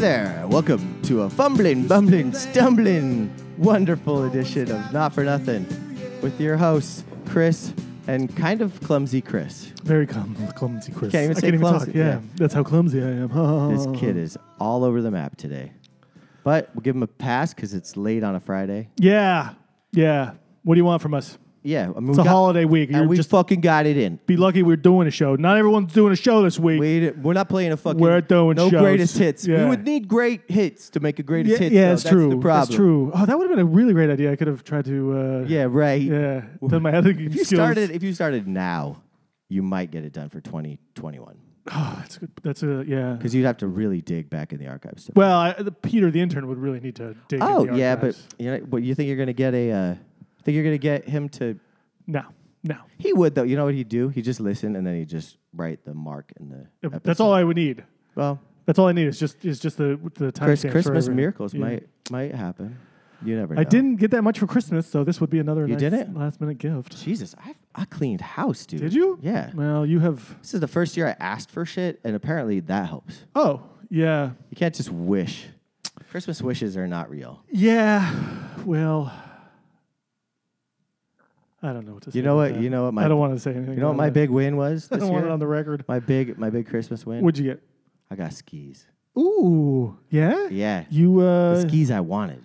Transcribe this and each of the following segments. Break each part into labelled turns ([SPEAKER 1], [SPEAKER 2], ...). [SPEAKER 1] there. Welcome to a fumbling, bumbling, stumbling, wonderful edition of Not for Nothing with your hosts, Chris and kind of clumsy Chris.
[SPEAKER 2] Very clum- clumsy, Chris.
[SPEAKER 1] Can't even
[SPEAKER 2] I
[SPEAKER 1] say
[SPEAKER 2] can't even
[SPEAKER 1] clumsy,
[SPEAKER 2] talk. Yeah.
[SPEAKER 1] yeah.
[SPEAKER 2] that's how clumsy I am.
[SPEAKER 1] This kid is all over the map today. But we'll give him a pass because it's late on a Friday.
[SPEAKER 2] Yeah, yeah. What do you want from us?
[SPEAKER 1] Yeah, I mean,
[SPEAKER 2] It's
[SPEAKER 1] we
[SPEAKER 2] a
[SPEAKER 1] got-
[SPEAKER 2] holiday week.
[SPEAKER 1] And
[SPEAKER 2] You're
[SPEAKER 1] we
[SPEAKER 2] just
[SPEAKER 1] fucking got it in.
[SPEAKER 2] be lucky we're doing a show. Not everyone's doing a show this week.
[SPEAKER 1] We, we're not playing a fucking.
[SPEAKER 2] We're doing
[SPEAKER 1] no
[SPEAKER 2] shows.
[SPEAKER 1] greatest hits. We
[SPEAKER 2] Yeah.
[SPEAKER 1] would need great hits to make a greatest
[SPEAKER 2] yeah,
[SPEAKER 1] hits.
[SPEAKER 2] yeah,
[SPEAKER 1] though.
[SPEAKER 2] it's
[SPEAKER 1] That's
[SPEAKER 2] true.
[SPEAKER 1] The problem.
[SPEAKER 2] It's true. Oh, that would have been a really great idea. I could have tried to. Uh,
[SPEAKER 1] Yeah, right.
[SPEAKER 2] yeah. Done my editing
[SPEAKER 1] If you
[SPEAKER 2] skills.
[SPEAKER 1] started, if you started now, you might get it done for 2021
[SPEAKER 2] Oh, that's good. That's a yeah.
[SPEAKER 1] because you'd have to really dig back in the archives. To
[SPEAKER 2] Well, I, the, Peter, the intern, would really need to dig. in
[SPEAKER 1] oh
[SPEAKER 2] the
[SPEAKER 1] yeah, but
[SPEAKER 2] archives.
[SPEAKER 1] you know, but you think you're gonna get a? Uh, think you're gonna get him to?
[SPEAKER 2] no, no.
[SPEAKER 1] He would though. You know what he'd do? He'd just listen and then he'd just write the mark in the. Episode.
[SPEAKER 2] That's all I would need.
[SPEAKER 1] Well,
[SPEAKER 2] That's all I need. Is just is just the the time.
[SPEAKER 1] Chris, Christmas miracles might might happen. You never. know.
[SPEAKER 2] I didn't get that much for Christmas, so this would be another
[SPEAKER 1] You
[SPEAKER 2] nice
[SPEAKER 1] didn't?
[SPEAKER 2] last minute gift.
[SPEAKER 1] Jesus, I I cleaned house, dude.
[SPEAKER 2] Did you?
[SPEAKER 1] Yeah.
[SPEAKER 2] Well, you have.
[SPEAKER 1] This is the first year I asked for shit, and apparently that helps.
[SPEAKER 2] Oh, yeah.
[SPEAKER 1] You can't just wish. Christmas wishes are not real.
[SPEAKER 2] Yeah. Well, I don't know what to say.
[SPEAKER 1] You know
[SPEAKER 2] about
[SPEAKER 1] what-
[SPEAKER 2] that.
[SPEAKER 1] you know what my-
[SPEAKER 2] I don't want to say anything.
[SPEAKER 1] You know what my big win was
[SPEAKER 2] I
[SPEAKER 1] this
[SPEAKER 2] don't want it
[SPEAKER 1] year?
[SPEAKER 2] on the record.
[SPEAKER 1] My big my big Christmas win.
[SPEAKER 2] What'd you get?
[SPEAKER 1] I got skis.
[SPEAKER 2] Ooh. Yeah.
[SPEAKER 1] Yeah.
[SPEAKER 2] You
[SPEAKER 1] The
[SPEAKER 2] uh,
[SPEAKER 1] skis I wanted.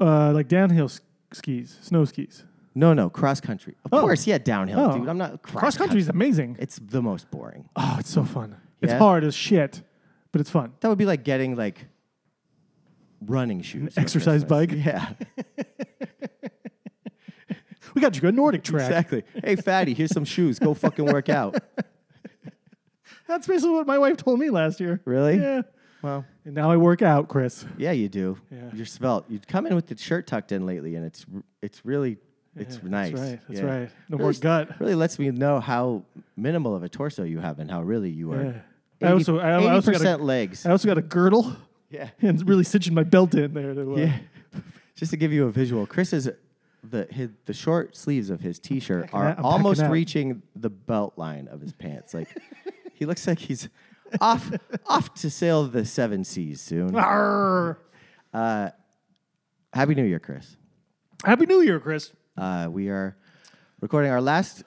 [SPEAKER 2] uh like downhill s- skis, snow skis.
[SPEAKER 1] No, no, cross country. Of
[SPEAKER 2] Oh.
[SPEAKER 1] course, yeah, downhill,
[SPEAKER 2] Oh.
[SPEAKER 1] dude. I'm not cross,
[SPEAKER 2] Cross country is amazing.
[SPEAKER 1] It's the most boring.
[SPEAKER 2] Oh, it's so fun. It's
[SPEAKER 1] Yeah?
[SPEAKER 2] hard as shit, but it's fun.
[SPEAKER 1] That would be like getting like running shoes. for
[SPEAKER 2] exercise
[SPEAKER 1] Christmas. Yeah.
[SPEAKER 2] We got you good Nordic track.
[SPEAKER 1] Exactly. Hey fatty, here's some shoes. Go fucking work out.
[SPEAKER 2] That's basically what my wife told me last year.
[SPEAKER 1] Really?
[SPEAKER 2] Yeah.
[SPEAKER 1] Well,
[SPEAKER 2] And now I work out, Chris.
[SPEAKER 1] Yeah, you do.
[SPEAKER 2] Yeah.
[SPEAKER 1] You're svelte. You come in with the shirt tucked in lately, and it's r- it's really it's nice.
[SPEAKER 2] That's right. That's
[SPEAKER 1] Yeah.
[SPEAKER 2] right. No
[SPEAKER 1] Really
[SPEAKER 2] more
[SPEAKER 1] s-
[SPEAKER 2] gut.
[SPEAKER 1] Really lets me know how minimal of a torso you have and how really you are.
[SPEAKER 2] Yeah.
[SPEAKER 1] 80,
[SPEAKER 2] I also- I- I also gotta-
[SPEAKER 1] percent legs.
[SPEAKER 2] I also got a girdle
[SPEAKER 1] yeah.
[SPEAKER 2] and really cinching my belt in there. To, uh,
[SPEAKER 1] Yeah. Just to give you a visual, Chris is the his, the short sleeves of his t-shirt
[SPEAKER 2] out-
[SPEAKER 1] are
[SPEAKER 2] I'm backing
[SPEAKER 1] almost
[SPEAKER 2] out.
[SPEAKER 1] reaching the belt line of his pants. Like he looks like he's off off to sail the seven seas soon.
[SPEAKER 2] Arrgh.
[SPEAKER 1] Happy New Year, Chris.
[SPEAKER 2] Happy New Year, Chris.
[SPEAKER 1] Uh, we are recording our last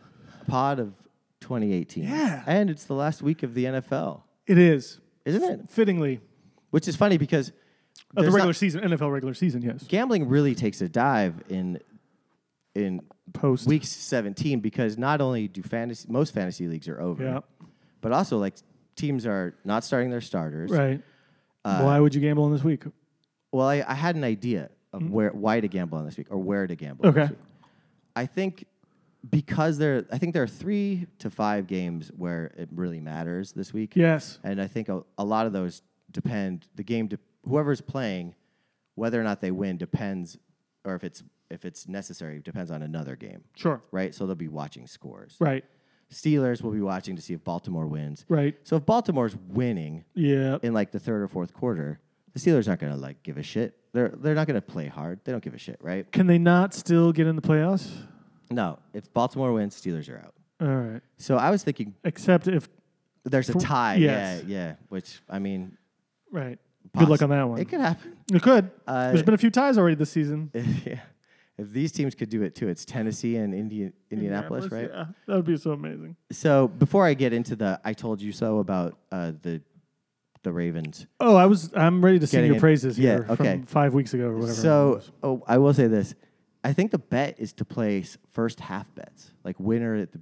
[SPEAKER 1] pod of 2018.
[SPEAKER 2] Yeah.
[SPEAKER 1] And it's the last week of the NFL,
[SPEAKER 2] It is
[SPEAKER 1] isn't it?
[SPEAKER 2] fittingly
[SPEAKER 1] Which is funny because
[SPEAKER 2] of
[SPEAKER 1] there's
[SPEAKER 2] the
[SPEAKER 1] not-
[SPEAKER 2] regular season, NFL regular season. Yes.
[SPEAKER 1] gambling really takes a dive in in
[SPEAKER 2] Post.
[SPEAKER 1] week 17 because not only do fantasy most fantasy leagues are over,
[SPEAKER 2] Yeah.
[SPEAKER 1] but also like teams are not starting their starters.
[SPEAKER 2] Right.
[SPEAKER 1] Uh,
[SPEAKER 2] Why would you gamble on this week?
[SPEAKER 1] Well, I, I had an idea of where why to gamble on this week or where to gamble. on
[SPEAKER 2] Mm-hmm. Okay.
[SPEAKER 1] this week. I think because there, I think there are three to five games where it really matters this week.
[SPEAKER 2] Yes.
[SPEAKER 1] And I think a, a lot of those depend the game. De- whoever's playing, whether or not they win depends, or if it's if it's necessary depends on another game.
[SPEAKER 2] Sure.
[SPEAKER 1] Right. So they'll be watching scores.
[SPEAKER 2] Right.
[SPEAKER 1] Steelers will be watching to see if Baltimore wins.
[SPEAKER 2] Right.
[SPEAKER 1] So if Baltimore's winning,
[SPEAKER 2] Yeah.
[SPEAKER 1] in like the third or fourth quarter, the Steelers aren't gonna like give a shit. They're they're not gonna play hard. They don't give a shit, right?
[SPEAKER 2] Can they not still get in the playoffs?
[SPEAKER 1] No, if Baltimore wins, Steelers are out.
[SPEAKER 2] All right.
[SPEAKER 1] So I was thinking
[SPEAKER 2] Except if.
[SPEAKER 1] there's a tie.
[SPEAKER 2] yes.
[SPEAKER 1] Yeah, yeah. Which I mean,
[SPEAKER 2] Right. Good luck
[SPEAKER 1] possi-
[SPEAKER 2] on that one.
[SPEAKER 1] It could happen.
[SPEAKER 2] It could.
[SPEAKER 1] Uh,
[SPEAKER 2] There's been a few ties already this season.
[SPEAKER 1] yeah. If these teams could do it too, it's Tennessee and Indian, Indianapolis, right?
[SPEAKER 2] Yeah. That would be so amazing.
[SPEAKER 1] So before I get into the I told you so about uh, the the Ravens.
[SPEAKER 2] Oh, I was. I'm ready to sing
[SPEAKER 1] Getting
[SPEAKER 2] your
[SPEAKER 1] in-
[SPEAKER 2] praises
[SPEAKER 1] yeah,
[SPEAKER 2] here
[SPEAKER 1] okay.
[SPEAKER 2] from five weeks ago or whatever.
[SPEAKER 1] So oh, I will say this. I think the bet is to place first half bets, like winner at the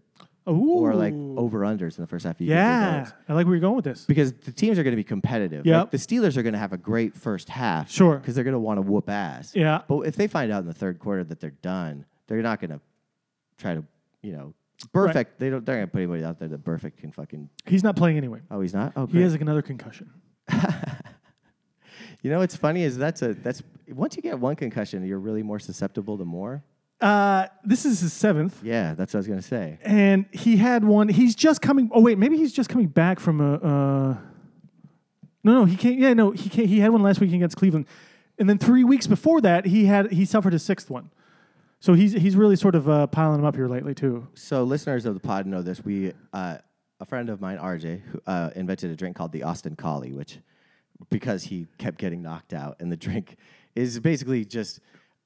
[SPEAKER 2] Ooh.
[SPEAKER 1] or like over unders in the first half. You can do
[SPEAKER 2] yeah,
[SPEAKER 1] those.
[SPEAKER 2] I like where you're going with this.
[SPEAKER 1] Because the teams are going to be competitive. Like
[SPEAKER 2] Yep.
[SPEAKER 1] the Steelers are going to have a great first half.
[SPEAKER 2] Sure.
[SPEAKER 1] Because they're going to want to whoop ass.
[SPEAKER 2] Yeah.
[SPEAKER 1] But if they find out in the third quarter that they're done, they're not going to try to, you know, perfect. They don't. They're going to put anybody out there that perfect can fucking.
[SPEAKER 2] He's not playing anyway.
[SPEAKER 1] Oh, he's not. Oh,
[SPEAKER 2] He
[SPEAKER 1] great.
[SPEAKER 2] has like another concussion.
[SPEAKER 1] You know what's funny is that's a that's once you get one concussion, you're really more susceptible to more.
[SPEAKER 2] Uh, this is his seventh,
[SPEAKER 1] Yeah, that's what I was going to say.
[SPEAKER 2] and he had one. He's just coming. Oh wait, maybe he's just coming back from a. Uh, no, no, he can't. Yeah, no, he can't. He had one last week against Cleveland, and then three weeks before that, he had he suffered his sixth one. So he's he's really sort of uh, piling him up here lately too.
[SPEAKER 1] So listeners of the pod know this. We uh, a friend of mine, RJ, who, uh, invented a drink called the Austin Collie, which because he kept getting knocked out, and the drink is basically just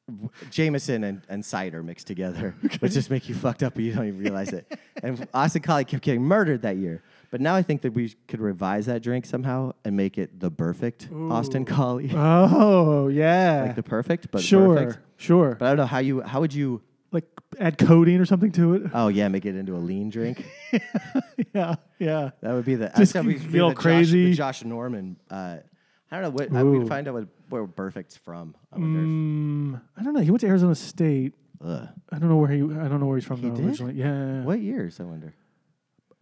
[SPEAKER 1] w- Jameson and, and cider mixed together, which just make you fucked up, but you don't even realize it. And Austin Collie kept getting murdered that year. But now I think that we could revise that drink somehow and make it the perfect Austin Collie,
[SPEAKER 2] Oh yeah.
[SPEAKER 1] like the perfect, but
[SPEAKER 2] sure.
[SPEAKER 1] perfect.
[SPEAKER 2] Sure.
[SPEAKER 1] But I don't know how you how would you
[SPEAKER 2] like add codeine or something to it.
[SPEAKER 1] oh yeah make it into a lean drink.
[SPEAKER 2] yeah. Yeah.
[SPEAKER 1] That would be the
[SPEAKER 2] Just
[SPEAKER 1] that would
[SPEAKER 2] get
[SPEAKER 1] be
[SPEAKER 2] all
[SPEAKER 1] the Josh-
[SPEAKER 2] crazy.
[SPEAKER 1] the Josh, Norman. Uh, I don't know what I would
[SPEAKER 2] Ooh.
[SPEAKER 1] find out what, where Perfect's from. I wonder.
[SPEAKER 2] Mm, I don't know. He went to Arizona State.
[SPEAKER 1] if- ugh.
[SPEAKER 2] I don't know where he. I don't know where he's from though,
[SPEAKER 1] did?
[SPEAKER 2] originally. Yeah.
[SPEAKER 1] What Oh, years? I wonder.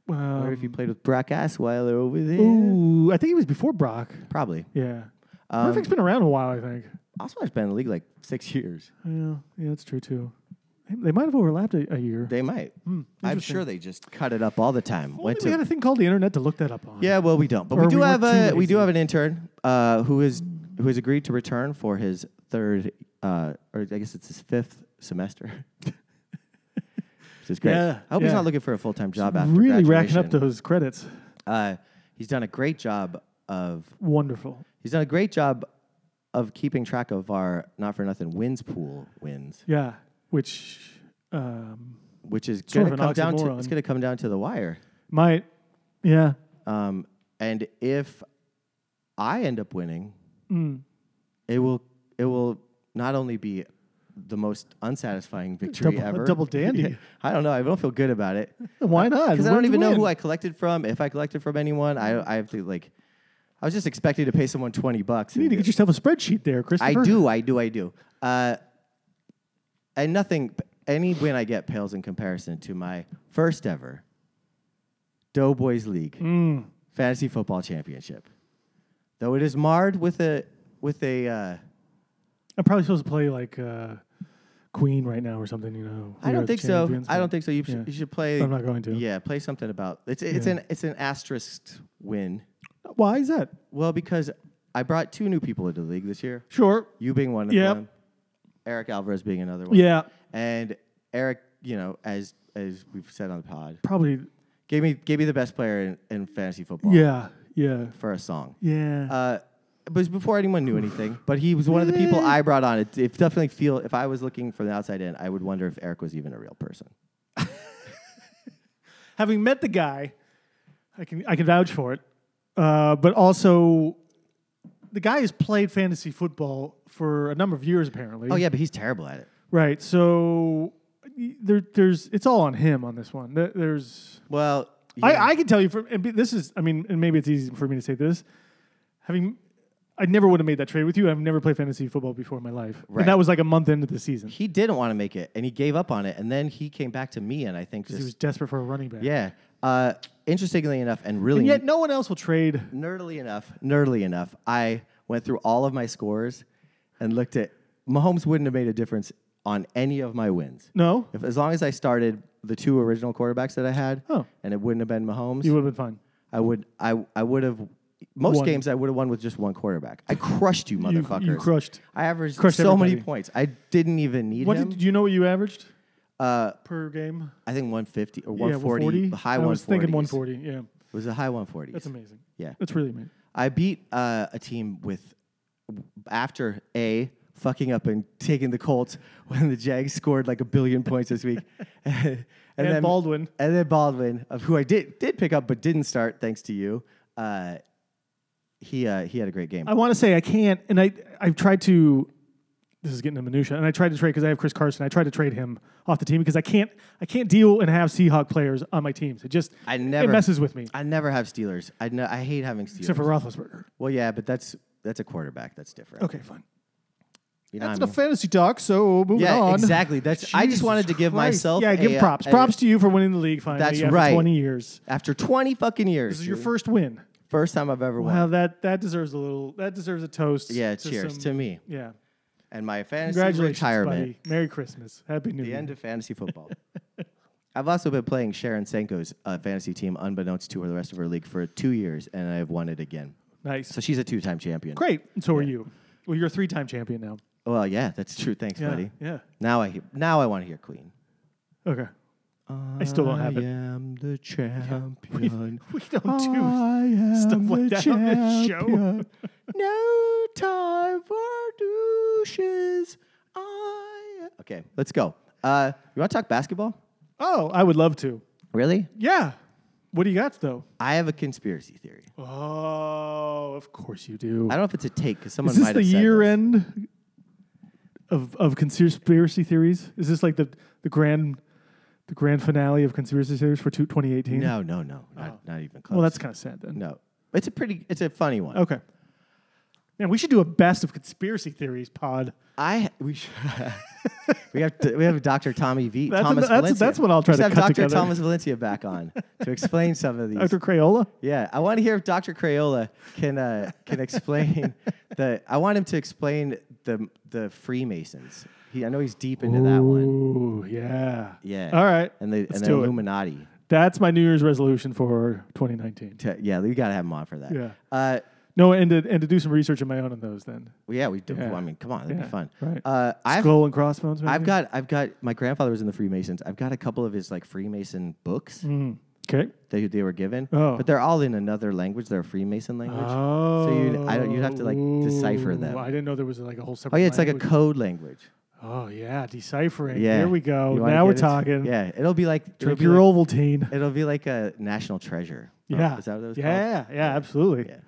[SPEAKER 1] I
[SPEAKER 2] Um,
[SPEAKER 1] wonder if you played with Brock Osweiler over there.
[SPEAKER 2] Ooh, I think he was before Brock.
[SPEAKER 1] Probably.
[SPEAKER 2] Yeah.
[SPEAKER 1] Um,
[SPEAKER 2] Perfect's been around a while, I think.
[SPEAKER 1] Osweiler's been in the league like six years.
[SPEAKER 2] Yeah, yeah, that's true too. They, they might have overlapped a, a year.
[SPEAKER 1] They might. I'm sure they just cut it up all the time.
[SPEAKER 2] Hmm, Well, we had a thing called the internet to look that up on.
[SPEAKER 1] Yeah, well, we don't, but
[SPEAKER 2] Or
[SPEAKER 1] we do
[SPEAKER 2] we were
[SPEAKER 1] have
[SPEAKER 2] too
[SPEAKER 1] a we do
[SPEAKER 2] lazy.
[SPEAKER 1] have an intern uh, who is who has agreed to return for his third, uh, or I guess it's his fifth semester. Which is great.
[SPEAKER 2] Yeah,
[SPEAKER 1] I hope he's
[SPEAKER 2] yeah.
[SPEAKER 1] not looking for a full time job after
[SPEAKER 2] really racking up
[SPEAKER 1] graduation.
[SPEAKER 2] those credits.
[SPEAKER 1] Uh, he's done a great job of
[SPEAKER 2] Wonderful.
[SPEAKER 1] he's done a great job of keeping track of our not for nothing wins pool wins,
[SPEAKER 2] Yeah, which um,
[SPEAKER 1] which is
[SPEAKER 2] Sort
[SPEAKER 1] going
[SPEAKER 2] of
[SPEAKER 1] to
[SPEAKER 2] an
[SPEAKER 1] come down to it's
[SPEAKER 2] oxymoron.
[SPEAKER 1] going to come down to the wire.
[SPEAKER 2] might, yeah,
[SPEAKER 1] Um, and if I end up winning,
[SPEAKER 2] Mm.
[SPEAKER 1] it will it will not only be the most unsatisfying victory
[SPEAKER 2] Double- a
[SPEAKER 1] ever.
[SPEAKER 2] double dandy.
[SPEAKER 1] I don't know. I don't feel good about it
[SPEAKER 2] why not?
[SPEAKER 1] because Uh, I don't even know who I collected from. If I collected from anyone, I I have to like. I was just expecting to pay someone twenty bucks.
[SPEAKER 2] You need to get yourself a spreadsheet there,
[SPEAKER 1] I
[SPEAKER 2] Christopher.
[SPEAKER 1] do. I do. I do. Uh, and nothing. Any win I get pales in comparison to my first ever Doughboys League
[SPEAKER 2] Mm.
[SPEAKER 1] fantasy football championship. Though it is marred with a with a. Uh,
[SPEAKER 2] I'm probably supposed to play like uh, Queen right now or something. You know.
[SPEAKER 1] I
[SPEAKER 2] We Are
[SPEAKER 1] don't
[SPEAKER 2] the
[SPEAKER 1] think so.
[SPEAKER 2] Champions,
[SPEAKER 1] I don't
[SPEAKER 2] but
[SPEAKER 1] think so. You, sh-
[SPEAKER 2] yeah.
[SPEAKER 1] you should play.
[SPEAKER 2] I'm not going to.
[SPEAKER 1] Yeah, play something about it's it's
[SPEAKER 2] Yeah.
[SPEAKER 1] an it's an asterisk win.
[SPEAKER 2] Why is that?
[SPEAKER 1] Well, because I brought two new people into the league this year.
[SPEAKER 2] Sure.
[SPEAKER 1] You being one of
[SPEAKER 2] Yep.
[SPEAKER 1] them. Eric Alvarez being another one.
[SPEAKER 2] Yeah.
[SPEAKER 1] And Eric, you know, as as we've said on the pod,
[SPEAKER 2] Probably.
[SPEAKER 1] gave me gave me the best player in, in fantasy football
[SPEAKER 2] Yeah. Yeah.
[SPEAKER 1] for a song.
[SPEAKER 2] Yeah.
[SPEAKER 1] Uh, but it was before anyone knew anything. But he was one of the people I brought on. It, it definitely feel if I was looking from the outside in, I would wonder if Eric was even a real person.
[SPEAKER 2] having met the guy, I can I can vouch for it. Uh, but also, the guy has played fantasy football for a number of years, apparently.
[SPEAKER 1] Oh yeah, but he's terrible at it.
[SPEAKER 2] right. So y- there, there's it's all on him on this one. There- There's
[SPEAKER 1] Well, yeah,
[SPEAKER 2] I, I can tell you from and be- this is I mean and maybe it's easy for me to say this, having. I never would have made that trade with you. I've never played fantasy football before in my life.
[SPEAKER 1] Right.
[SPEAKER 2] And that was like a month into the season.
[SPEAKER 1] he didn't want to make it, and he gave up on it, and then he came back to me, and I think
[SPEAKER 2] He was
[SPEAKER 1] just
[SPEAKER 2] desperate for a running back.
[SPEAKER 1] yeah. Uh, interestingly enough, and really
[SPEAKER 2] And yet no one else will trade.
[SPEAKER 1] nerdily enough, nerdily enough, I went through all of my scores and looked at Mahomes wouldn't have made a difference on any of my wins.
[SPEAKER 2] No?
[SPEAKER 1] If, as long as I started the two original quarterbacks that I had,
[SPEAKER 2] Oh.
[SPEAKER 1] and it wouldn't have been Mahomes,
[SPEAKER 2] You would have been fine.
[SPEAKER 1] I would I I would have most
[SPEAKER 2] Won.
[SPEAKER 1] games I would have won with just one quarterback. I crushed you, motherfuckers.
[SPEAKER 2] crushed-
[SPEAKER 1] I averaged
[SPEAKER 2] crushed
[SPEAKER 1] so many
[SPEAKER 2] everybody.
[SPEAKER 1] points. I didn't even need
[SPEAKER 2] What
[SPEAKER 1] him.
[SPEAKER 2] did, do you know what you averaged
[SPEAKER 1] uh,
[SPEAKER 2] per game?
[SPEAKER 1] I think 150 or
[SPEAKER 2] Yeah,
[SPEAKER 1] 140, high
[SPEAKER 2] I
[SPEAKER 1] 140.
[SPEAKER 2] was thinking 140. Yeah,
[SPEAKER 1] It was a high 140.
[SPEAKER 2] that's amazing.
[SPEAKER 1] Yeah.
[SPEAKER 2] that's really amazing.
[SPEAKER 1] I beat uh, a team with after a fucking up and taking the Colts when the Jags scored like a billion points this week, and,
[SPEAKER 2] And Baldwin.
[SPEAKER 1] and then Baldwin, of who I did did pick up but didn't start thanks to you. Uh, he uh, he had a great game.
[SPEAKER 2] I want to say I can't, and I I've tried to. This is getting to minutia, and I tried to trade because I have Chris Carson. I tried to trade him off the team because I can't I can't deal and have Seahawk players on my teams. It just
[SPEAKER 1] I never-
[SPEAKER 2] it messes with me
[SPEAKER 1] I never have Steelers. I know I hate having Steelers.
[SPEAKER 2] except for Roethlisberger.
[SPEAKER 1] well, yeah, but that's that's a quarterback. That's different.
[SPEAKER 2] Okay, fine.
[SPEAKER 1] You know
[SPEAKER 2] That's
[SPEAKER 1] what I
[SPEAKER 2] the
[SPEAKER 1] mean?
[SPEAKER 2] fantasy talk. So moving
[SPEAKER 1] Yeah,
[SPEAKER 2] on.
[SPEAKER 1] exactly. That's I just
[SPEAKER 2] Jesus
[SPEAKER 1] wanted to give
[SPEAKER 2] Christ.
[SPEAKER 1] myself
[SPEAKER 2] Yeah, give
[SPEAKER 1] a, uh,
[SPEAKER 2] props.
[SPEAKER 1] a-
[SPEAKER 2] props to you for winning the league finally.
[SPEAKER 1] That's
[SPEAKER 2] after
[SPEAKER 1] right.
[SPEAKER 2] Twenty years.
[SPEAKER 1] after twenty fucking years.
[SPEAKER 2] This is your
[SPEAKER 1] dude.
[SPEAKER 2] first win.
[SPEAKER 1] first time I've ever won.
[SPEAKER 2] Wow, that that deserves a little. That deserves a toast.
[SPEAKER 1] Yeah,
[SPEAKER 2] to
[SPEAKER 1] cheers
[SPEAKER 2] some-
[SPEAKER 1] to me
[SPEAKER 2] Yeah.
[SPEAKER 1] and my fantasy
[SPEAKER 2] Congratulations,
[SPEAKER 1] retirement.
[SPEAKER 2] buddy. Merry Christmas. Happy New
[SPEAKER 1] The
[SPEAKER 2] Year.
[SPEAKER 1] end of fantasy football. I've also been playing Sharon Senko's uh, fantasy team, unbeknownst to her, the rest of her league, for two years, and I have won it again.
[SPEAKER 2] Nice.
[SPEAKER 1] So she's a two-time champion.
[SPEAKER 2] Great. And so are you. Well, you're a three-time champion now.
[SPEAKER 1] Well, yeah, that's true. Thanks, buddy.
[SPEAKER 2] Yeah.
[SPEAKER 1] Now I now I want to hear Queen.
[SPEAKER 2] Okay. I still don't have
[SPEAKER 1] I
[SPEAKER 2] it.
[SPEAKER 1] am the champion.
[SPEAKER 2] We don't
[SPEAKER 1] I
[SPEAKER 2] do
[SPEAKER 1] am
[SPEAKER 2] stuff
[SPEAKER 1] the
[SPEAKER 2] like that on this show.
[SPEAKER 1] champion. no time for douches. I am- Okay, let's go. Uh, you want to talk basketball?
[SPEAKER 2] Oh, I would love to.
[SPEAKER 1] Really?
[SPEAKER 2] Yeah. What do you got though?
[SPEAKER 1] I have a conspiracy theory.
[SPEAKER 2] Oh, of course you do.
[SPEAKER 1] I don't know if it's a take because someone
[SPEAKER 2] Is this
[SPEAKER 1] might
[SPEAKER 2] the
[SPEAKER 1] have said
[SPEAKER 2] year
[SPEAKER 1] this.
[SPEAKER 2] end of of conspiracy theories? Is this like the the grand the grand finale of conspiracy theories for 2018?
[SPEAKER 1] No, no, no, not, not even close.
[SPEAKER 2] Well, that's kind of sad then.
[SPEAKER 1] no. It's a pretty. It's a funny one.
[SPEAKER 2] Okay. Man, we should do a best of conspiracy theories pod.
[SPEAKER 1] I we sh- we have to, we have Dr. Tommy V.
[SPEAKER 2] That's
[SPEAKER 1] Thomas
[SPEAKER 2] an- that's-
[SPEAKER 1] Valencia.
[SPEAKER 2] that's what I'll try
[SPEAKER 1] Let's
[SPEAKER 2] to
[SPEAKER 1] have
[SPEAKER 2] cut
[SPEAKER 1] Dr.
[SPEAKER 2] together.
[SPEAKER 1] Thomas Valencia back on to explain some of these.
[SPEAKER 2] Dr. Crayola?
[SPEAKER 1] Yeah, I want to hear if Dr. Crayola can uh, can explain the. I want him to explain the the Freemasons. He, I know he's deep into that one.
[SPEAKER 2] Ooh, yeah.
[SPEAKER 1] Yeah.
[SPEAKER 2] All right.
[SPEAKER 1] And the and the
[SPEAKER 2] do it.
[SPEAKER 1] Illuminati.
[SPEAKER 2] That's my New Year's resolution for 2019.
[SPEAKER 1] Te- yeah, we gotta have him on for that.
[SPEAKER 2] Yeah.
[SPEAKER 1] Uh,
[SPEAKER 2] No, and to, and to do some research of my own on those then.
[SPEAKER 1] well, yeah, we do.
[SPEAKER 2] Yeah.
[SPEAKER 1] I mean, come on, that'd
[SPEAKER 2] Yeah,
[SPEAKER 1] be fun.
[SPEAKER 2] right.
[SPEAKER 1] Uh, I've
[SPEAKER 2] Skull and crossbones, maybe?
[SPEAKER 1] I've got I've got my grandfather was in the Freemasons. I've got a couple of his like Freemason books
[SPEAKER 2] Okay.
[SPEAKER 1] that they were given,
[SPEAKER 2] Mm. Oh.
[SPEAKER 1] but they're all in another language. They're a Freemason language.
[SPEAKER 2] Oh.
[SPEAKER 1] So you I don't you have to like decipher
[SPEAKER 2] Ooh, Oh,
[SPEAKER 1] them.
[SPEAKER 2] I didn't know there was like a whole separate
[SPEAKER 1] Oh yeah, it's like a
[SPEAKER 2] language.
[SPEAKER 1] code language.
[SPEAKER 2] Oh, yeah. Deciphering.
[SPEAKER 1] Yeah.
[SPEAKER 2] Here we go.
[SPEAKER 1] You wanna
[SPEAKER 2] Now we're
[SPEAKER 1] get it?
[SPEAKER 2] talking.
[SPEAKER 1] Yeah, it'll be like it'll
[SPEAKER 2] Drink
[SPEAKER 1] be
[SPEAKER 2] your
[SPEAKER 1] like,
[SPEAKER 2] Ovaltine.
[SPEAKER 1] it'll be like a national treasure. Oh,
[SPEAKER 2] Yeah.
[SPEAKER 1] is that what it was called?
[SPEAKER 2] yeah, yeah, absolutely.
[SPEAKER 1] Yeah.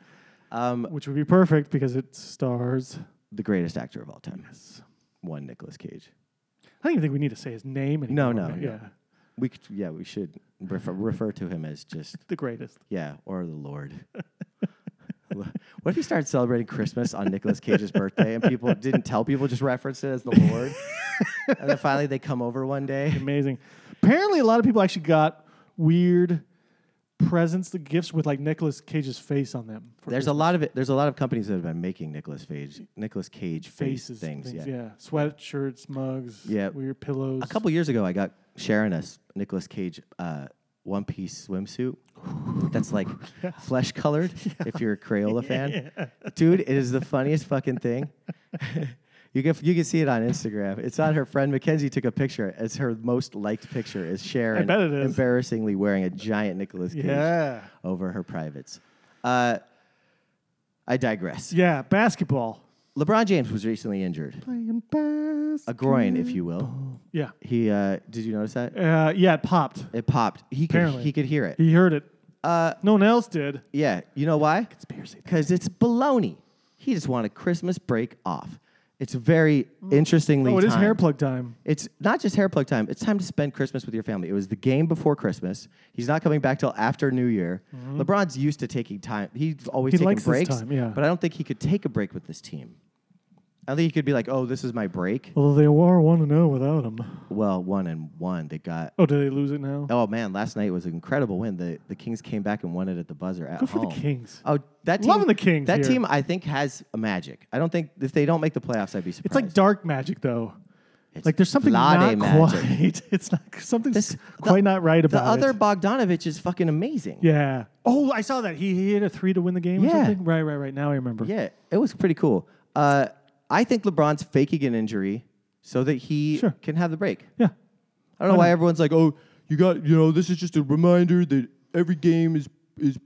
[SPEAKER 1] Um,
[SPEAKER 2] Which would be perfect because it stars.
[SPEAKER 1] the greatest actor of all time,
[SPEAKER 2] Yes.
[SPEAKER 1] one Nicolas Cage.
[SPEAKER 2] I don't even think we need to say his name
[SPEAKER 1] No,
[SPEAKER 2] anymore.
[SPEAKER 1] no,
[SPEAKER 2] right?
[SPEAKER 1] no.
[SPEAKER 2] Yeah.
[SPEAKER 1] We could, yeah, we should refer, refer to him as just
[SPEAKER 2] The greatest.
[SPEAKER 1] yeah, or the Lord. Lo- what if he started celebrating Christmas on Nicolas Cage's birthday and people didn't tell people, just referenced it as the Lord? and then finally they come over one day.
[SPEAKER 2] Amazing. Apparently, a lot of people actually got weird presents, the gifts with like Nicolas Cage's face on them. for
[SPEAKER 1] There's a
[SPEAKER 2] Christmas.
[SPEAKER 1] lot of it. There's a lot of companies that have been making Nicolas Cage, Nicolas Cage face
[SPEAKER 2] faces,
[SPEAKER 1] things. yeah.
[SPEAKER 2] sweatshirts, mugs,
[SPEAKER 1] Yeah.
[SPEAKER 2] weird pillows.
[SPEAKER 1] A couple years ago, I got Sharon a s- Nicolas Cage uh, one piece swimsuit that's like flesh colored. If you're a Crayola fan, dude, it is the funniest fucking thing. you can you can see it on Instagram. It's on her friend Mackenzie took a picture. It's her most liked picture. Is Sharon
[SPEAKER 2] bet it is.
[SPEAKER 1] embarrassingly wearing a giant Nicolas Cage
[SPEAKER 2] Yeah,
[SPEAKER 1] over her privates? Uh, I digress.
[SPEAKER 2] yeah, basketball.
[SPEAKER 1] LeBron James was recently injured,
[SPEAKER 2] Playing basketball.
[SPEAKER 1] a groin, if you will.
[SPEAKER 2] Uh, Yeah,
[SPEAKER 1] He uh, did you notice that?
[SPEAKER 2] uh, yeah, it popped.
[SPEAKER 1] It popped. He could,
[SPEAKER 2] Apparently.
[SPEAKER 1] he could hear it.
[SPEAKER 2] He heard it.
[SPEAKER 1] Uh,
[SPEAKER 2] No one else did.
[SPEAKER 1] yeah. You know why?
[SPEAKER 2] Conspiracy.
[SPEAKER 1] Because it's baloney. He just wanted Christmas break off. It's very interestingly.
[SPEAKER 2] Oh, it is
[SPEAKER 1] timed.
[SPEAKER 2] hair plug time.
[SPEAKER 1] It's not just hair plug time. It's time to spend Christmas with your family. It was the game before Christmas. He's not coming back till after New Year. LeBron's used to taking time. He's always
[SPEAKER 2] Mm-hmm. He
[SPEAKER 1] taking
[SPEAKER 2] likes this
[SPEAKER 1] breaks.
[SPEAKER 2] time, yeah.
[SPEAKER 1] But I don't think he could take a break with this team. I don't think he could be like, "Oh, this is my break."
[SPEAKER 2] Although they were one to know without him.
[SPEAKER 1] Well, one and one. They got
[SPEAKER 2] Oh, did they lose it now?
[SPEAKER 1] Oh man, last night was an incredible win. The the Kings came back and won it at the buzzer at
[SPEAKER 2] Good for the
[SPEAKER 1] home.
[SPEAKER 2] Kings.
[SPEAKER 1] Oh, that team,
[SPEAKER 2] Loving the Kings
[SPEAKER 1] That
[SPEAKER 2] here.
[SPEAKER 1] team, I think, has a magic. I don't think if they don't make the playoffs, I'd be surprised.
[SPEAKER 2] It's like dark magic though.
[SPEAKER 1] It's
[SPEAKER 2] like there's something
[SPEAKER 1] Vlade
[SPEAKER 2] not
[SPEAKER 1] magic.
[SPEAKER 2] quite. It's not something's
[SPEAKER 1] This-
[SPEAKER 2] quite
[SPEAKER 1] the-
[SPEAKER 2] not right
[SPEAKER 1] The
[SPEAKER 2] about
[SPEAKER 1] other
[SPEAKER 2] it.
[SPEAKER 1] Bogdanovich is fucking amazing.
[SPEAKER 2] Yeah. Oh, I saw that. He, he hit a three to win the game. Or
[SPEAKER 1] Yeah.
[SPEAKER 2] something? Right, right, right. Now I remember.
[SPEAKER 1] Yeah, it was pretty cool. Uh, I think LeBron's faking an injury so that he
[SPEAKER 2] Sure.
[SPEAKER 1] can have the break.
[SPEAKER 2] Yeah.
[SPEAKER 1] I don't know why everyone's like, "Oh, you got you know, this is just a reminder that every game is is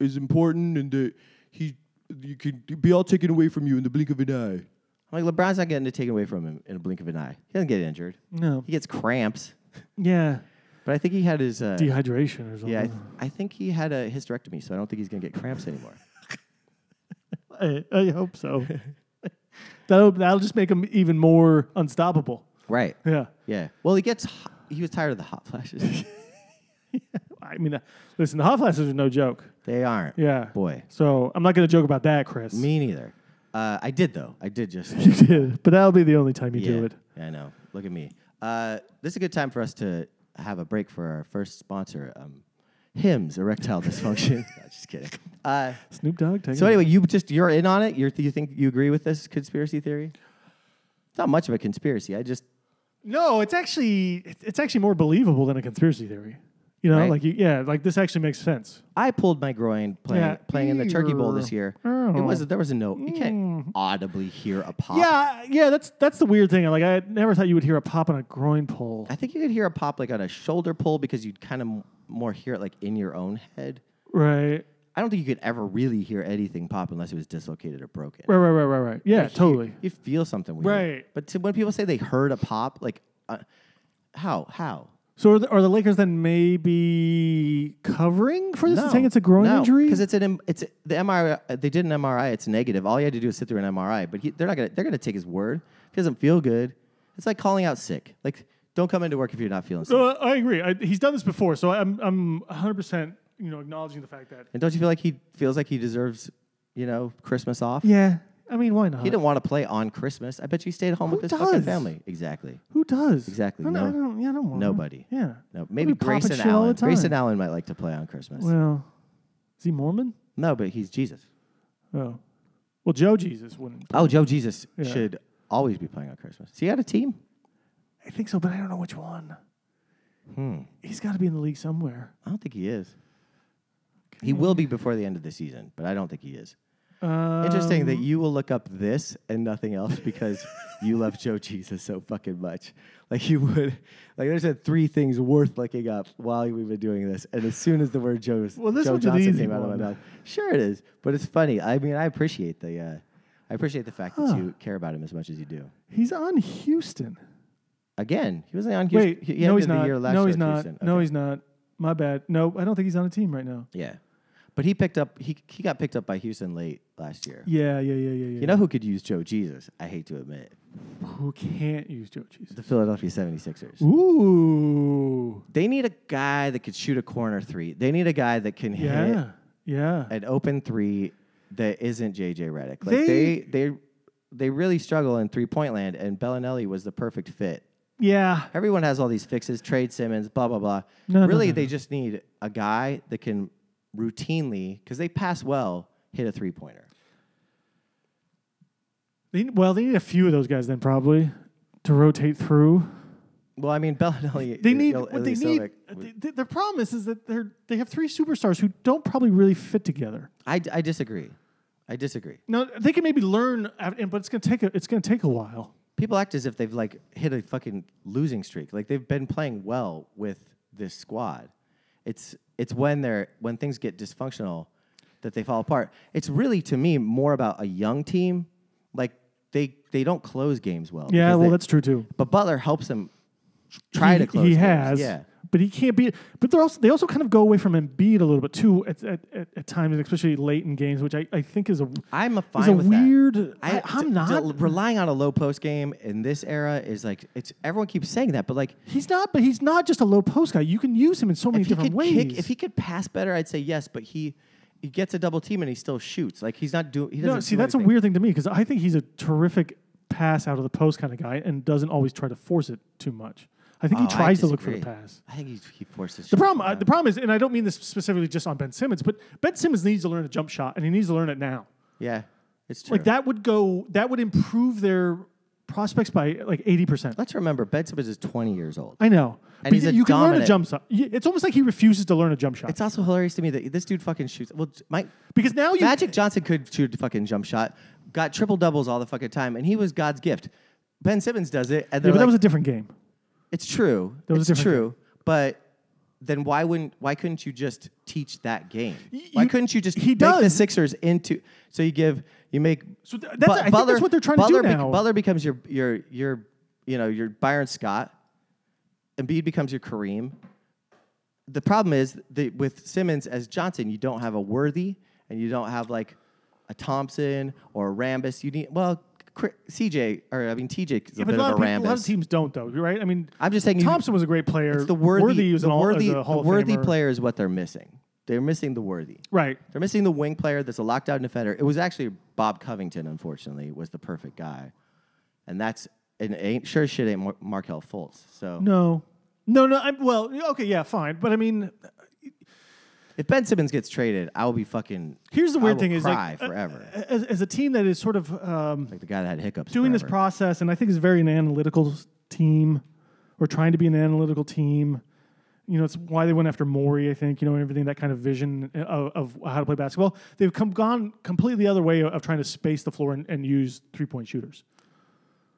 [SPEAKER 1] is important and that he you can be all taken away from you in the blink of an eye." I'm like, LeBron's not getting it taken away from him in a blink of an eye. He doesn't get injured.
[SPEAKER 2] No.
[SPEAKER 1] He gets cramps,
[SPEAKER 2] Yeah.
[SPEAKER 1] but I think he had his uh,
[SPEAKER 2] Dehydration or something.
[SPEAKER 1] yeah. I, th- I think he had a hysterectomy, so I don't think he's gonna get cramps anymore.
[SPEAKER 2] I, I hope so. that'll, that'll just make him even more unstoppable.
[SPEAKER 1] right?
[SPEAKER 2] Yeah.
[SPEAKER 1] Yeah. Well, he gets. Hot. He was tired of the hot flashes.
[SPEAKER 2] I mean, uh, listen, the hot flashes are no joke.
[SPEAKER 1] they aren't.
[SPEAKER 2] Yeah.
[SPEAKER 1] Boy.
[SPEAKER 2] So I'm not going to joke about that, Chris.
[SPEAKER 1] Me neither. Uh, I did though. I did just.
[SPEAKER 2] you did. But that'll be the only time you
[SPEAKER 1] yeah.
[SPEAKER 2] do it.
[SPEAKER 1] Yeah, I know. Look at me. Uh, this is a good time for us to have a break for our first sponsor, um, Hims Erectile Dysfunction. no, just kidding. Uh,
[SPEAKER 2] Snoop Dogg, take
[SPEAKER 1] so
[SPEAKER 2] it.
[SPEAKER 1] anyway, you just you're in on it. You're, you think you agree with this conspiracy theory? It's not much of a conspiracy. I just
[SPEAKER 2] No, it's actually it's- it's actually more believable than a conspiracy theory. You know,
[SPEAKER 1] Right.
[SPEAKER 2] like you, yeah, like this actually makes sense.
[SPEAKER 1] I pulled my groin playing
[SPEAKER 2] Yeah.
[SPEAKER 1] playing in the Turkey Bowl this year. It
[SPEAKER 2] Oh. Mm.
[SPEAKER 1] wasn't. There was a no. You can't audibly hear a pop.
[SPEAKER 2] Yeah, yeah, that's that's the weird thing. Like I never thought you would hear a pop on a groin pull.
[SPEAKER 1] I think you could hear a pop like on a shoulder pull because you'd kind of m- more hear it like in your own head.
[SPEAKER 2] Right.
[SPEAKER 1] I don't think you could ever really hear anything pop unless it was dislocated or broken.
[SPEAKER 2] Right, right, right, right, right. Yeah, totally.
[SPEAKER 1] You feel something weird.
[SPEAKER 2] Right.
[SPEAKER 1] But to, when people say they heard a pop, like, uh, how? How?
[SPEAKER 2] So are the, are the Lakers then maybe covering for this and saying it's a groin
[SPEAKER 1] no,
[SPEAKER 2] injury?
[SPEAKER 1] Because it's an M- it's a- the MRI. uh, They did an MRI. It's negative. All you had to do is sit through an MRI. But he, they're not gonna they're gonna take his word. If he doesn't feel good. It's like calling out sick. Like don't come into work if you're not feeling sick.
[SPEAKER 2] No, uh, I I agree. I, he's done this before, so I'm I'm 100% you know acknowledging the fact that
[SPEAKER 1] And don't you feel like he feels like he deserves you know Christmas off?
[SPEAKER 2] Yeah. I mean, why not?
[SPEAKER 1] He didn't want to play on Christmas. I bet you stayed home with his fucking
[SPEAKER 2] does?
[SPEAKER 1] family. Exactly.
[SPEAKER 2] Who does?
[SPEAKER 1] Exactly,
[SPEAKER 2] I don't,
[SPEAKER 1] no-
[SPEAKER 2] I don't, yeah, I don't want to.
[SPEAKER 1] nobody.
[SPEAKER 2] Yeah.
[SPEAKER 1] No, maybe
[SPEAKER 2] We pop and
[SPEAKER 1] Grayson
[SPEAKER 2] shit all the
[SPEAKER 1] Allen. Grayson
[SPEAKER 2] time.
[SPEAKER 1] Allen might like to play on Christmas.
[SPEAKER 2] Well, is he Mormon?
[SPEAKER 1] no, but he's Jesus.
[SPEAKER 2] Oh. Well, Joe Jesus wouldn't.
[SPEAKER 1] Oh, Joe Jesus
[SPEAKER 2] Yeah.
[SPEAKER 1] should always be playing on Christmas. Is he had a team?
[SPEAKER 2] I think so, but I don't know which one. Hmm. He's got to be in the league somewhere.
[SPEAKER 1] I don't think he is. He will be before the end of the season, but I don't think he is.
[SPEAKER 2] Uh,
[SPEAKER 1] Interesting that you will look up this and nothing else because you love Joe Jesus so fucking much. Like you would, like there's uh, three things worth looking up while we've been doing this. And as soon as the word Joe,
[SPEAKER 2] Well, this
[SPEAKER 1] Joe
[SPEAKER 2] one's an
[SPEAKER 1] Johnson
[SPEAKER 2] easy
[SPEAKER 1] came out of my
[SPEAKER 2] one.
[SPEAKER 1] mouth, sure it is, but it's funny. I mean, I appreciate the, uh, I appreciate the fact that you care about him as much as you do.
[SPEAKER 2] He's on Houston.
[SPEAKER 1] Again, he was on Houston.
[SPEAKER 2] Wait,
[SPEAKER 1] he
[SPEAKER 2] no,
[SPEAKER 1] ended
[SPEAKER 2] he's
[SPEAKER 1] the
[SPEAKER 2] not.
[SPEAKER 1] year last
[SPEAKER 2] no,
[SPEAKER 1] year
[SPEAKER 2] he's
[SPEAKER 1] at
[SPEAKER 2] not.
[SPEAKER 1] Houston.
[SPEAKER 2] No,
[SPEAKER 1] Okay.
[SPEAKER 2] he's not. My bad. No, I don't think he's on a team right now.
[SPEAKER 1] yeah, but he picked up. He he got picked up by Houston late last year.
[SPEAKER 2] Yeah, yeah, yeah, yeah, yeah.
[SPEAKER 1] You know who could use Joe Jesus? I hate to admit.
[SPEAKER 2] who can't use Joe Jesus?
[SPEAKER 1] The Philadelphia 76ers.
[SPEAKER 2] Ooh.
[SPEAKER 1] They need a guy that could shoot a corner three. They need a guy that can hit
[SPEAKER 2] Yeah. Yeah.
[SPEAKER 1] an open three that isn't JJ Redick. Like they
[SPEAKER 2] They-
[SPEAKER 1] they they, really struggle in three point land and Bellinelli was the perfect fit.
[SPEAKER 2] yeah.
[SPEAKER 1] Everyone has all these fixes, trade Simmons, blah blah blah.
[SPEAKER 2] No, no,
[SPEAKER 1] really
[SPEAKER 2] no,
[SPEAKER 1] they just need a guy that can routinely cuz they pass well, hit a three pointer.
[SPEAKER 2] They, well, they need a few of those guys then probably to rotate through.
[SPEAKER 1] Well, I mean Bellinelli
[SPEAKER 2] They need
[SPEAKER 1] Il-
[SPEAKER 2] what they need.
[SPEAKER 1] Ilyasova-
[SPEAKER 2] The, the, the problem is, is that they're they have three superstars who don't probably really fit together.
[SPEAKER 1] I I disagree. I disagree.
[SPEAKER 2] Now they can maybe learn, af- and- but it's gonna take a, it's gonna take a while.
[SPEAKER 1] people act as if they've like hit a fucking losing streak. Like they've been playing well with this squad. It's it's when they're when things get dysfunctional that they fall apart. It's really to me more about a young team. Like they they don't close games well.
[SPEAKER 2] Yeah,
[SPEAKER 1] because
[SPEAKER 2] well,
[SPEAKER 1] they-
[SPEAKER 2] that's true too.
[SPEAKER 1] But Butler helps them try
[SPEAKER 2] he,
[SPEAKER 1] to close.
[SPEAKER 2] He
[SPEAKER 1] games.
[SPEAKER 2] has,
[SPEAKER 1] Yeah.
[SPEAKER 2] but he can't be. But they're also they also kind of go away from Embiid a little bit too at at, at, at times, especially late in games, which I, I think is a
[SPEAKER 1] I'm a fine
[SPEAKER 2] is a
[SPEAKER 1] with that.
[SPEAKER 2] weird. I,
[SPEAKER 1] I,
[SPEAKER 2] I'm
[SPEAKER 1] d-
[SPEAKER 2] not.
[SPEAKER 1] d- relying on a low post game in this era is like it's everyone keeps saying that, but like
[SPEAKER 2] he's not, but he's not just a low post guy. You can use him in so many
[SPEAKER 1] if he
[SPEAKER 2] different
[SPEAKER 1] could
[SPEAKER 2] ways.
[SPEAKER 1] kick, if he could pass better, I'd say yes. But he he gets a double team and he still shoots. Like he's not doing. He doesn't.
[SPEAKER 2] No, see,
[SPEAKER 1] do
[SPEAKER 2] that's
[SPEAKER 1] anything.
[SPEAKER 2] a weird thing to me because I think he's a terrific pass out of the post kind of guy and doesn't always try to force it too much. I think
[SPEAKER 1] Oh,
[SPEAKER 2] he
[SPEAKER 1] I
[SPEAKER 2] tries to look for the
[SPEAKER 1] disagree.
[SPEAKER 2] pass.
[SPEAKER 1] I think he's, he forces.
[SPEAKER 2] The problem, uh, the problem is, and I don't mean this specifically just on Ben Simmons, but Ben Simmons needs to learn a jump shot, and he needs to learn it now.
[SPEAKER 1] yeah, it's true.
[SPEAKER 2] Like that would go, that would improve their prospects by like eighty percent.
[SPEAKER 1] Let's remember, Ben Simmons is 20 years old.
[SPEAKER 2] I know, but
[SPEAKER 1] he's
[SPEAKER 2] you,
[SPEAKER 1] a
[SPEAKER 2] you can learn
[SPEAKER 1] dominant-
[SPEAKER 2] a jump shot. Y- It's almost like he refuses to learn a jump shot
[SPEAKER 1] It's also hilarious to me that this dude fucking shoots. Well, j- my
[SPEAKER 2] because now you
[SPEAKER 1] Magic Johnson could shoot a fucking jump shot, got triple doubles all the fucking time, and he was God's gift. Ben Simmons does it, and
[SPEAKER 2] Yeah,
[SPEAKER 1] they're
[SPEAKER 2] but
[SPEAKER 1] like,
[SPEAKER 2] that was a different game.
[SPEAKER 1] It's true.
[SPEAKER 2] That was a
[SPEAKER 1] it's
[SPEAKER 2] different
[SPEAKER 1] true. But then why wouldn't why couldn't you just teach that game? why
[SPEAKER 2] you-
[SPEAKER 1] couldn't you just
[SPEAKER 2] he
[SPEAKER 1] make the
[SPEAKER 2] does.
[SPEAKER 1] Sixers into so you give you make
[SPEAKER 2] So th- that's- I think that's what they're trying to do
[SPEAKER 1] Butler bec-
[SPEAKER 2] now.
[SPEAKER 1] Butler becomes your your your you know your Byron Scott, Embiid becomes your Kareem. The problem is that with Simmons as Johnson, you don't have a Worthy and you don't have like a Thompson or a Rambus. You need well. Cri- CJ, or I mean TJ, is a
[SPEAKER 2] Yeah,
[SPEAKER 1] bit
[SPEAKER 2] but a lot
[SPEAKER 1] of a
[SPEAKER 2] of, people, a lot
[SPEAKER 1] Rambus.
[SPEAKER 2] of teams don't though, right? I mean,
[SPEAKER 1] I'm just saying you-
[SPEAKER 2] Thompson was a great player.
[SPEAKER 1] It's the worthy,
[SPEAKER 2] was
[SPEAKER 1] the
[SPEAKER 2] an all,
[SPEAKER 1] worthy,
[SPEAKER 2] is a Hall
[SPEAKER 1] the
[SPEAKER 2] of
[SPEAKER 1] worthy
[SPEAKER 2] Famer.
[SPEAKER 1] player is what they're missing. They're missing the worthy.
[SPEAKER 2] right?
[SPEAKER 1] They're missing the wing player that's a locked out defender. It was actually Bob Covington, unfortunately, was the perfect guy, and that's and it ain't sure as shit ain't Mar- Markel Fultz. So
[SPEAKER 2] No, no, no. I'm well. Okay, yeah, fine. But I mean,
[SPEAKER 1] if Ben Simmons gets traded, I will be fucking.
[SPEAKER 2] here's the
[SPEAKER 1] I
[SPEAKER 2] weird
[SPEAKER 1] will
[SPEAKER 2] thing: is
[SPEAKER 1] cry
[SPEAKER 2] like
[SPEAKER 1] forever,
[SPEAKER 2] uh, as, as a team that is sort of um,
[SPEAKER 1] like the guy that had hiccups.
[SPEAKER 2] doing this
[SPEAKER 1] forever.
[SPEAKER 2] process, and I think is very an analytical s- team, or trying to be an analytical team. you know, it's why they went after Maury, I think, you know, and everything that kind of vision uh, of, of how to play basketball. They've come gone completely the other way of trying to space the floor and, and use three point shooters.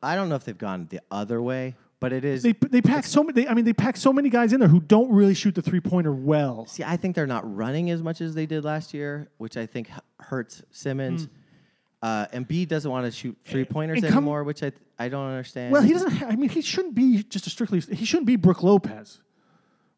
[SPEAKER 1] I don't know if they've gone the other way, but it is.
[SPEAKER 2] They they pack so many. They, I mean, they pack so many guys in there who don't really shoot the three pointer well.
[SPEAKER 1] See, I think they're not running as much as they did last year, which I think h- hurts Simmons. Uh, and B doesn't want to shoot three pointers
[SPEAKER 2] Hmm. Eh, and come-
[SPEAKER 1] anymore, which I th- I don't understand.
[SPEAKER 2] Well, he doesn't. Ha- I mean, he shouldn't be just a strictly. He shouldn't be Brooke Lopez,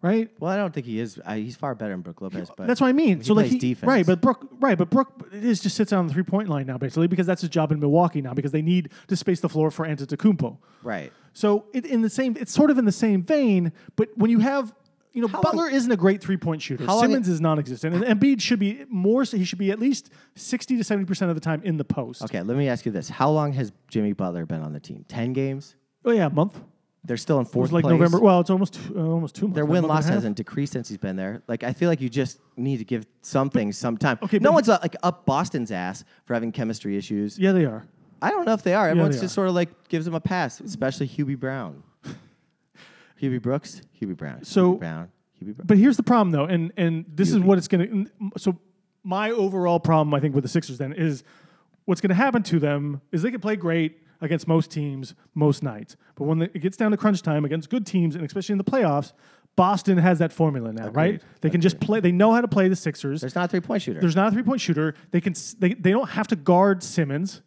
[SPEAKER 2] right?
[SPEAKER 1] Well, I don't think he is. I, he's far better than Brooke Lopez, but
[SPEAKER 2] that's what I mean.
[SPEAKER 1] he
[SPEAKER 2] so like
[SPEAKER 1] plays defense.
[SPEAKER 2] right, but Brooke, right, but Brooke is just sits on the three point line now, basically, because that's his job in Milwaukee now, because they need to space the floor for Antetokounmpo.
[SPEAKER 1] right.
[SPEAKER 2] So it, in the same, it's sort of in the same vein, but when you have, you know,
[SPEAKER 1] How
[SPEAKER 2] Butler isn't a great three point shooter.
[SPEAKER 1] How long-
[SPEAKER 2] Simmons is non-existent, and Embiid should be more. So he should be at least sixty to seventy percent of the time in the post.
[SPEAKER 1] Okay, let me ask you this: How long has Jimmy Butler been on the team? Ten games.
[SPEAKER 2] Oh yeah, a month.
[SPEAKER 1] They're still in
[SPEAKER 2] It
[SPEAKER 1] fourth
[SPEAKER 2] was like
[SPEAKER 1] place.
[SPEAKER 2] November. Well, it's almost uh, almost two months.
[SPEAKER 1] Their
[SPEAKER 2] about a
[SPEAKER 1] win
[SPEAKER 2] month and
[SPEAKER 1] loss
[SPEAKER 2] a half.
[SPEAKER 1] hasn't decreased since he's been there. Like I feel like you just need to give some things some time.
[SPEAKER 2] okay,
[SPEAKER 1] no
[SPEAKER 2] but-
[SPEAKER 1] one's uh, like up Boston's ass for having chemistry issues.
[SPEAKER 2] Yeah, they are.
[SPEAKER 1] I don't know if they are. Everyone's
[SPEAKER 2] they
[SPEAKER 1] just
[SPEAKER 2] are.
[SPEAKER 1] sort of like gives them a pass, especially Hubie Brown, Hubie Brooks, Hubie Brown,
[SPEAKER 2] So-
[SPEAKER 1] Hubie Brown, Hubie Brown.
[SPEAKER 2] But here's the problem, though, and and this is
[SPEAKER 1] Yuppie.
[SPEAKER 2] what it's going to. So my overall problem, I think, with the Sixers then is what's going to happen to them is they can play great against most teams most nights, but when it gets down to crunch time against good teams, and especially in the playoffs, Boston has that formula now, right?
[SPEAKER 1] Agreed.
[SPEAKER 2] They can just play. They know how to play the Sixers.
[SPEAKER 1] There's not a three point shooter.
[SPEAKER 2] There's not a three point shooter. They can s- they, they don't have to guard Simmons.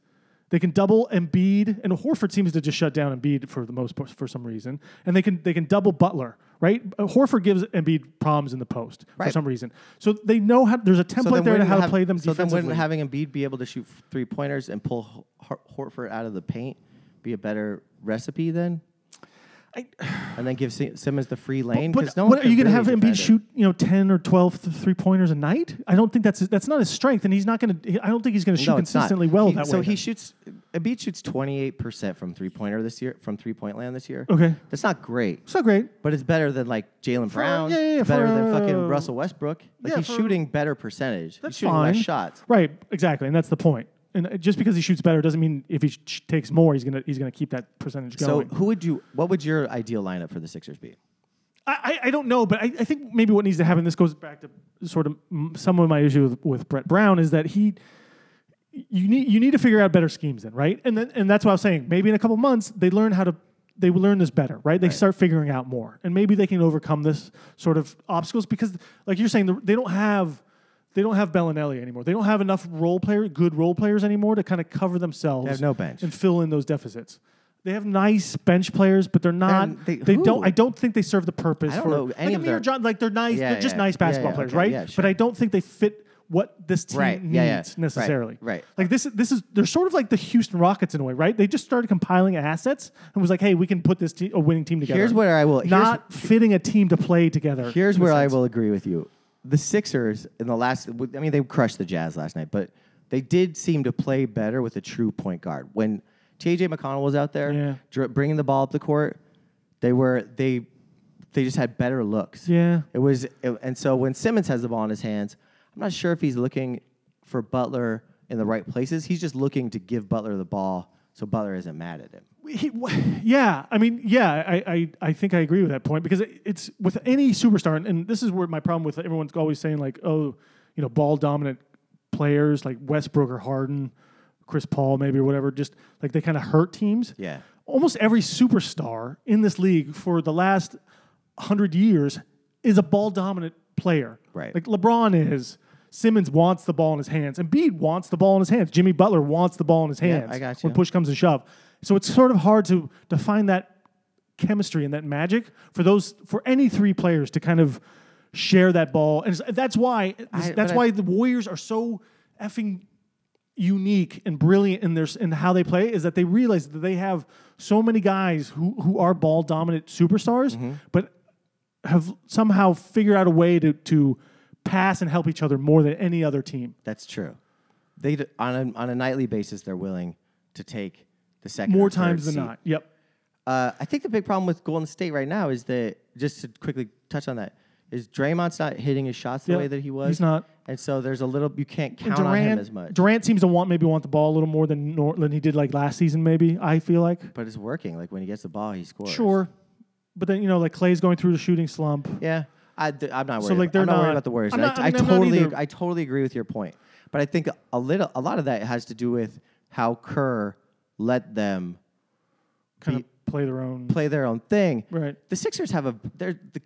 [SPEAKER 2] They can double Embiid, and Horford seems to just shut down Embiid for the most part for some reason. And they can they can double Butler, right? Uh, Horford gives Embiid problems in the post for
[SPEAKER 1] Right.
[SPEAKER 2] some reason. So they know how. There's a
[SPEAKER 1] So
[SPEAKER 2] template
[SPEAKER 1] then
[SPEAKER 2] there to
[SPEAKER 1] wouldn't
[SPEAKER 2] how to
[SPEAKER 1] have-
[SPEAKER 2] play them
[SPEAKER 1] So then
[SPEAKER 2] defensively.
[SPEAKER 1] wouldn't having Embiid be able to shoot three pointers and pull Ho- Hor- Horford out of the paint be a better recipe then? and then give Sim- Simmons the free lane
[SPEAKER 2] but
[SPEAKER 1] because no one
[SPEAKER 2] what, are
[SPEAKER 1] can
[SPEAKER 2] you going to
[SPEAKER 1] really
[SPEAKER 2] have Embiid
[SPEAKER 1] defend him.
[SPEAKER 2] shoot you know ten or twelve th- three pointers a night? I don't think that's his- that's not his strength, and he's not going to. I don't think he's going to shoot
[SPEAKER 1] No, it's not.
[SPEAKER 2] consistently well
[SPEAKER 1] He-
[SPEAKER 2] that
[SPEAKER 1] so
[SPEAKER 2] way.
[SPEAKER 1] he
[SPEAKER 2] then.
[SPEAKER 1] shoots. Embiid shoots twenty eight percent from three pointer this year from three point land this year.
[SPEAKER 2] Okay.
[SPEAKER 1] that's not great,
[SPEAKER 2] it's not great.
[SPEAKER 1] but it's better than like Jalen Brown.
[SPEAKER 2] yeah, yeah, yeah,
[SPEAKER 1] It's better than
[SPEAKER 2] for,
[SPEAKER 1] fucking
[SPEAKER 2] uh,
[SPEAKER 1] Russell Westbrook. Like
[SPEAKER 2] yeah,
[SPEAKER 1] he's
[SPEAKER 2] for-
[SPEAKER 1] shooting better percentage.
[SPEAKER 2] That's
[SPEAKER 1] he's shooting
[SPEAKER 2] fine.
[SPEAKER 1] less shots.
[SPEAKER 2] Right, exactly, and that's the point. And uh, just because he shoots better doesn't mean if he sh- takes more, he's gonna he's gonna keep that percentage
[SPEAKER 1] So
[SPEAKER 2] going.
[SPEAKER 1] who would you? What would your ideal lineup for the Sixers be?
[SPEAKER 2] I, I I don't know, but I, I think maybe what needs to happen. This goes back to sort of mm, some of my issue with, with Brett Brown is that he. You need you need to figure out better schemes then, right? And then and that's what I was saying. Maybe in a couple months they learn how to they will learn this better, right? They start figuring out more, and maybe they can overcome this sort of obstacles because, like you're saying, the- they don't have they don't have Bellinelli anymore. They don't have enough role player good role players anymore to kind of cover themselves.
[SPEAKER 1] have no bench.
[SPEAKER 2] and fill in those deficits. They have nice bench players, but they're not.
[SPEAKER 1] they-
[SPEAKER 2] They, don't.
[SPEAKER 1] who?
[SPEAKER 2] I don't think they serve the purpose
[SPEAKER 1] I don't
[SPEAKER 2] for
[SPEAKER 1] know any
[SPEAKER 2] like
[SPEAKER 1] of
[SPEAKER 2] Amir
[SPEAKER 1] their-
[SPEAKER 2] John, like they're nice,
[SPEAKER 1] Yeah,
[SPEAKER 2] they're just
[SPEAKER 1] yeah. Yeah,
[SPEAKER 2] nice
[SPEAKER 1] yeah,
[SPEAKER 2] basketball players,
[SPEAKER 1] okay,
[SPEAKER 2] right?
[SPEAKER 1] yeah,
[SPEAKER 2] But I
[SPEAKER 1] sure.
[SPEAKER 2] don't think they fit what this team
[SPEAKER 1] Right,
[SPEAKER 2] needs
[SPEAKER 1] yeah, yeah. Right,
[SPEAKER 2] necessarily.
[SPEAKER 1] right.
[SPEAKER 2] Like this, this is they're sort of like the Houston Rockets in a way, right? They just started compiling assets and was like, hey, we can put this te- a winning team together.
[SPEAKER 1] Here's where I will- here's-
[SPEAKER 2] not fitting a team to play together.
[SPEAKER 1] Here's
[SPEAKER 2] in a
[SPEAKER 1] where I
[SPEAKER 2] sense.
[SPEAKER 1] will agree with you. The Sixers in the last, I mean, they crushed the Jazz last night, but they did seem to play better with a true point guard. When T.J. McConnell was out there,
[SPEAKER 2] Yeah.
[SPEAKER 1] dri- bringing the ball up the court, they were they they just had better looks.
[SPEAKER 2] Yeah.
[SPEAKER 1] it was, it- and so when Simmons has the ball in his hands, I'm not sure if he's looking for Butler in the right places. He's just looking to give Butler the ball so Butler isn't mad at him.
[SPEAKER 2] He- wh- yeah, I mean, yeah, I, I, I think I agree with that point because it, it's with any superstar, and, and this is where my problem with everyone's always saying like, oh, you know, ball dominant players like Westbrook or Harden, Chris Paul maybe or whatever, just like they kind of hurt teams.
[SPEAKER 1] Yeah.
[SPEAKER 2] almost every superstar in this league for the last hundred years is a ball dominant player.
[SPEAKER 1] Right.
[SPEAKER 2] like LeBron is. Simmons wants the ball in his hands. Embiid wants the ball in his hands. Jimmy Butler wants the ball in his hands
[SPEAKER 1] I got
[SPEAKER 2] when
[SPEAKER 1] you.
[SPEAKER 2] push comes to shove. So it's sort of hard to to find that chemistry and that magic for those for any three players to kind of share that ball, and it's- that's why
[SPEAKER 1] I-
[SPEAKER 2] that's
[SPEAKER 1] but I-
[SPEAKER 2] why the Warriors are so effing unique and brilliant in their in how they play is that they realize that they have so many guys who who are ball dominant superstars,
[SPEAKER 1] Mm-hmm.
[SPEAKER 2] but have somehow figured out a way to to pass and help each other more than any other team.
[SPEAKER 1] That's true. They d- on a, on a nightly basis they're willing to take the second
[SPEAKER 2] More
[SPEAKER 1] or third
[SPEAKER 2] times than
[SPEAKER 1] seed.
[SPEAKER 2] not. Yep.
[SPEAKER 1] Uh, I think the big problem with Golden State right now is that just to quickly touch on that is Draymond's not hitting his shots the
[SPEAKER 2] Yeah,
[SPEAKER 1] way that he was.
[SPEAKER 2] he's not.
[SPEAKER 1] and so there's a little you can't count
[SPEAKER 2] Durant,
[SPEAKER 1] on him as much.
[SPEAKER 2] Durant seems to want maybe want the ball a little more than nor, than he did like last season. Maybe I feel like
[SPEAKER 1] but it's working. Like when he gets the ball, he scores.
[SPEAKER 2] sure, but then you know like Clay's going through the shooting slump.
[SPEAKER 1] Yeah. I, th- I'm not worried.
[SPEAKER 2] So, like, they're
[SPEAKER 1] I'm not, worried
[SPEAKER 2] not-
[SPEAKER 1] about the Warriors.
[SPEAKER 2] I'm
[SPEAKER 1] and I-
[SPEAKER 2] not-
[SPEAKER 1] I,
[SPEAKER 2] I mean, I'm not
[SPEAKER 1] totally,
[SPEAKER 2] either.
[SPEAKER 1] I totally agree with your point. But I think a little, a lot of that has to do with how Kerr let them
[SPEAKER 2] kind of play their own.
[SPEAKER 1] play their own thing.
[SPEAKER 2] Right.
[SPEAKER 1] The Sixers have a they're the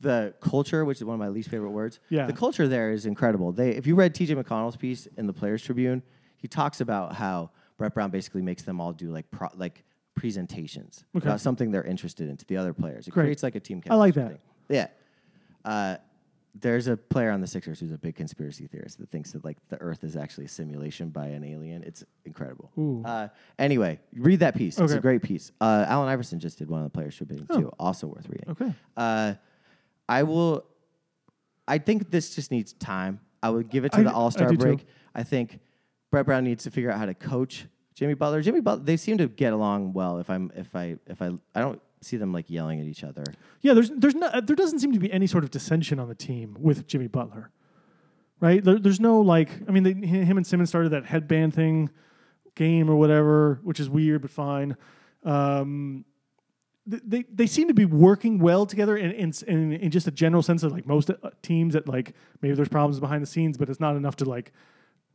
[SPEAKER 1] the culture, which is one of my least favorite words.
[SPEAKER 2] Yeah.
[SPEAKER 1] The culture there is incredible. They if you read TJ McConnell's piece in the Players Tribune, he talks about how Brett Brown basically makes them all do like pro, like presentations
[SPEAKER 2] Okay.
[SPEAKER 1] about something they're interested in to the other players. It
[SPEAKER 2] Great.
[SPEAKER 1] creates like a team.
[SPEAKER 2] I like
[SPEAKER 1] chemistry thing. Yeah. Uh, there's a player on the Sixers who's a big conspiracy theorist that thinks that like the Earth is actually a simulation by an alien. It's incredible.
[SPEAKER 2] Ooh.
[SPEAKER 1] Uh, anyway, read that piece. It's a
[SPEAKER 2] Okay.
[SPEAKER 1] great piece. Uh, Alan Iverson just did one on the Players Tribune too. Also worth reading.
[SPEAKER 2] Oh. Okay.
[SPEAKER 1] Uh, I will. I think this just needs time. I would give it to
[SPEAKER 2] I
[SPEAKER 1] the
[SPEAKER 2] d-
[SPEAKER 1] All
[SPEAKER 2] I
[SPEAKER 1] Star
[SPEAKER 2] do
[SPEAKER 1] break.
[SPEAKER 2] too.
[SPEAKER 1] I think Brett Brown needs to figure out how to coach Jimmy Butler. Jimmy Butler. They seem to get along well. If I'm, if I, if I, I don't see them like yelling at each other.
[SPEAKER 2] Yeah, there's there's no, there doesn't seem to be any sort of dissension on the team with Jimmy Butler, right? There, there's no like, I mean, they, hi- him and Simmons started that headband thing, game or whatever, which is weird but fine. Um, th- they they seem to be working well together in in, s- in in just a general sense of like most uh, teams that like maybe there's problems behind the scenes, but it's not enough to like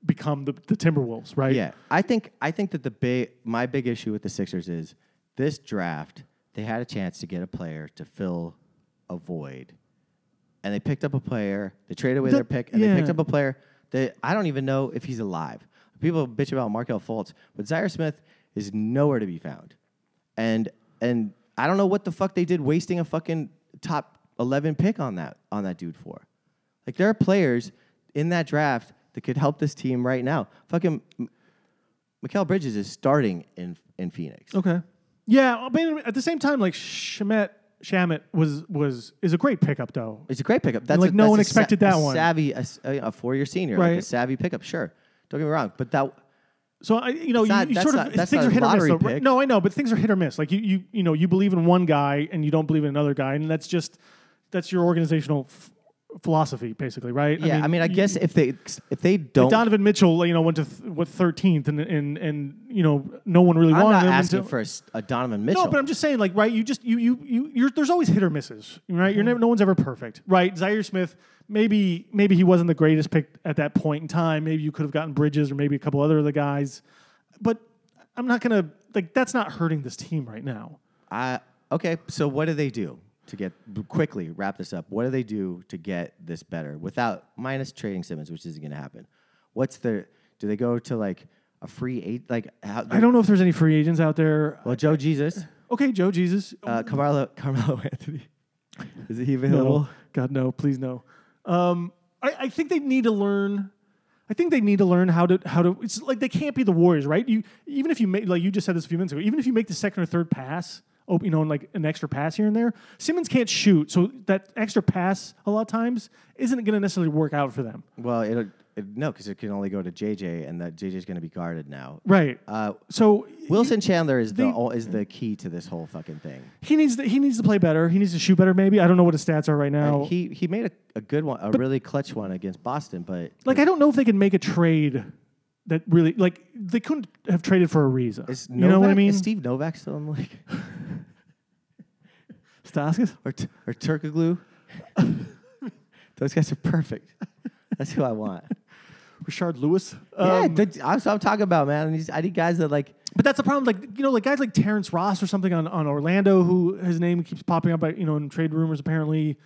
[SPEAKER 2] become the, the Timberwolves, right?
[SPEAKER 1] Yeah, I think I think that the big my big issue with the Sixers is this draft. They had a chance to get a player to fill a void, and they picked up a player. They traded away
[SPEAKER 2] The-
[SPEAKER 1] their pick, and they picked
[SPEAKER 2] yeah.
[SPEAKER 1] up a player that I don't even know if he's alive. People bitch about Markel Fultz, but Zaire Smith is nowhere to be found, and and I don't know what the fuck they did wasting a fucking top eleven pick on that on that dude for. Like there are players in that draft that could help this team right now. Fucking Mikael Bridges is starting in in Phoenix.
[SPEAKER 2] Okay. Yeah, but at the same time, like Shamet Shamet was was is a great pickup though.
[SPEAKER 1] It's a great pickup. That's
[SPEAKER 2] Like,
[SPEAKER 1] a,
[SPEAKER 2] no
[SPEAKER 1] that's
[SPEAKER 2] one
[SPEAKER 1] a sa-
[SPEAKER 2] expected that
[SPEAKER 1] a
[SPEAKER 2] one.
[SPEAKER 1] Savvy, a, s- a- a four-year senior, like a
[SPEAKER 2] Right.
[SPEAKER 1] savvy pickup. Sure, don't get me wrong, but that
[SPEAKER 2] So I, you know,
[SPEAKER 1] It's
[SPEAKER 2] you,
[SPEAKER 1] not-
[SPEAKER 2] you
[SPEAKER 1] that's
[SPEAKER 2] sort
[SPEAKER 1] not-
[SPEAKER 2] of
[SPEAKER 1] that's
[SPEAKER 2] things
[SPEAKER 1] not
[SPEAKER 2] are
[SPEAKER 1] a
[SPEAKER 2] hit or miss.
[SPEAKER 1] lottery
[SPEAKER 2] Though. right?
[SPEAKER 1] pick.
[SPEAKER 2] No, I know, but things are hit or miss. Like you, you, you know, you believe in one guy and you don't believe in another guy, and that's just that's your organizational f- philosophy, basically, right?
[SPEAKER 1] yeah. I mean, I,
[SPEAKER 2] you-
[SPEAKER 1] guess if they if they don't,
[SPEAKER 2] Donovan Mitchell, you know, went to th- what thirteenth, and and and you know, no one really
[SPEAKER 1] I'm
[SPEAKER 2] wanted
[SPEAKER 1] not
[SPEAKER 2] him.
[SPEAKER 1] asking
[SPEAKER 2] until-
[SPEAKER 1] for a, s- a Donovan Mitchell.
[SPEAKER 2] no, but I'm just saying, like, right? You just you you you. You're, there's always hit or misses, right? You're never, no one's ever perfect, right? Zaire Smith, maybe maybe he wasn't the greatest pick at that point in time. Maybe you could have gotten Bridges or maybe a couple other of the guys, but I'm not gonna like that's not hurting this team right now.
[SPEAKER 1] I okay. So what do they do to get quickly wrap this up? What do they do to get this better without minus trading Simmons, which isn't going to happen? What's their do they go to like a free eight? Like how?
[SPEAKER 2] I don't know if there's any free agents out there.
[SPEAKER 1] well, Joe Jesus,
[SPEAKER 2] Okay, Joe Jesus,
[SPEAKER 1] uh, Carmelo, Carmelo Anthony, is he available?
[SPEAKER 2] No. God, no, please no. Um, I, I think they need to learn. I think they need to learn how to how to. It's like they can't be the Warriors, right? You even if you make like you just said this a few minutes ago. Even if you make the second or third pass, oh, you know, and like an extra pass here and there, Simmons can't shoot, so that extra pass a lot of times isn't going to necessarily work out for them,
[SPEAKER 1] Well, it'll it, no, because it can only go to JJ, and that JJ is going to be guarded now.
[SPEAKER 2] right?
[SPEAKER 1] Uh,
[SPEAKER 2] so
[SPEAKER 1] Wilson Chandler is the,
[SPEAKER 2] the-
[SPEAKER 1] o is the key to this whole fucking thing.
[SPEAKER 2] he needs to, he needs to play better. He needs to shoot better. Maybe I don't know what his stats are right now.
[SPEAKER 1] And he he made a, a good one, a really clutch one against Boston, but
[SPEAKER 2] like I don't know if they can make a trade that really like they couldn't have traded for a reason.
[SPEAKER 1] is
[SPEAKER 2] you know what I
[SPEAKER 1] Novak-
[SPEAKER 2] mean?
[SPEAKER 1] Is Steve Novak still in the league?
[SPEAKER 2] Staskis?
[SPEAKER 1] or t- or Turkoglu. Those guys are perfect. That's who I want.
[SPEAKER 2] Richard Lewis.
[SPEAKER 1] yeah,
[SPEAKER 2] Um,
[SPEAKER 1] that's that's what I'm talking about, man. I need, I need guys that like.
[SPEAKER 2] but that's the problem. Like you know, like guys like Terrence Ross or something on, on Orlando, who his name keeps popping up, you know, in trade rumors apparently.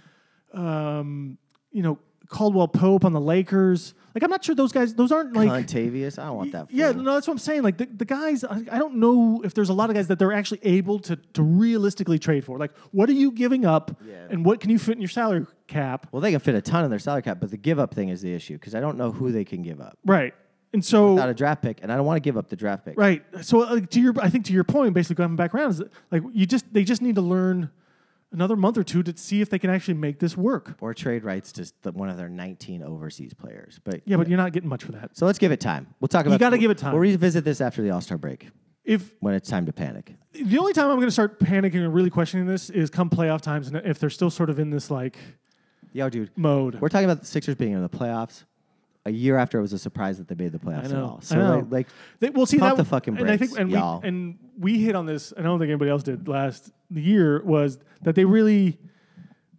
[SPEAKER 2] Um, you know, Caldwell Pope on the Lakers. Like I'm not sure those guys. Those aren't like.
[SPEAKER 1] Contavious, I don't want that.
[SPEAKER 2] Yeah,
[SPEAKER 1] fool.
[SPEAKER 2] no, that's what I'm saying. Like the, the guys, I, I don't know if there's a lot of guys that they're actually able to to realistically trade for. Like, what are you giving up,
[SPEAKER 1] Yeah.
[SPEAKER 2] and what can you fit in your salary cap?
[SPEAKER 1] Well, they can fit a ton in their salary cap, but the give up thing is the issue because I don't know who they can give up
[SPEAKER 2] Right, and so
[SPEAKER 1] without a draft pick, and I don't want to give up the draft pick.
[SPEAKER 2] Right. So uh, to your, I think to your point, basically going back around is that, like you just they just need to learn another month or two to see if they can actually make this work.
[SPEAKER 1] Or trade rights to s- the, one of their 19 overseas players. But
[SPEAKER 2] Yeah, but you're not getting much for that.
[SPEAKER 1] so let's give it time. We'll talk about.
[SPEAKER 2] gotta give it time.
[SPEAKER 1] We'll revisit this after the All Star break
[SPEAKER 2] If
[SPEAKER 1] when it's time to panic.
[SPEAKER 2] the only time I'm going to start panicking or really questioning this is come playoff times, and if they're still sort of in this like
[SPEAKER 1] Yo, dude.
[SPEAKER 2] mode.
[SPEAKER 1] We're talking about the Sixers being in the playoffs a year after it was a surprise that they made the playoffs
[SPEAKER 2] I
[SPEAKER 1] at
[SPEAKER 2] know.
[SPEAKER 1] all. So
[SPEAKER 2] I know.
[SPEAKER 1] Like, like
[SPEAKER 2] They, well, see
[SPEAKER 1] Pump
[SPEAKER 2] that
[SPEAKER 1] the fucking
[SPEAKER 2] and I think
[SPEAKER 1] brakes,
[SPEAKER 2] and
[SPEAKER 1] y'all.
[SPEAKER 2] we and we hit on this. and I don't think anybody else did last year was that they really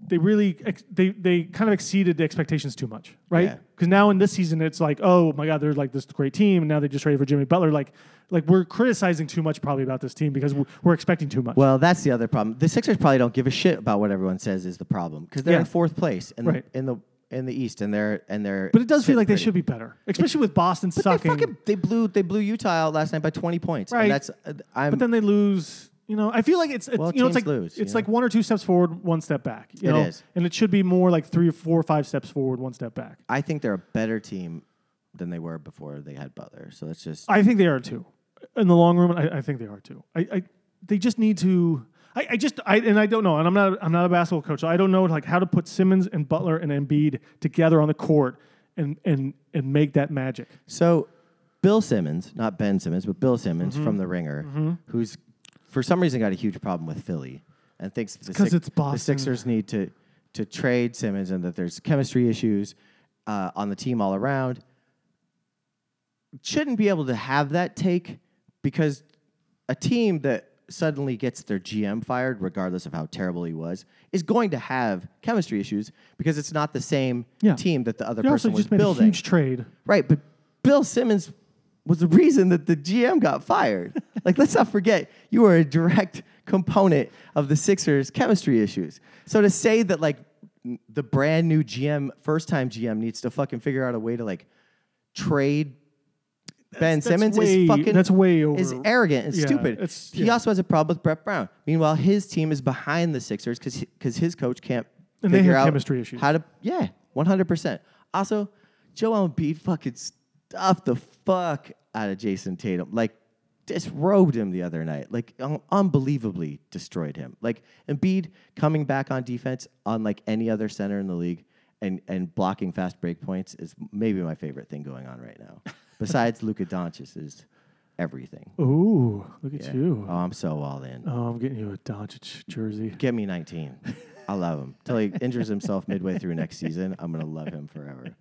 [SPEAKER 2] they really ex- they they kind of exceeded the expectations too much,
[SPEAKER 1] Yeah.
[SPEAKER 2] right? Because now in this season, it's like, oh my God, they're like this great team, and now they just traded for Jimmy Butler. Like, like we're criticizing too much probably about this team because we're, we're expecting too much.
[SPEAKER 1] Well, that's the other problem. The Sixers probably don't give a shit about what everyone says is the problem because they're
[SPEAKER 2] Yeah.
[SPEAKER 1] in fourth place in
[SPEAKER 2] Right.
[SPEAKER 1] the in the in the East, and they're and they're.
[SPEAKER 2] but it does feel
[SPEAKER 1] sitting
[SPEAKER 2] like they
[SPEAKER 1] pretty.
[SPEAKER 2] should be better, especially with Boston
[SPEAKER 1] But
[SPEAKER 2] sucking.
[SPEAKER 1] they fucking they blew they blew Utah out last night by twenty points.
[SPEAKER 2] Right.
[SPEAKER 1] And that's uh, I'm
[SPEAKER 2] but then they lose. You know, I feel like it's, it's
[SPEAKER 1] Well,
[SPEAKER 2] you know it's like
[SPEAKER 1] teams lose, you
[SPEAKER 2] it's
[SPEAKER 1] know?
[SPEAKER 2] like one or two steps forward, one step back. You
[SPEAKER 1] It
[SPEAKER 2] know?
[SPEAKER 1] is.
[SPEAKER 2] and it should be more like three or four or five steps forward, one step back.
[SPEAKER 1] I think they're a better team than they were before they had Butler. So that's just
[SPEAKER 2] I think they are too. In the long run, I, I think they are too. I, I they just need to. I, I just I and I don't know, and I'm not I'm not a basketball coach. So I don't know like how to put Simmons and Butler and Embiid together on the court and and and make that magic.
[SPEAKER 1] so. Bill Simmons, not Ben Simmons, but Bill Simmons
[SPEAKER 2] Mm-hmm.
[SPEAKER 1] from The Ringer, who's for some reason got a huge problem with Philly and thinks the,
[SPEAKER 2] 'cause it's
[SPEAKER 1] the
[SPEAKER 2] Boston.
[SPEAKER 1] Sixers need to to trade Simmons and that there's chemistry issues uh, on the team all around. Shouldn't be able to have that take because a team that suddenly gets their GM fired, regardless of how terrible he was, is going to have chemistry issues because it's not the same
[SPEAKER 2] Yeah.
[SPEAKER 1] team that the other
[SPEAKER 2] They also
[SPEAKER 1] person was
[SPEAKER 2] just made
[SPEAKER 1] building.
[SPEAKER 2] a huge trade.
[SPEAKER 1] Right, but Bill Simmons was the reason that the GM got fired. like, let's not forget, you were a direct component of the Sixers' chemistry issues. So to say that, like, n- the brand new GM, first time GM, needs to fucking figure out a way to, like, trade. Ben
[SPEAKER 2] that's
[SPEAKER 1] Simmons
[SPEAKER 2] way-
[SPEAKER 1] is fucking
[SPEAKER 2] that's way
[SPEAKER 1] is
[SPEAKER 2] over-
[SPEAKER 1] arrogant and
[SPEAKER 2] Yeah,
[SPEAKER 1] stupid.
[SPEAKER 2] it's-
[SPEAKER 1] He
[SPEAKER 2] yeah.
[SPEAKER 1] also has a problem with Brett Brown. Meanwhile, his team is behind the Sixers because because his coach can't
[SPEAKER 2] And they
[SPEAKER 1] figure
[SPEAKER 2] have
[SPEAKER 1] out
[SPEAKER 2] chemistry issues.
[SPEAKER 1] how how to- yeah, one hundred percent. Also, Joel Embiid fucking stuffed the fuck out of Jason Tatum. Like disrobed him the other night. Like un- unbelievably destroyed him. Like Embiid coming back on defense, unlike any other center in the league, and and blocking fast break points is maybe my favorite thing going on right now. Besides Luka Doncic is everything.
[SPEAKER 2] Ooh, look at
[SPEAKER 1] Yeah.
[SPEAKER 2] you.
[SPEAKER 1] Oh, I'm so all in.
[SPEAKER 2] Oh, I'm getting you a Doncic jersey.
[SPEAKER 1] Get me 19. I love him. Till he injures himself midway through next season, I'm going to love him forever.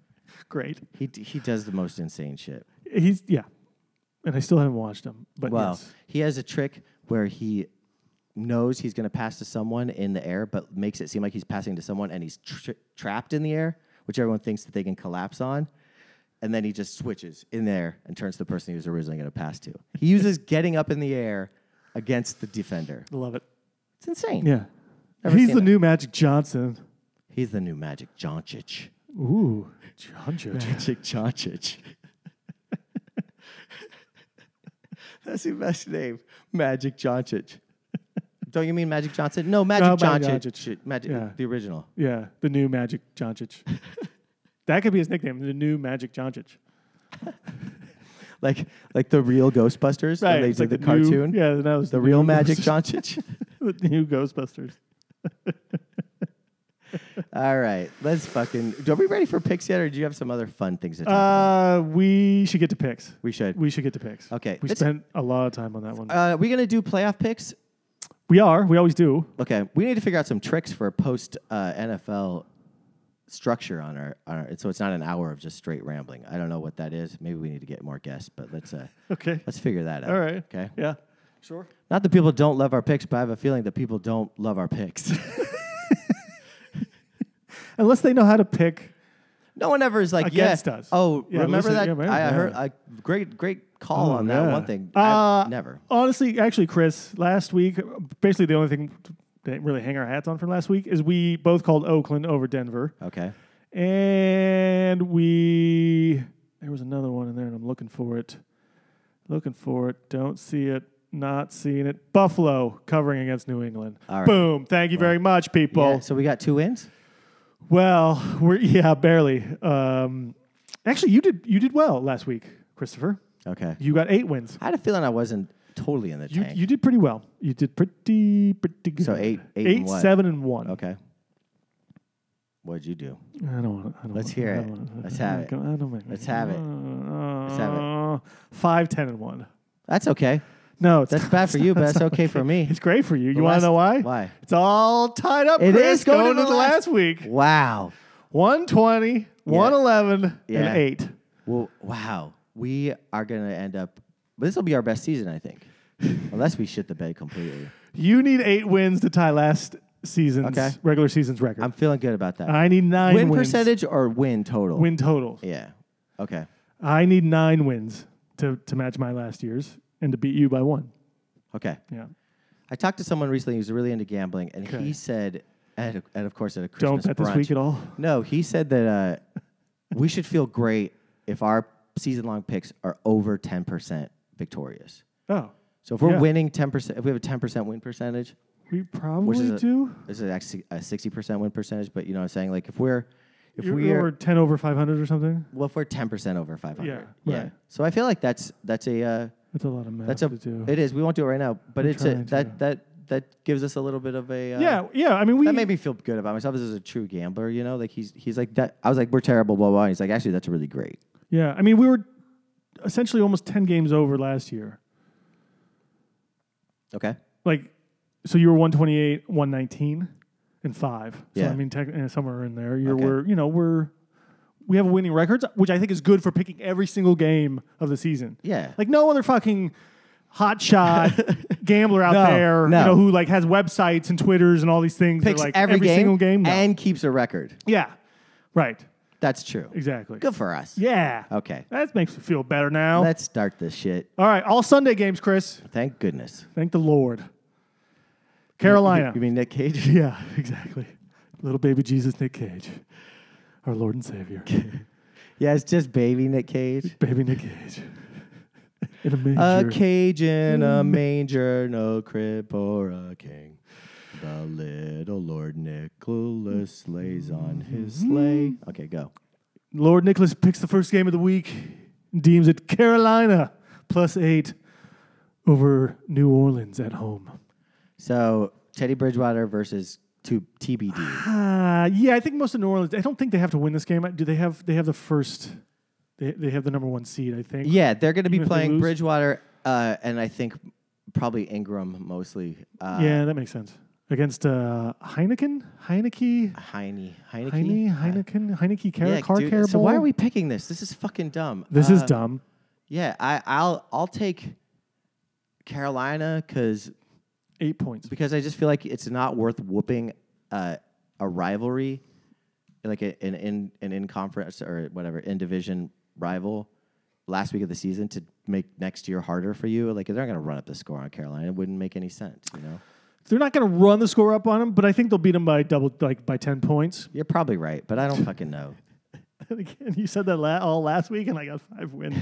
[SPEAKER 2] Great.
[SPEAKER 1] He d- he does the most insane shit.
[SPEAKER 2] He's yeah, and I still haven't watched him. But
[SPEAKER 1] Well,
[SPEAKER 2] yes.
[SPEAKER 1] he has a trick where he knows he's going to pass to someone in the air, but makes it seem like he's passing to someone, and he's tr- trapped in the air, which everyone thinks that they can collapse on. And then he just switches in there and turns to the person he was originally going to pass to. He uses getting up in the air against the defender.
[SPEAKER 2] I love it.
[SPEAKER 1] It's insane.
[SPEAKER 2] Yeah,
[SPEAKER 1] Never
[SPEAKER 2] he's
[SPEAKER 1] seen
[SPEAKER 2] the
[SPEAKER 1] it.
[SPEAKER 2] new Magic Johnson.
[SPEAKER 1] He's the new Magic Joncic.
[SPEAKER 2] Ooh, Johnson.
[SPEAKER 1] Magic Joncic. That's the best name, Magic Joncic. Don't you mean Magic Johnson? No, Magic
[SPEAKER 2] No, Magic
[SPEAKER 1] Joncic.
[SPEAKER 2] Joncic.
[SPEAKER 1] Magic,
[SPEAKER 2] Yeah.
[SPEAKER 1] the original.
[SPEAKER 2] Yeah, the new Magic Joncic. that could be his nickname, the new Magic Joncic.
[SPEAKER 1] Like, like the real Ghostbusters. when they
[SPEAKER 2] it's
[SPEAKER 1] did the,
[SPEAKER 2] new-
[SPEAKER 1] cartoon.
[SPEAKER 2] yeah, that was
[SPEAKER 1] The real
[SPEAKER 2] new
[SPEAKER 1] Magic
[SPEAKER 2] Ghost-
[SPEAKER 1] Joncic.
[SPEAKER 2] the new Ghostbusters.
[SPEAKER 1] All right, let's fucking. Are we ready for picks yet, or do you have some other fun things to talk about?
[SPEAKER 2] Uh, we should get to picks.
[SPEAKER 1] We should.
[SPEAKER 2] We should get to picks.
[SPEAKER 1] Okay,
[SPEAKER 2] We
[SPEAKER 1] let's-
[SPEAKER 2] spent a lot of time on that one.
[SPEAKER 1] Uh, are we gonna do playoff picks?
[SPEAKER 2] we are. We always do.
[SPEAKER 1] Okay, we need to figure out some tricks for a post uh, NFL structure on our, on our. So it's not an hour of just straight rambling. I don't know what that is. Maybe we need to get more guests, but let's uh,
[SPEAKER 2] Okay.
[SPEAKER 1] let's figure that out.
[SPEAKER 2] All right.
[SPEAKER 1] Okay.
[SPEAKER 2] Yeah. Sure.
[SPEAKER 1] Not that people don't love our picks, but I have a feeling that people don't love our picks.
[SPEAKER 2] Unless they know how to pick.
[SPEAKER 1] no one ever is like yeah,
[SPEAKER 2] Against us.
[SPEAKER 1] Oh,
[SPEAKER 2] Yeah,
[SPEAKER 1] remember
[SPEAKER 2] listen-
[SPEAKER 1] that?
[SPEAKER 2] yeah, man,
[SPEAKER 1] I, I
[SPEAKER 2] yeah.
[SPEAKER 1] heard a great great call
[SPEAKER 2] Oh,
[SPEAKER 1] on that
[SPEAKER 2] yeah.
[SPEAKER 1] one thing.
[SPEAKER 2] Uh,
[SPEAKER 1] I, never.
[SPEAKER 2] Honestly, actually, Chris, last week, basically the only thing that didn't really hang our hats on from last week is we both called Oakland over Denver.
[SPEAKER 1] Okay.
[SPEAKER 2] And we there was another one in there, and I'm looking for it. Looking for it. Don't see it. Not seeing it. Buffalo covering against New England.
[SPEAKER 1] All right.
[SPEAKER 2] Boom. Thank you very much, people.
[SPEAKER 1] Yeah, so we got two wins.
[SPEAKER 2] Well, we're yeah, barely. Um, actually, you did you did well last week, Christopher.
[SPEAKER 1] Okay.
[SPEAKER 2] You got eight wins.
[SPEAKER 1] I had a feeling I wasn't totally in the
[SPEAKER 2] You,
[SPEAKER 1] tank.
[SPEAKER 2] you did pretty well. You did pretty pretty good.
[SPEAKER 1] So eight- eight and what?
[SPEAKER 2] seven, and one.
[SPEAKER 1] okay. What'd you do?
[SPEAKER 2] I don't want to.
[SPEAKER 1] Let's hear it. Let's have it. Let's have it.
[SPEAKER 2] Let's
[SPEAKER 1] have it.
[SPEAKER 2] Five, ten, and one.
[SPEAKER 1] That's okay.
[SPEAKER 2] No, it's
[SPEAKER 1] That's
[SPEAKER 2] not-
[SPEAKER 1] bad for you, but that's okay for me.
[SPEAKER 2] It's great for you. You
[SPEAKER 1] The
[SPEAKER 2] want
[SPEAKER 1] last-
[SPEAKER 2] to know why?
[SPEAKER 1] why?
[SPEAKER 2] It's all tied up.
[SPEAKER 1] It
[SPEAKER 2] Chris,
[SPEAKER 1] is going to the last-
[SPEAKER 2] last, week.
[SPEAKER 1] Wow.
[SPEAKER 2] 120, 111,
[SPEAKER 1] Yeah.
[SPEAKER 2] and 8.
[SPEAKER 1] Well, wow. We are going to end up, this will be our best season, I think. Unless we shit the bed completely.
[SPEAKER 2] You need 8 wins to tie last season's
[SPEAKER 1] Okay.
[SPEAKER 2] regular season's record.
[SPEAKER 1] I'm feeling good about that.
[SPEAKER 2] I need nine
[SPEAKER 1] win
[SPEAKER 2] wins.
[SPEAKER 1] percentage or win total?
[SPEAKER 2] win total.
[SPEAKER 1] Yeah. Okay.
[SPEAKER 2] I need nine wins to to match my last year's and to beat you by one.
[SPEAKER 1] Okay.
[SPEAKER 2] Yeah.
[SPEAKER 1] I talked to someone recently who's really into gambling, and
[SPEAKER 2] Okay.
[SPEAKER 1] he said, and, and of course at a
[SPEAKER 2] Don't
[SPEAKER 1] Christmas
[SPEAKER 2] bet
[SPEAKER 1] brunch,
[SPEAKER 2] this week at all.
[SPEAKER 1] No, he said that uh, we should feel great if our season-long picks are over 10% victorious.
[SPEAKER 2] Oh,
[SPEAKER 1] So if we're
[SPEAKER 2] Yeah.
[SPEAKER 1] winning 10%, if we have a 10% win percentage,
[SPEAKER 2] we
[SPEAKER 1] which
[SPEAKER 2] probably
[SPEAKER 1] is a,
[SPEAKER 2] do.
[SPEAKER 1] This is actually a 60% win percentage, but you know what I'm saying? Like if we're if
[SPEAKER 2] You-
[SPEAKER 1] we're
[SPEAKER 2] or ten over five hundred or something.
[SPEAKER 1] well, if we're 10% over 500.
[SPEAKER 2] Yeah, right.
[SPEAKER 1] So I feel like that's that's a uh,
[SPEAKER 2] That's a lot of math
[SPEAKER 1] that's a
[SPEAKER 2] to do.
[SPEAKER 1] it is. We won't do it right now, but it's a,
[SPEAKER 2] trying to.
[SPEAKER 1] that that that gives us a little bit of a uh,
[SPEAKER 2] yeah, yeah. I mean, we
[SPEAKER 1] that made me feel good about myself as a true gambler, you know? Like he's he's like that I was like we're terrible blah blah. And he's like actually that's really great.
[SPEAKER 2] Yeah, I mean, we were essentially almost ten games over last year.
[SPEAKER 1] Okay.
[SPEAKER 2] Like, so you were one twenty eight, one nineteen, and five. So
[SPEAKER 1] Yeah.
[SPEAKER 2] I mean, tech, eh, somewhere in there, you're
[SPEAKER 1] Okay.
[SPEAKER 2] we're you know we're we have winning records, which I think is good for picking every single game of the season.
[SPEAKER 1] Yeah.
[SPEAKER 2] like no other fucking hotshot gambler out
[SPEAKER 1] No,
[SPEAKER 2] there,
[SPEAKER 1] no.
[SPEAKER 2] you know, who like has websites and twitters and all these things. that,
[SPEAKER 1] Picks
[SPEAKER 2] like
[SPEAKER 1] every, game
[SPEAKER 2] single game. No.
[SPEAKER 1] and keeps a record.
[SPEAKER 2] yeah, right,
[SPEAKER 1] That's true.
[SPEAKER 2] exactly.
[SPEAKER 1] Good for us.
[SPEAKER 2] Yeah.
[SPEAKER 1] Okay.
[SPEAKER 2] That makes me feel better now.
[SPEAKER 1] Let's start this shit.
[SPEAKER 2] all right, all Sunday games, Chris.
[SPEAKER 1] Thank goodness.
[SPEAKER 2] Thank the Lord. Carolina.
[SPEAKER 1] You mean Nick Cage?
[SPEAKER 2] yeah, exactly. Little baby Jesus Nick Cage, our Lord and Savior.
[SPEAKER 1] yeah, it's just baby Nick Cage.
[SPEAKER 2] baby Nick Cage. In a
[SPEAKER 1] A
[SPEAKER 2] manger.
[SPEAKER 1] cage in a
[SPEAKER 2] Mm.
[SPEAKER 1] manger, no crib or a king. The little Lord Nicholas slays on his sleigh.
[SPEAKER 2] Mm-hmm.
[SPEAKER 1] Okay, go.
[SPEAKER 2] Lord Nicholas picks the first game of the week, deems it Carolina plus eight over New Orleans at home.
[SPEAKER 1] So Teddy Bridgewater versus two TBD.
[SPEAKER 2] Uh, yeah, I think most of New Orleans. I don't think they have to win this game. Do they have? They have the first. They, they have the number one seed. I think.
[SPEAKER 1] Yeah, they're going to be
[SPEAKER 2] Even if they
[SPEAKER 1] playing
[SPEAKER 2] lose?
[SPEAKER 1] Bridgewater, uh, and I think probably Ingram mostly. Uh,
[SPEAKER 2] Yeah, that makes sense. Against uh, Heineken, Heineke,
[SPEAKER 1] Heine, Heineke.
[SPEAKER 2] Heine, Heineken, Heineke Car-
[SPEAKER 1] Yeah,
[SPEAKER 2] Car
[SPEAKER 1] dude,
[SPEAKER 2] Care
[SPEAKER 1] so why are
[SPEAKER 2] Bowl?
[SPEAKER 1] we picking this? This is fucking dumb.
[SPEAKER 2] This is
[SPEAKER 1] Uh,
[SPEAKER 2] dumb.
[SPEAKER 1] Yeah, I, I'll I'll take Carolina because
[SPEAKER 2] Eight points.
[SPEAKER 1] because I just feel like it's not worth whooping uh, a rivalry, like a, an in an in conference or whatever in division rival last week of the season to make next year harder for you. Like they're not going to run up the score on Carolina. It wouldn't make any sense. You know,
[SPEAKER 2] They're not going to run the score up on them, but I think they'll beat them by double, like by ten points.
[SPEAKER 1] you're probably right, but I don't fucking know.
[SPEAKER 2] Again, you said that la- all last week, and I got five wins.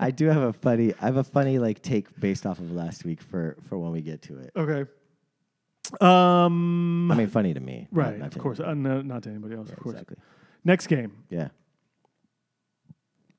[SPEAKER 1] I do have a funny. I have a funny like take based off of last week for for when we get to it.
[SPEAKER 2] Okay. Um.
[SPEAKER 1] I mean, funny to me. not-
[SPEAKER 2] right.
[SPEAKER 1] not
[SPEAKER 2] of
[SPEAKER 1] to-
[SPEAKER 2] course. Uh, no, not to anybody else. of course.
[SPEAKER 1] Exactly.
[SPEAKER 2] Next game.
[SPEAKER 1] Yeah.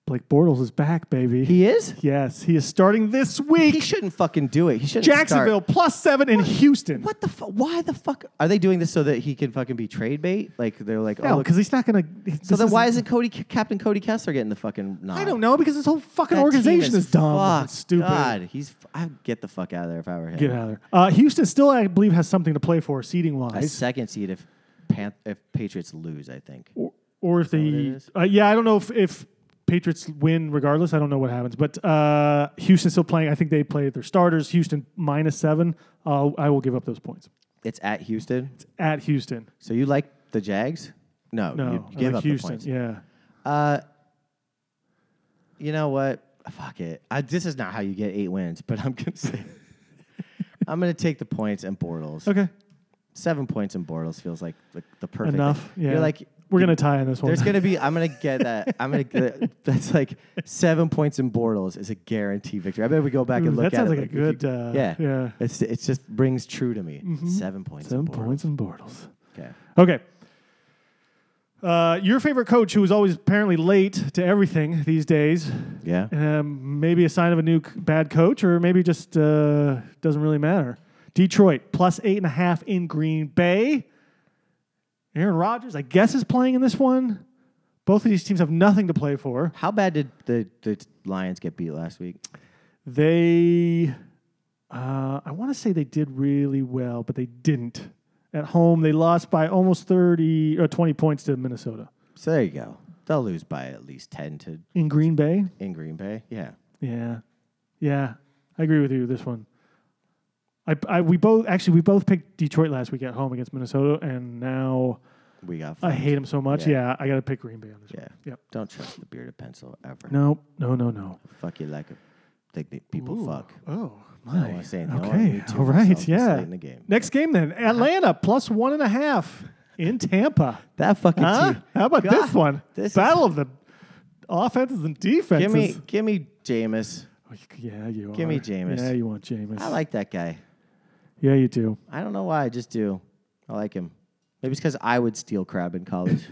[SPEAKER 2] Blake Bortles is back, baby.
[SPEAKER 1] He is.
[SPEAKER 2] yes, he is starting this
[SPEAKER 1] He
[SPEAKER 2] week.
[SPEAKER 1] shouldn't fucking do it. He should.
[SPEAKER 2] Jacksonville plus seven in Houston.
[SPEAKER 1] What the fuck? Why the fuck are they doing this so that he can fucking be trade bait? Like they're like, oh,
[SPEAKER 2] No,
[SPEAKER 1] look.
[SPEAKER 2] because he's not going to.
[SPEAKER 1] so then why isn't Cody Captain Cody Kessler getting the fucking nod?
[SPEAKER 2] I don't know because this whole fucking
[SPEAKER 1] That
[SPEAKER 2] organization
[SPEAKER 1] team
[SPEAKER 2] is, dumb. and
[SPEAKER 1] fucked.
[SPEAKER 2] stupid.
[SPEAKER 1] God, he's. I'd get the fuck out of there if I were him.
[SPEAKER 2] Get out of there. Uh, Houston still, I believe, has something to play for seating
[SPEAKER 1] A
[SPEAKER 2] wise.
[SPEAKER 1] second seed if Panth- if Patriots lose, I think.
[SPEAKER 2] or, or if
[SPEAKER 1] what it
[SPEAKER 2] they,
[SPEAKER 1] is?
[SPEAKER 2] uh, yeah, I don't know if, if Patriots win regardless. I don't know what happens, but uh, Houston's still playing. I think they play their starters. Houston minus seven. Uh, I will give up those points
[SPEAKER 1] It's at Houston.
[SPEAKER 2] at Houston.
[SPEAKER 1] So you like the Jags? No,
[SPEAKER 2] No,
[SPEAKER 1] you, you
[SPEAKER 2] I
[SPEAKER 1] give
[SPEAKER 2] like
[SPEAKER 1] up
[SPEAKER 2] Houston.
[SPEAKER 1] the points.
[SPEAKER 2] Yeah,
[SPEAKER 1] Uh, you know what? Fuck it. I, this is not how you get eight wins, but I'm gonna say. I'm gonna take the points and Bortles.
[SPEAKER 2] okay,
[SPEAKER 1] seven points in Bortles feels like the, the perfect
[SPEAKER 2] enough.
[SPEAKER 1] thing.
[SPEAKER 2] Yeah,
[SPEAKER 1] You're like
[SPEAKER 2] we're gonna tie in this one.
[SPEAKER 1] there's gonna be I'm gonna get that I'm gonna get, that's like seven points in Bortles is a guarantee victory. I bet if we go back
[SPEAKER 2] Ooh,
[SPEAKER 1] and look
[SPEAKER 2] that
[SPEAKER 1] at
[SPEAKER 2] sounds
[SPEAKER 1] it.
[SPEAKER 2] like a
[SPEAKER 1] if you-
[SPEAKER 2] good. uh,
[SPEAKER 1] yeah,
[SPEAKER 2] yeah.
[SPEAKER 1] It's it just rings true to me. Seven points.
[SPEAKER 2] Seven
[SPEAKER 1] in Bortles.
[SPEAKER 2] points and Bortles.
[SPEAKER 1] Okay.
[SPEAKER 2] Okay. Uh, your favorite coach, who is always apparently late to everything these days,
[SPEAKER 1] Yeah.
[SPEAKER 2] um, maybe a sign of a new c- bad coach, or maybe just uh, doesn't really matter. Detroit plus eight and a half in Green Bay. Aaron Rodgers, I guess, is playing in this one. Both of these teams have nothing to play for.
[SPEAKER 1] How bad did the the Lions get beat last week?
[SPEAKER 2] They, uh, I want to say they did really well, but they didn't. At home, they lost by almost 30 or 20 points to Minnesota.
[SPEAKER 1] So there you go. They'll lose by at least ten to
[SPEAKER 2] In Green Bay?
[SPEAKER 1] in Green Bay. Yeah.
[SPEAKER 2] Yeah. Yeah. I agree with you with this one. I, I we both actually we both picked Detroit last week at home against Minnesota, and now
[SPEAKER 1] We got.
[SPEAKER 2] I
[SPEAKER 1] fucked.
[SPEAKER 2] hate them so much.
[SPEAKER 1] Yeah.
[SPEAKER 2] Yeah, I got to pick Green Bay on this
[SPEAKER 1] Yeah.
[SPEAKER 2] one. Yep.
[SPEAKER 1] Don't trust the bearded pencil ever.
[SPEAKER 2] No, no, no, no.
[SPEAKER 1] Fuck you like a think that people fuck.
[SPEAKER 2] Oh
[SPEAKER 1] I don't
[SPEAKER 2] my.
[SPEAKER 1] want to say it. I
[SPEAKER 2] Okay.
[SPEAKER 1] need to
[SPEAKER 2] All
[SPEAKER 1] myself
[SPEAKER 2] right.
[SPEAKER 1] this
[SPEAKER 2] Yeah.
[SPEAKER 1] late in the game. Uh-huh.
[SPEAKER 2] Next game then, Atlanta plus one and a half in Tampa.
[SPEAKER 1] That fucking
[SPEAKER 2] Huh?
[SPEAKER 1] team.
[SPEAKER 2] How about this
[SPEAKER 1] God,
[SPEAKER 2] one?
[SPEAKER 1] this is-
[SPEAKER 2] Battle of the offenses and defenses.
[SPEAKER 1] Give me, give me Jameis.
[SPEAKER 2] Oh, you- Yeah, you
[SPEAKER 1] Give
[SPEAKER 2] are.
[SPEAKER 1] me Jameis.
[SPEAKER 2] Yeah, you want Jameis.
[SPEAKER 1] I like that guy.
[SPEAKER 2] yeah, you do.
[SPEAKER 1] I don't know why. I just do. I like him. Maybe it's because I would steal crab in college.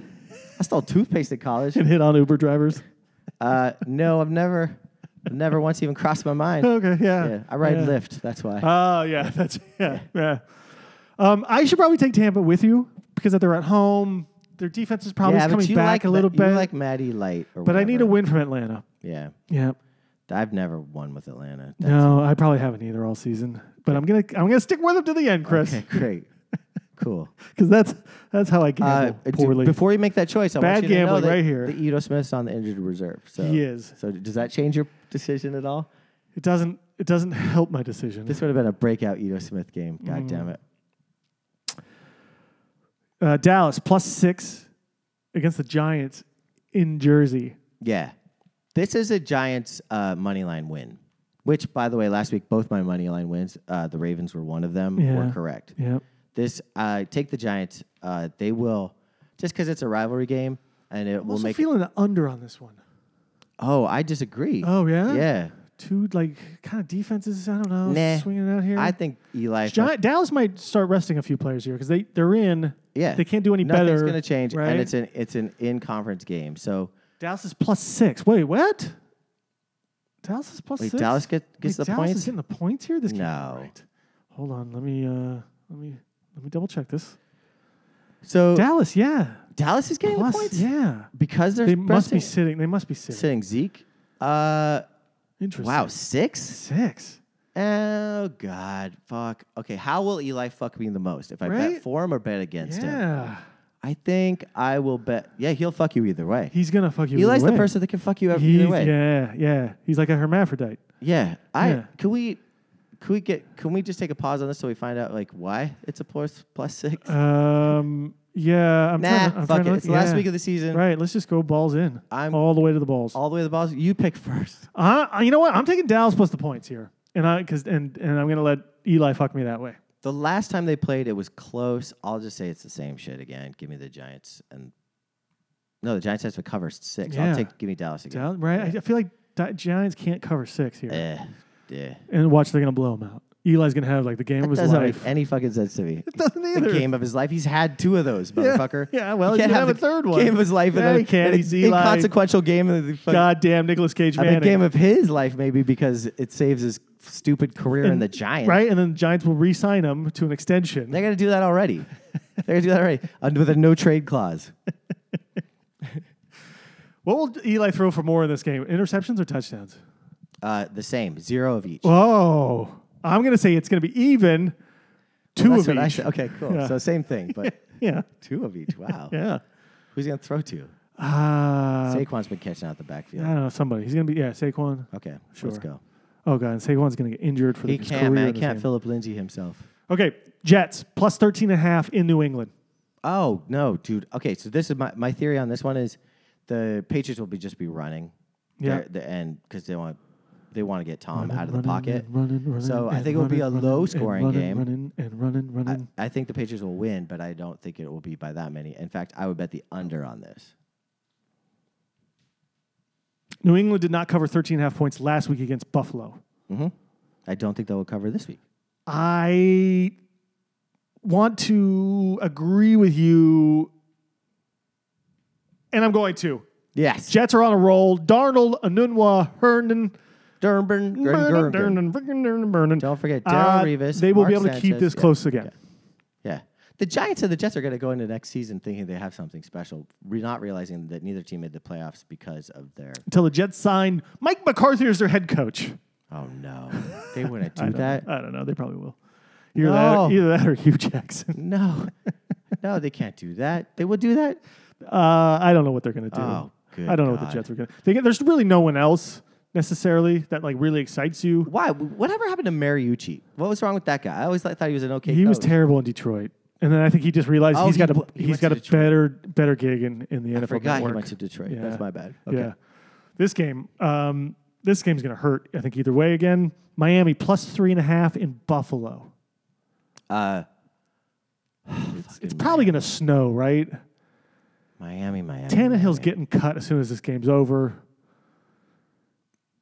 [SPEAKER 1] I stole toothpaste in college.
[SPEAKER 2] Can hit on Uber drivers.
[SPEAKER 1] Uh, no, I've never, I've never once even crossed my mind.
[SPEAKER 2] okay, yeah.
[SPEAKER 1] Yeah, I ride
[SPEAKER 2] yeah.
[SPEAKER 1] Lyft. That's why.
[SPEAKER 2] Oh, yeah, that's yeah, yeah. Um, I should probably take Tampa with you because they're at home. Their defense is probably
[SPEAKER 1] yeah, but
[SPEAKER 2] coming
[SPEAKER 1] you
[SPEAKER 2] back
[SPEAKER 1] like
[SPEAKER 2] a little
[SPEAKER 1] Ma-
[SPEAKER 2] bit.
[SPEAKER 1] You like Maddie Light, or
[SPEAKER 2] but I need a
[SPEAKER 1] whatever.
[SPEAKER 2] win from Atlanta.
[SPEAKER 1] Yeah,
[SPEAKER 2] Yeah.
[SPEAKER 1] I've never won with Atlanta. That's
[SPEAKER 2] No, I probably haven't either all season. But I'm gonna I'm gonna stick with them to the end, Chris,
[SPEAKER 1] okay,
[SPEAKER 2] because
[SPEAKER 1] great, cool.
[SPEAKER 2] that's that's how I
[SPEAKER 1] Uh,
[SPEAKER 2] gamble
[SPEAKER 1] d-
[SPEAKER 2] poorly.
[SPEAKER 1] before you make that choice, I
[SPEAKER 2] Bad
[SPEAKER 1] want you to know
[SPEAKER 2] gambling
[SPEAKER 1] that
[SPEAKER 2] right here.
[SPEAKER 1] The Edo Smith's on the injured reserve. So.
[SPEAKER 2] He is.
[SPEAKER 1] So does that change your decision at all?
[SPEAKER 2] It doesn't it doesn't help my decision.
[SPEAKER 1] This would have been a breakout Edo Smith game. God
[SPEAKER 2] Mm.
[SPEAKER 1] damn it.
[SPEAKER 2] uh, Dallas plus six against the Giants in Jersey.
[SPEAKER 1] Yeah. This is a Giants uh, money line win, which, by the way, last week both my money line wins, uh, the Ravens were one of them, were
[SPEAKER 2] Yeah.
[SPEAKER 1] correct.
[SPEAKER 2] Yep.
[SPEAKER 1] This, uh, take the Giants. Uh, they will, just because it's a rivalry game and it
[SPEAKER 2] I'm
[SPEAKER 1] will
[SPEAKER 2] also
[SPEAKER 1] make.
[SPEAKER 2] feeling the under on this one.
[SPEAKER 1] oh, I disagree.
[SPEAKER 2] Oh, yeah?
[SPEAKER 1] Yeah.
[SPEAKER 2] Two like kind of defenses. I don't know.
[SPEAKER 1] Nah.
[SPEAKER 2] Swinging out here.
[SPEAKER 1] I think Eli.
[SPEAKER 2] Giant, Dallas might start resting a few players here because they they're in.
[SPEAKER 1] yeah.
[SPEAKER 2] They can't do any
[SPEAKER 1] Nothing's
[SPEAKER 2] better.
[SPEAKER 1] going to change.
[SPEAKER 2] Right?
[SPEAKER 1] And it's an, it's an in conference game. So
[SPEAKER 2] Dallas is plus six. Wait, what? Dallas is plus
[SPEAKER 1] wait,
[SPEAKER 2] six.
[SPEAKER 1] Dallas get, gets the
[SPEAKER 2] Wait, Dallas
[SPEAKER 1] points?
[SPEAKER 2] is getting the points here. This can't be
[SPEAKER 1] No.
[SPEAKER 2] right. Hold on. Let me uh let me let me double check this.
[SPEAKER 1] so
[SPEAKER 2] Dallas, yeah.
[SPEAKER 1] Dallas is getting
[SPEAKER 2] Plus,
[SPEAKER 1] the points?
[SPEAKER 2] yeah.
[SPEAKER 1] Because they're
[SPEAKER 2] They must be
[SPEAKER 1] resting-
[SPEAKER 2] sitting. They must be sitting.
[SPEAKER 1] sitting Zeke. Uh,
[SPEAKER 2] Interesting.
[SPEAKER 1] wow, six?
[SPEAKER 2] Six.
[SPEAKER 1] Oh God, fuck. Okay, how will Eli fuck me the most? If I bet
[SPEAKER 2] Right?
[SPEAKER 1] for him or bet against him?
[SPEAKER 2] Yeah.
[SPEAKER 1] I think I will bet. Yeah, he'll fuck you either way.
[SPEAKER 2] He's gonna fuck you.
[SPEAKER 1] Eli's
[SPEAKER 2] either
[SPEAKER 1] the
[SPEAKER 2] way.
[SPEAKER 1] person that can fuck you ev-
[SPEAKER 2] He's,
[SPEAKER 1] either way. Yeah,
[SPEAKER 2] Yeah, yeah. He's like a hermaphrodite.
[SPEAKER 1] I
[SPEAKER 2] Yeah.
[SPEAKER 1] can we. Can we get? Can we just take a pause on this so we find out like why it's a plus plus
[SPEAKER 2] Uh,
[SPEAKER 1] six?
[SPEAKER 2] Um yeah, I'm
[SPEAKER 1] nah,
[SPEAKER 2] trying to, I'm trying
[SPEAKER 1] fuck
[SPEAKER 2] to
[SPEAKER 1] it.
[SPEAKER 2] look-
[SPEAKER 1] It's the last
[SPEAKER 2] yeah.
[SPEAKER 1] week of the season.
[SPEAKER 2] Right, let's just go balls in.
[SPEAKER 1] I'm-
[SPEAKER 2] all the way to the balls.
[SPEAKER 1] All the way to the balls. You pick first.
[SPEAKER 2] Uh, you know what? I'm taking Dallas plus the points here, and I because and and I'm gonna let Eli fuck me that way.
[SPEAKER 1] The last time they played, it was close. I'll just say it's the same shit again. Give me the Giants and no, the Giants has to cover six.
[SPEAKER 2] Yeah.
[SPEAKER 1] I'll take give me Dallas again.
[SPEAKER 2] Dal- right? I, I feel like Di- Giants can't cover six here,
[SPEAKER 1] Eh, yeah.
[SPEAKER 2] and watch they're gonna blow him out. Eli's gonna have like the game of his
[SPEAKER 1] Doesn't
[SPEAKER 2] life.
[SPEAKER 1] make any fucking sense to me.
[SPEAKER 2] It doesn't
[SPEAKER 1] The game of his life. He's had two of those, motherfucker.
[SPEAKER 2] yeah, well,
[SPEAKER 1] He
[SPEAKER 2] he
[SPEAKER 1] can't
[SPEAKER 2] can have
[SPEAKER 1] the
[SPEAKER 2] a third one.
[SPEAKER 1] Game of his life.
[SPEAKER 2] Yeah,
[SPEAKER 1] and
[SPEAKER 2] he can.
[SPEAKER 1] and
[SPEAKER 2] He's Eli.
[SPEAKER 1] Inconsequential game of the fuck-
[SPEAKER 2] Goddamn, Nicolas Cage
[SPEAKER 1] I mean,
[SPEAKER 2] Manning.
[SPEAKER 1] game of his life maybe because it saves his stupid career in
[SPEAKER 2] And-
[SPEAKER 1] the Giants.
[SPEAKER 2] right, and then the Giants will re-sign him to an extension.
[SPEAKER 1] They're gonna do that already. They're gonna do that already uh, with a no trade clause.
[SPEAKER 2] What will Eli throw for more in this game? Interceptions or touchdowns?
[SPEAKER 1] Uh, the same, zero of each.
[SPEAKER 2] Oh, I'm gonna say it's gonna be even. Two
[SPEAKER 1] That's
[SPEAKER 2] of
[SPEAKER 1] what I
[SPEAKER 2] each.
[SPEAKER 1] said. Okay, cool.
[SPEAKER 2] Yeah.
[SPEAKER 1] So same thing, but
[SPEAKER 2] Yeah,
[SPEAKER 1] two of each. Wow.
[SPEAKER 2] yeah.
[SPEAKER 1] Who's he gonna throw to?
[SPEAKER 2] Uh,
[SPEAKER 1] Saquon's been catching out the backfield.
[SPEAKER 2] I don't know somebody. He's gonna be yeah Saquon.
[SPEAKER 1] okay,
[SPEAKER 2] Sure.
[SPEAKER 1] let's go.
[SPEAKER 2] Oh god, and Saquon's gonna get injured for
[SPEAKER 1] He
[SPEAKER 2] the his
[SPEAKER 1] can't,
[SPEAKER 2] career.
[SPEAKER 1] man.
[SPEAKER 2] in
[SPEAKER 1] He
[SPEAKER 2] this
[SPEAKER 1] can't
[SPEAKER 2] game.
[SPEAKER 1] Philip Lindsay himself.
[SPEAKER 2] Okay, Jets plus 13 and a half in New England.
[SPEAKER 1] Oh no, dude. Okay, so this is my, my theory on this one is the Patriots will be just be running.
[SPEAKER 2] Yeah.
[SPEAKER 1] They're- they're- and because they want they want to get Tom out of the
[SPEAKER 2] Running
[SPEAKER 1] pocket.
[SPEAKER 2] and running, running
[SPEAKER 1] so I
[SPEAKER 2] and
[SPEAKER 1] think it will be a
[SPEAKER 2] running,
[SPEAKER 1] low
[SPEAKER 2] running and
[SPEAKER 1] scoring
[SPEAKER 2] running,
[SPEAKER 1] game.
[SPEAKER 2] Running and running,
[SPEAKER 1] I,
[SPEAKER 2] running.
[SPEAKER 1] I think the Patriots will win, but I don't think it will be by that many. In fact, I would bet the under on this.
[SPEAKER 2] New England did not cover 13 and a half points last week against Buffalo.
[SPEAKER 1] I don't think they will cover this week.
[SPEAKER 2] I want to agree with you, and I'm going to.
[SPEAKER 1] Yes.
[SPEAKER 2] Jets are on a roll. Darnold, Anunwa, Herndon.
[SPEAKER 1] Durban, Gurgen, Gurgen. Don't
[SPEAKER 2] Don't
[SPEAKER 1] forget Darrell
[SPEAKER 2] uh,
[SPEAKER 1] Revis.
[SPEAKER 2] They will
[SPEAKER 1] Mark
[SPEAKER 2] be able to keep
[SPEAKER 1] Sanchez.
[SPEAKER 2] this
[SPEAKER 1] Yeah.
[SPEAKER 2] close again.
[SPEAKER 1] Yeah. The Giants and the Jets are going to go into next season thinking they have something special, re- not realizing that neither team made the playoffs because of their.
[SPEAKER 2] Until the Jets sign Mike McCarthy as their head coach.
[SPEAKER 1] Oh no, they wouldn't
[SPEAKER 2] I
[SPEAKER 1] do
[SPEAKER 2] don't-
[SPEAKER 1] that.
[SPEAKER 2] I don't know. They probably will. Either, that,
[SPEAKER 1] No.
[SPEAKER 2] either that or Hugh Jackson.
[SPEAKER 1] No, no, they can't do that. They would do that.
[SPEAKER 2] Uh, I don't know what they're going to do.
[SPEAKER 1] Oh, good
[SPEAKER 2] I don't know what the
[SPEAKER 1] God.
[SPEAKER 2] Jets are going to. There's really no one else. necessarily that like really excites you.
[SPEAKER 1] Why? Whatever happened to Mariucci? What was wrong with that guy? I always thought he was an okay.
[SPEAKER 2] He was
[SPEAKER 1] coach.
[SPEAKER 2] terrible in Detroit, and then I think he just realized
[SPEAKER 1] Oh,
[SPEAKER 2] he's
[SPEAKER 1] he
[SPEAKER 2] got a
[SPEAKER 1] w- he
[SPEAKER 2] he's
[SPEAKER 1] went
[SPEAKER 2] got
[SPEAKER 1] to
[SPEAKER 2] a
[SPEAKER 1] Detroit.
[SPEAKER 2] better better gig in, in the NFL.
[SPEAKER 1] Forgot he
[SPEAKER 2] network.
[SPEAKER 1] went to Detroit.
[SPEAKER 2] Yeah.
[SPEAKER 1] That's my bad. Okay.
[SPEAKER 2] Yeah. This game, um, this game's gonna hurt. I think either way. Again, Miami plus three and a half in Buffalo.
[SPEAKER 1] Uh,
[SPEAKER 2] It's probably gonna snow, right?
[SPEAKER 1] Miami, Miami.
[SPEAKER 2] Tannehill's getting cut as soon as this game's over.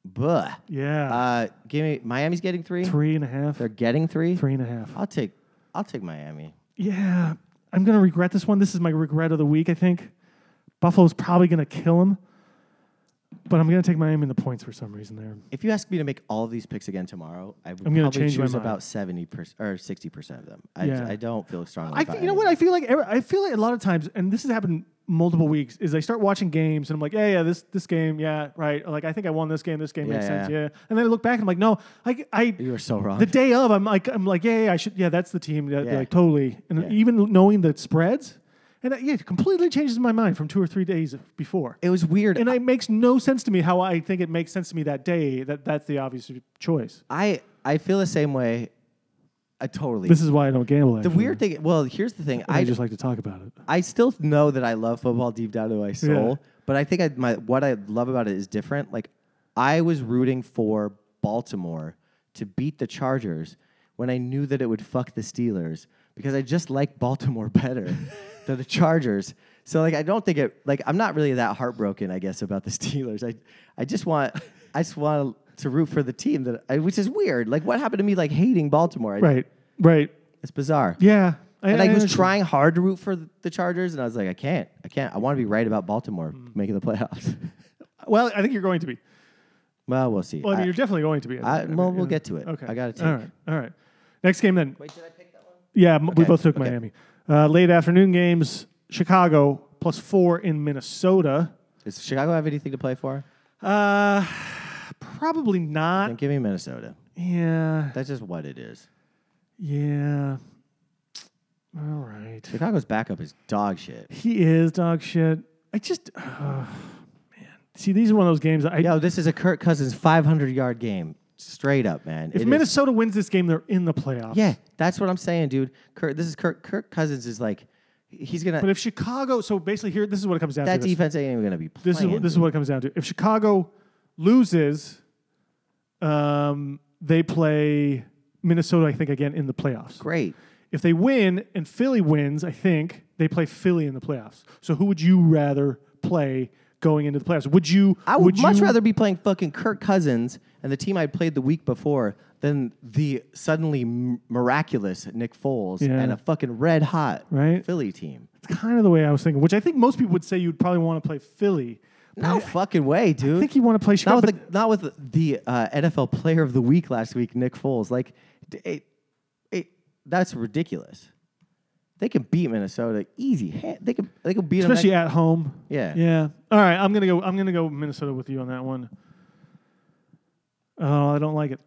[SPEAKER 1] Buh.
[SPEAKER 2] Yeah,
[SPEAKER 1] Uh, give me Miami's getting three.
[SPEAKER 2] three and a half.
[SPEAKER 1] They're getting three.
[SPEAKER 2] Three and a half.
[SPEAKER 1] I'll take. I'll take Miami.
[SPEAKER 2] Yeah, I'm gonna regret this one. This is my regret of the week. I think Buffalo's probably gonna kill him, but I'm gonna take Miami in the points for some reason there.
[SPEAKER 1] If you ask me to make all of these picks again tomorrow, I would
[SPEAKER 2] I'm gonna
[SPEAKER 1] probably
[SPEAKER 2] change my
[SPEAKER 1] choose
[SPEAKER 2] mind.
[SPEAKER 1] about seventy percent or sixty percent of them. I,
[SPEAKER 2] Yeah.
[SPEAKER 1] I don't feel strongly.
[SPEAKER 2] I
[SPEAKER 1] about
[SPEAKER 2] think you know
[SPEAKER 1] any.
[SPEAKER 2] what I feel like. every- I feel like a lot of times, and this has happened multiple weeks, is I start watching games and I'm like, yeah, yeah, this this game, yeah, right. Or like I think I won this game. This game
[SPEAKER 1] Yeah,
[SPEAKER 2] makes sense,
[SPEAKER 1] yeah.
[SPEAKER 2] yeah. And then I look back and I'm like, no, I I
[SPEAKER 1] You were so wrong.
[SPEAKER 2] the day of, I'm like, I'm like, yeah, yeah, I should, yeah, that's the team, yeah,
[SPEAKER 1] Yeah.
[SPEAKER 2] like totally. And
[SPEAKER 1] Yeah.
[SPEAKER 2] even knowing the spreads, and uh, yeah, it completely changes my mind from two or three days before.
[SPEAKER 1] it was weird.
[SPEAKER 2] and it makes no sense to me how I think it makes sense to me that day that that's the obvious choice.
[SPEAKER 1] I I feel the same way. I totally.
[SPEAKER 2] This is why I don't gamble.
[SPEAKER 1] the weird thing. Well, here's the thing.
[SPEAKER 2] I,
[SPEAKER 1] I
[SPEAKER 2] just like to talk about it.
[SPEAKER 1] I still know that I love football deep down to my soul, but I think I, my what I love about it is different. Like I was rooting for Baltimore to beat the Chargers when I knew that it would fuck the Steelers because I just like Baltimore better than the Chargers. So like I don't think it like I'm not really that heartbroken I guess about the Steelers. I I just want I just want to root for the team that I, which is weird. Like what happened to me like hating Baltimore? I-
[SPEAKER 2] Right, right,
[SPEAKER 1] It's bizarre
[SPEAKER 2] yeah. I,
[SPEAKER 1] and I, was
[SPEAKER 2] understand.
[SPEAKER 1] trying hard to root for th- the Chargers, and I was like, I can't, I can't. I want to be right about Baltimore
[SPEAKER 2] Mm.
[SPEAKER 1] making the playoffs.
[SPEAKER 2] Well, I think you're going to be.
[SPEAKER 1] well, we'll see.
[SPEAKER 2] Well, I mean,
[SPEAKER 1] I-
[SPEAKER 2] you're definitely going to be.
[SPEAKER 1] I-
[SPEAKER 2] mean,
[SPEAKER 1] well,
[SPEAKER 2] you
[SPEAKER 1] we'll
[SPEAKER 2] know.
[SPEAKER 1] get to it.
[SPEAKER 2] Okay,
[SPEAKER 1] I gotta
[SPEAKER 2] All
[SPEAKER 1] take-
[SPEAKER 2] right, all right. Next game then.
[SPEAKER 1] wait, did I pick that one?
[SPEAKER 2] Yeah, m
[SPEAKER 1] Okay,
[SPEAKER 2] we both took
[SPEAKER 1] okay.
[SPEAKER 2] Miami. Uh, late afternoon games. Chicago plus four in Minnesota.
[SPEAKER 1] Does Chicago have anything to play for?
[SPEAKER 2] Uh, probably not.
[SPEAKER 1] Then give me Minnesota.
[SPEAKER 2] Yeah,
[SPEAKER 1] That's just what it is.
[SPEAKER 2] yeah. All right.
[SPEAKER 1] Chicago's backup is dog shit.
[SPEAKER 2] He is dog shit. I just, uh, man. See, these are one of those games. that I
[SPEAKER 1] Yo, this is a Kirk Cousins 500 yard game, straight up, man. It
[SPEAKER 2] if
[SPEAKER 1] is-
[SPEAKER 2] Minnesota wins this game, they're in the playoffs.
[SPEAKER 1] yeah, that's what I'm saying, dude. Kirk, this is Kirk. Kirk Cousins is like, he's gonna.
[SPEAKER 2] But if Chicago, so basically here, this is what it comes down
[SPEAKER 1] that
[SPEAKER 2] to. This,
[SPEAKER 1] defense ain't even gonna be playing.
[SPEAKER 2] this is this is what it comes down to. If Chicago loses, um, they play Minnesota. I think again in the playoffs.
[SPEAKER 1] great.
[SPEAKER 2] If they win and Philly wins, I think they play Philly in the playoffs. So who would you rather play going into the playoffs? Would you?
[SPEAKER 1] I would, much
[SPEAKER 2] you-
[SPEAKER 1] rather be playing fucking Kirk Cousins and the team I played the week before than the suddenly m- miraculous Nick Foles
[SPEAKER 2] Yeah.
[SPEAKER 1] and a fucking red hot
[SPEAKER 2] Right.
[SPEAKER 1] Philly team.
[SPEAKER 2] It's kind of the way I was thinking, which I think most people would say you'd probably want to play Philly.
[SPEAKER 1] No fucking way, dude.
[SPEAKER 2] I think you want to play Chicago.
[SPEAKER 1] not
[SPEAKER 2] but-
[SPEAKER 1] with the, not with the uh, NFL Player of the Week last week, Nick Foles. Like, d- it, it, that's ridiculous. They can beat Minnesota easy. hand- They can they can beat them.
[SPEAKER 2] especially at home.
[SPEAKER 1] Yeah.
[SPEAKER 2] Yeah. All right, I'm gonna go. I'm gonna go Minnesota with you on that one. Oh, I don't like it.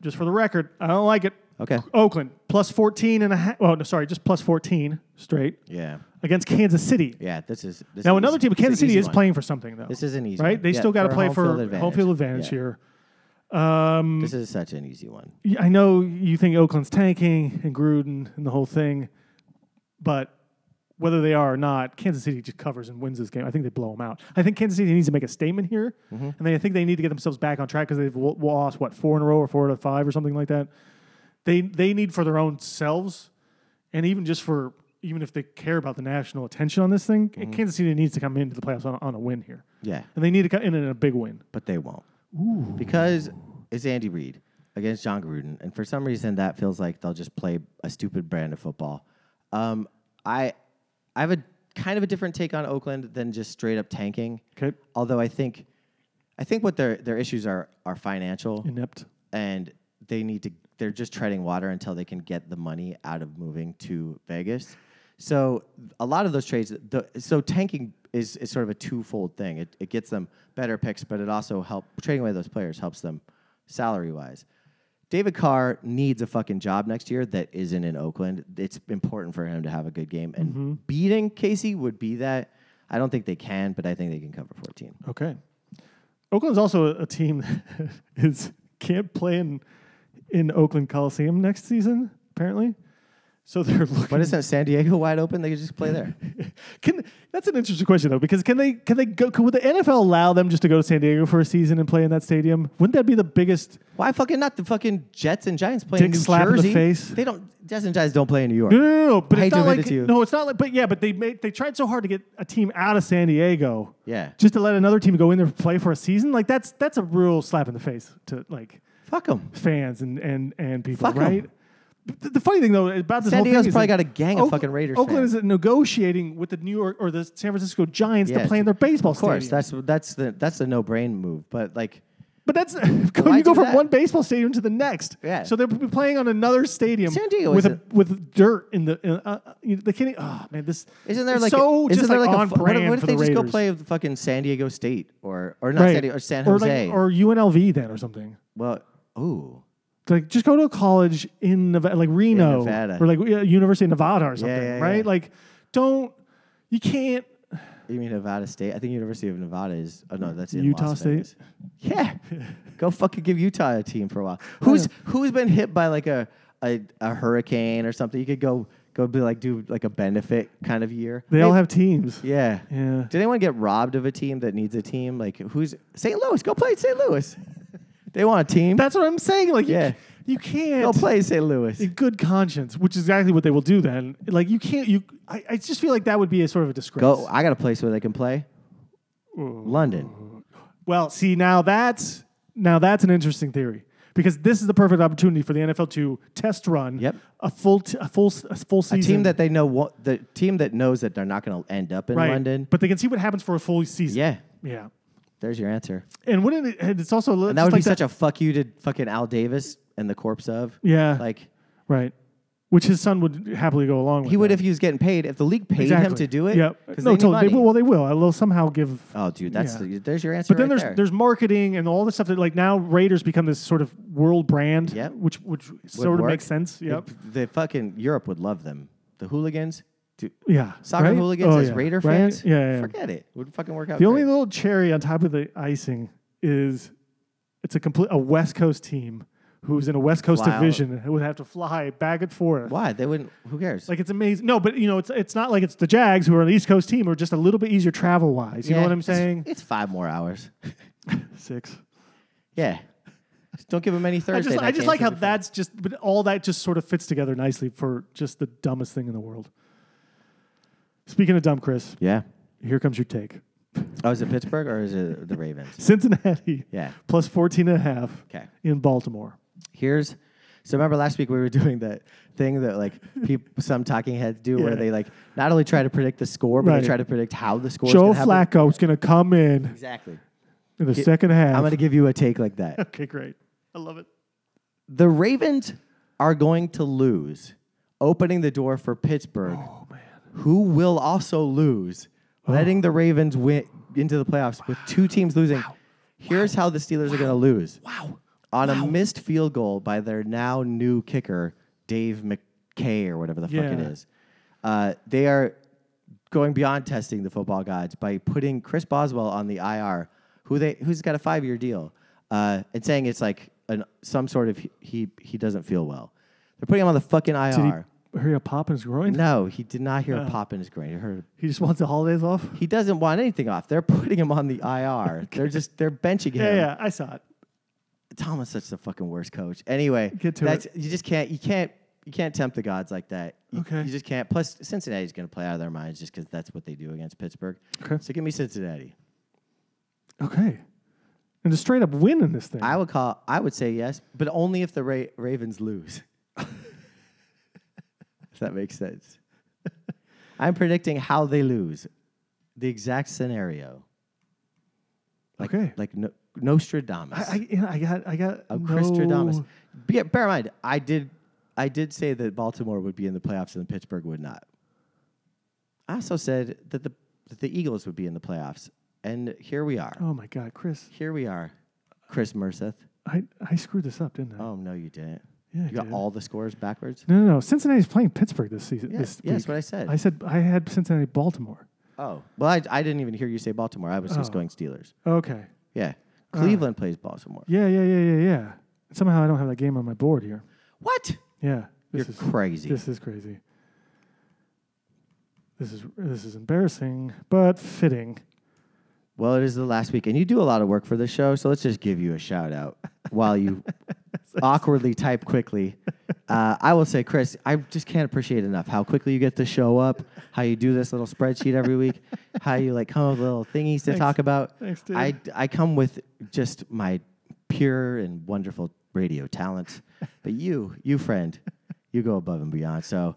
[SPEAKER 2] Just for the record, I don't like it.
[SPEAKER 1] okay.
[SPEAKER 2] Oakland plus 14 and a half. Oh, no, sorry, just plus 14 straight
[SPEAKER 1] Yeah.
[SPEAKER 2] against Kansas City.
[SPEAKER 1] Yeah. This is this
[SPEAKER 2] Now
[SPEAKER 1] is-
[SPEAKER 2] another team,
[SPEAKER 1] this an
[SPEAKER 2] Kansas City
[SPEAKER 1] easy
[SPEAKER 2] is
[SPEAKER 1] one.
[SPEAKER 2] playing for something though.
[SPEAKER 1] This is an easy
[SPEAKER 2] right.
[SPEAKER 1] one.
[SPEAKER 2] They
[SPEAKER 1] Yeah,
[SPEAKER 2] still got to
[SPEAKER 1] for
[SPEAKER 2] play
[SPEAKER 1] home
[SPEAKER 2] for
[SPEAKER 1] field
[SPEAKER 2] home
[SPEAKER 1] advantage.
[SPEAKER 2] field advantage
[SPEAKER 1] Yeah.
[SPEAKER 2] here. Um,
[SPEAKER 1] This is such an easy one.
[SPEAKER 2] y- I know you think Oakland's tanking and Gruden and the whole thing, but whether they are or not, Kansas City just covers and wins this game. I think they blow them out. I think Kansas City needs to make a statement here, and they, I think they need to get themselves back on track because they've lo- lost what four in a row or four out of five or something like that. They they need for their own selves, and even just for even if they care about the national attention on this thing, Kansas City needs to come into the playoffs on, a- on a win here,
[SPEAKER 1] Yeah.
[SPEAKER 2] and they need to come in in a big win.
[SPEAKER 1] but they won't. Because it's Andy Reid against John Gruden, and for some reason that feels like they'll just play a stupid brand of football. Um, I, I have a kind of a different take on Oakland than just straight up tanking.
[SPEAKER 2] Okay,
[SPEAKER 1] Although I think, I think what their their issues are are financial,
[SPEAKER 2] inept.
[SPEAKER 1] and they need to they're just treading water until they can get the money out of moving to Vegas. So a lot of those trades, the, so tanking is, is sort of a twofold thing. It, it gets them better picks, but it also help trading away those players helps them salary wise. David Carr needs a fucking job next year that isn't in Oakland. It's important for him to have a good game, and beating Casey would be that. I don't think they can, but I think they can cover 14.
[SPEAKER 2] Okay. Oakland's also a, a team that is can't play in in Oakland Coliseum next season apparently. So they're looking.
[SPEAKER 1] But isn't San Diego wide open? They could just play there.
[SPEAKER 2] Can that's an interesting question though because can they can they go? Could, would the NFL allow them just to go to San Diego for a season and play in that stadium? Wouldn't that be the biggest?
[SPEAKER 1] Why fucking not the fucking Jets and Giants play in
[SPEAKER 2] Dick
[SPEAKER 1] New
[SPEAKER 2] slap in the
[SPEAKER 1] Jersey?
[SPEAKER 2] face.
[SPEAKER 1] They don't. Jets and Giants don't play in New
[SPEAKER 2] No,
[SPEAKER 1] York.
[SPEAKER 2] no, no, no, But
[SPEAKER 1] I hate
[SPEAKER 2] it's
[SPEAKER 1] to
[SPEAKER 2] not
[SPEAKER 1] admit it
[SPEAKER 2] like
[SPEAKER 1] to you.
[SPEAKER 2] no, it's not like. But yeah, but they made they tried so hard to get a team out of San Diego.
[SPEAKER 1] Yeah.
[SPEAKER 2] Just to let another team go in there and play for a season, like that's that's a real slap in the face to like
[SPEAKER 1] Fuck them.
[SPEAKER 2] fans and and and people,
[SPEAKER 1] Fuck 'em.
[SPEAKER 2] right? But The, the funny thing though about this
[SPEAKER 1] San
[SPEAKER 2] whole
[SPEAKER 1] Diego's
[SPEAKER 2] thing is
[SPEAKER 1] probably
[SPEAKER 2] that
[SPEAKER 1] got a gang of
[SPEAKER 2] Oak-
[SPEAKER 1] fucking Raiders
[SPEAKER 2] Oakland
[SPEAKER 1] fans.
[SPEAKER 2] is negotiating with the New York or the San Francisco Giants
[SPEAKER 1] Yeah,
[SPEAKER 2] to play in their baseball.
[SPEAKER 1] Of course,
[SPEAKER 2] stadium.
[SPEAKER 1] that's that's the that's the no brain move. But like,
[SPEAKER 2] But that's
[SPEAKER 1] Why
[SPEAKER 2] you go
[SPEAKER 1] do
[SPEAKER 2] from
[SPEAKER 1] that?
[SPEAKER 2] one baseball stadium to the next.
[SPEAKER 1] Yeah.
[SPEAKER 2] So they'll be playing on another stadium
[SPEAKER 1] San Diego
[SPEAKER 2] with
[SPEAKER 1] is
[SPEAKER 2] a, with dirt in the. in- uh, uh, you know, they can't. Oh man, this
[SPEAKER 1] isn't there
[SPEAKER 2] it's
[SPEAKER 1] like
[SPEAKER 2] so
[SPEAKER 1] isn't
[SPEAKER 2] just
[SPEAKER 1] there
[SPEAKER 2] like,
[SPEAKER 1] like
[SPEAKER 2] on
[SPEAKER 1] a, fu- what,
[SPEAKER 2] brand
[SPEAKER 1] if- what if
[SPEAKER 2] for
[SPEAKER 1] they
[SPEAKER 2] the
[SPEAKER 1] just
[SPEAKER 2] Raiders.
[SPEAKER 1] go play with fucking San Diego State or or not
[SPEAKER 2] right.
[SPEAKER 1] San Diego or San
[SPEAKER 2] or,
[SPEAKER 1] Jose?
[SPEAKER 2] like, or UNLV then or something.
[SPEAKER 1] well, ooh,
[SPEAKER 2] Like just go to a college in Nevada, like Reno
[SPEAKER 1] Nevada.
[SPEAKER 2] or like yeah, University of Nevada or something,
[SPEAKER 1] yeah,
[SPEAKER 2] right?
[SPEAKER 1] yeah.
[SPEAKER 2] Like don't you can't
[SPEAKER 1] you mean Nevada State? I think University of Nevada is. Oh no, that's in
[SPEAKER 2] Utah
[SPEAKER 1] Las
[SPEAKER 2] State?
[SPEAKER 1] Vegas. Yeah, go fucking give Utah a team for a while. Who's who's been hit by like a a, a hurricane or something? You could go go be like do like a benefit kind of year.
[SPEAKER 2] they all have teams.
[SPEAKER 1] Yeah.
[SPEAKER 2] Yeah.
[SPEAKER 1] Did anyone get robbed of a team that needs a team? Like who's St. Louis? Go play St. Louis. they want a team.
[SPEAKER 2] That's what I'm saying. Like you
[SPEAKER 1] Yeah.
[SPEAKER 2] c- you, can't
[SPEAKER 1] Go play St. Louis.
[SPEAKER 2] in good conscience, which is exactly what they will do then. Like you can't you I, I just feel like that would be a sort of a disgrace.
[SPEAKER 1] Go. I got a place where they can play. London.
[SPEAKER 2] Well, see now that's now that's an interesting theory because this is the perfect opportunity for the NFL to test run
[SPEAKER 1] Yep.
[SPEAKER 2] a full t- a full s- a full season
[SPEAKER 1] A team that they know what the team that knows that they're not going to end up in
[SPEAKER 2] right,
[SPEAKER 1] London.
[SPEAKER 2] but they can see what happens for a full season.
[SPEAKER 1] Yeah.
[SPEAKER 2] yeah.
[SPEAKER 1] There's your answer.
[SPEAKER 2] And wouldn't it? and It's also
[SPEAKER 1] And that would be such a fuck you to fucking Al Davis and the corpse of.
[SPEAKER 2] yeah
[SPEAKER 1] Like
[SPEAKER 2] right, which his son would happily go along with.
[SPEAKER 1] he would
[SPEAKER 2] that.
[SPEAKER 1] if he was getting paid. If the league paid him
[SPEAKER 2] Exactly.
[SPEAKER 1] to do it.
[SPEAKER 2] Yep.
[SPEAKER 1] 'cause
[SPEAKER 2] No,
[SPEAKER 1] they need
[SPEAKER 2] totally. They
[SPEAKER 1] money.
[SPEAKER 2] will, well, they will. I will somehow give.
[SPEAKER 1] Oh, dude, that's
[SPEAKER 2] Yeah.
[SPEAKER 1] the, there's your answer.
[SPEAKER 2] but
[SPEAKER 1] right
[SPEAKER 2] then there's
[SPEAKER 1] there.
[SPEAKER 2] there's marketing and all the stuff that like now Raiders become this sort of world brand.
[SPEAKER 1] Yep.
[SPEAKER 2] Which which sort of
[SPEAKER 1] work.
[SPEAKER 2] makes sense. Yep.
[SPEAKER 1] The, the fucking Europe would love them. The hooligans, dude,
[SPEAKER 2] yeah.
[SPEAKER 1] soccer
[SPEAKER 2] right?
[SPEAKER 1] hooligans
[SPEAKER 2] Oh,
[SPEAKER 1] as
[SPEAKER 2] yeah.
[SPEAKER 1] Raider
[SPEAKER 2] Right?
[SPEAKER 1] fans.
[SPEAKER 2] Yeah, yeah, yeah.
[SPEAKER 1] forget it. Would fucking work out.
[SPEAKER 2] The only
[SPEAKER 1] great.
[SPEAKER 2] little cherry on top of the icing is it's a complete a West Coast team who's in a West Coast
[SPEAKER 1] Fly out.
[SPEAKER 2] division who would have to fly back and forth.
[SPEAKER 1] why they wouldn't? Who cares?
[SPEAKER 2] Like it's amazing. No, but you know, it's it's not like it's the Jags who are an East Coast team who are just a little bit easier travel wise. You
[SPEAKER 1] Yeah,
[SPEAKER 2] know what I'm
[SPEAKER 1] it's-
[SPEAKER 2] saying?
[SPEAKER 1] It's, five more hours.
[SPEAKER 2] Six.
[SPEAKER 1] Yeah, Just don't give them any Thursday.
[SPEAKER 2] I just
[SPEAKER 1] night
[SPEAKER 2] I just
[SPEAKER 1] games
[SPEAKER 2] like how
[SPEAKER 1] every Friday.
[SPEAKER 2] that's just but all that just sort of fits together nicely for just the dumbest thing in the world. Speaking of dumb, Chris,
[SPEAKER 1] Yeah.
[SPEAKER 2] here comes your take.
[SPEAKER 1] Oh, is it Pittsburgh or is it the Ravens?
[SPEAKER 2] Cincinnati
[SPEAKER 1] Yeah.
[SPEAKER 2] plus 14 and a half
[SPEAKER 1] Okay.
[SPEAKER 2] in Baltimore.
[SPEAKER 1] Here's. So remember last week we were doing that thing that like people, some talking heads do,
[SPEAKER 2] Yeah.
[SPEAKER 1] where they like not only try to predict the score, but
[SPEAKER 2] Right.
[SPEAKER 1] they try to predict how the score.
[SPEAKER 2] Joe
[SPEAKER 1] is gonna happen.
[SPEAKER 2] Flacco is going to come in
[SPEAKER 1] Exactly.
[SPEAKER 2] in the second half.
[SPEAKER 1] I'm going to give you a take like that.
[SPEAKER 2] okay, great. I love it.
[SPEAKER 1] the Ravens are going to lose, opening the door for Pittsburgh, who will also lose, letting the Ravens win into the playoffs with two teams losing. Here's how the Steelers are going to lose. Wow. On a missed field goal by their now new kicker, Dave McKay, or whatever the fuck it
[SPEAKER 2] Yeah.
[SPEAKER 1] is. Uh, they are going beyond testing the football gods by putting Chris Boswell on the IR, who they who's got a five year deal, uh, and saying it's like an some sort of he, he he doesn't feel well. They're putting him on the fucking IR.
[SPEAKER 2] Did he Uh. hurry up pop in his groin?
[SPEAKER 1] no, he did not hear a pop in his groin. He heard.
[SPEAKER 2] He just wants the holidays off?
[SPEAKER 1] He doesn't want anything off. They're putting him on the IR. They're just they're benching him.
[SPEAKER 2] Yeah, yeah, I saw it.
[SPEAKER 1] Tom is such the fucking worst coach. Anyway,
[SPEAKER 2] Get to
[SPEAKER 1] that's you just can't you can't you can't tempt the gods like that. You,
[SPEAKER 2] Okay.
[SPEAKER 1] you just can't. Plus, Cincinnati's going to play out of their minds just because that's what they do against Pittsburgh.
[SPEAKER 2] Okay.
[SPEAKER 1] So give me Cincinnati.
[SPEAKER 2] Okay. And a straight up win in this thing.
[SPEAKER 1] I would call. I would say yes, but only if the Ra- Ravens lose. if that makes sense. I'm predicting how they lose, the exact scenario. Like,
[SPEAKER 2] Okay.
[SPEAKER 1] Like no, Nostradamus.
[SPEAKER 2] I, I, you know, I got, I got.
[SPEAKER 1] of
[SPEAKER 2] no-
[SPEAKER 1] Christodamus. But yeah, bear in mind, I did, I did say that Baltimore would be in the playoffs and Pittsburgh would not. I also said that the that the Eagles would be in the playoffs, and here we are.
[SPEAKER 2] Oh my God, Chris,
[SPEAKER 1] Here we are, Chris Merseth.
[SPEAKER 2] I, I screwed this up, didn't I?
[SPEAKER 1] Oh no, you didn't.
[SPEAKER 2] Yeah, I
[SPEAKER 1] you got
[SPEAKER 2] did.
[SPEAKER 1] all the scores backwards.
[SPEAKER 2] No, no, no. Cincinnati's playing Pittsburgh this season.
[SPEAKER 1] Yeah,
[SPEAKER 2] this
[SPEAKER 1] yeah, that's
[SPEAKER 2] week.
[SPEAKER 1] what I said.
[SPEAKER 2] I said I had Cincinnati, Baltimore. Oh.
[SPEAKER 1] Oh well, I, I didn't even hear you say Baltimore. I was just going Steelers.
[SPEAKER 2] Okay.
[SPEAKER 1] Yeah, Cleveland plays Baltimore.
[SPEAKER 2] Yeah, yeah, yeah, yeah, yeah. Somehow I don't have that game on my board here.
[SPEAKER 1] What?
[SPEAKER 2] Yeah,
[SPEAKER 1] You're
[SPEAKER 2] this is
[SPEAKER 1] crazy.
[SPEAKER 2] this is crazy. This is this is embarrassing, but fitting.
[SPEAKER 1] Well, it is the last week, and you do a lot of work for the show, so let's just give you a shout out while you awkwardly type quickly. Uh, I will say, Chris, I just can't appreciate enough how quickly you get the show up, how you do this little spreadsheet every week, how you like come up with little thingies to
[SPEAKER 2] Thanks.
[SPEAKER 1] talk about.
[SPEAKER 2] Thanks, dude.
[SPEAKER 1] I I come with just my pure and wonderful radio talent, but you, you friend, you go above and beyond. So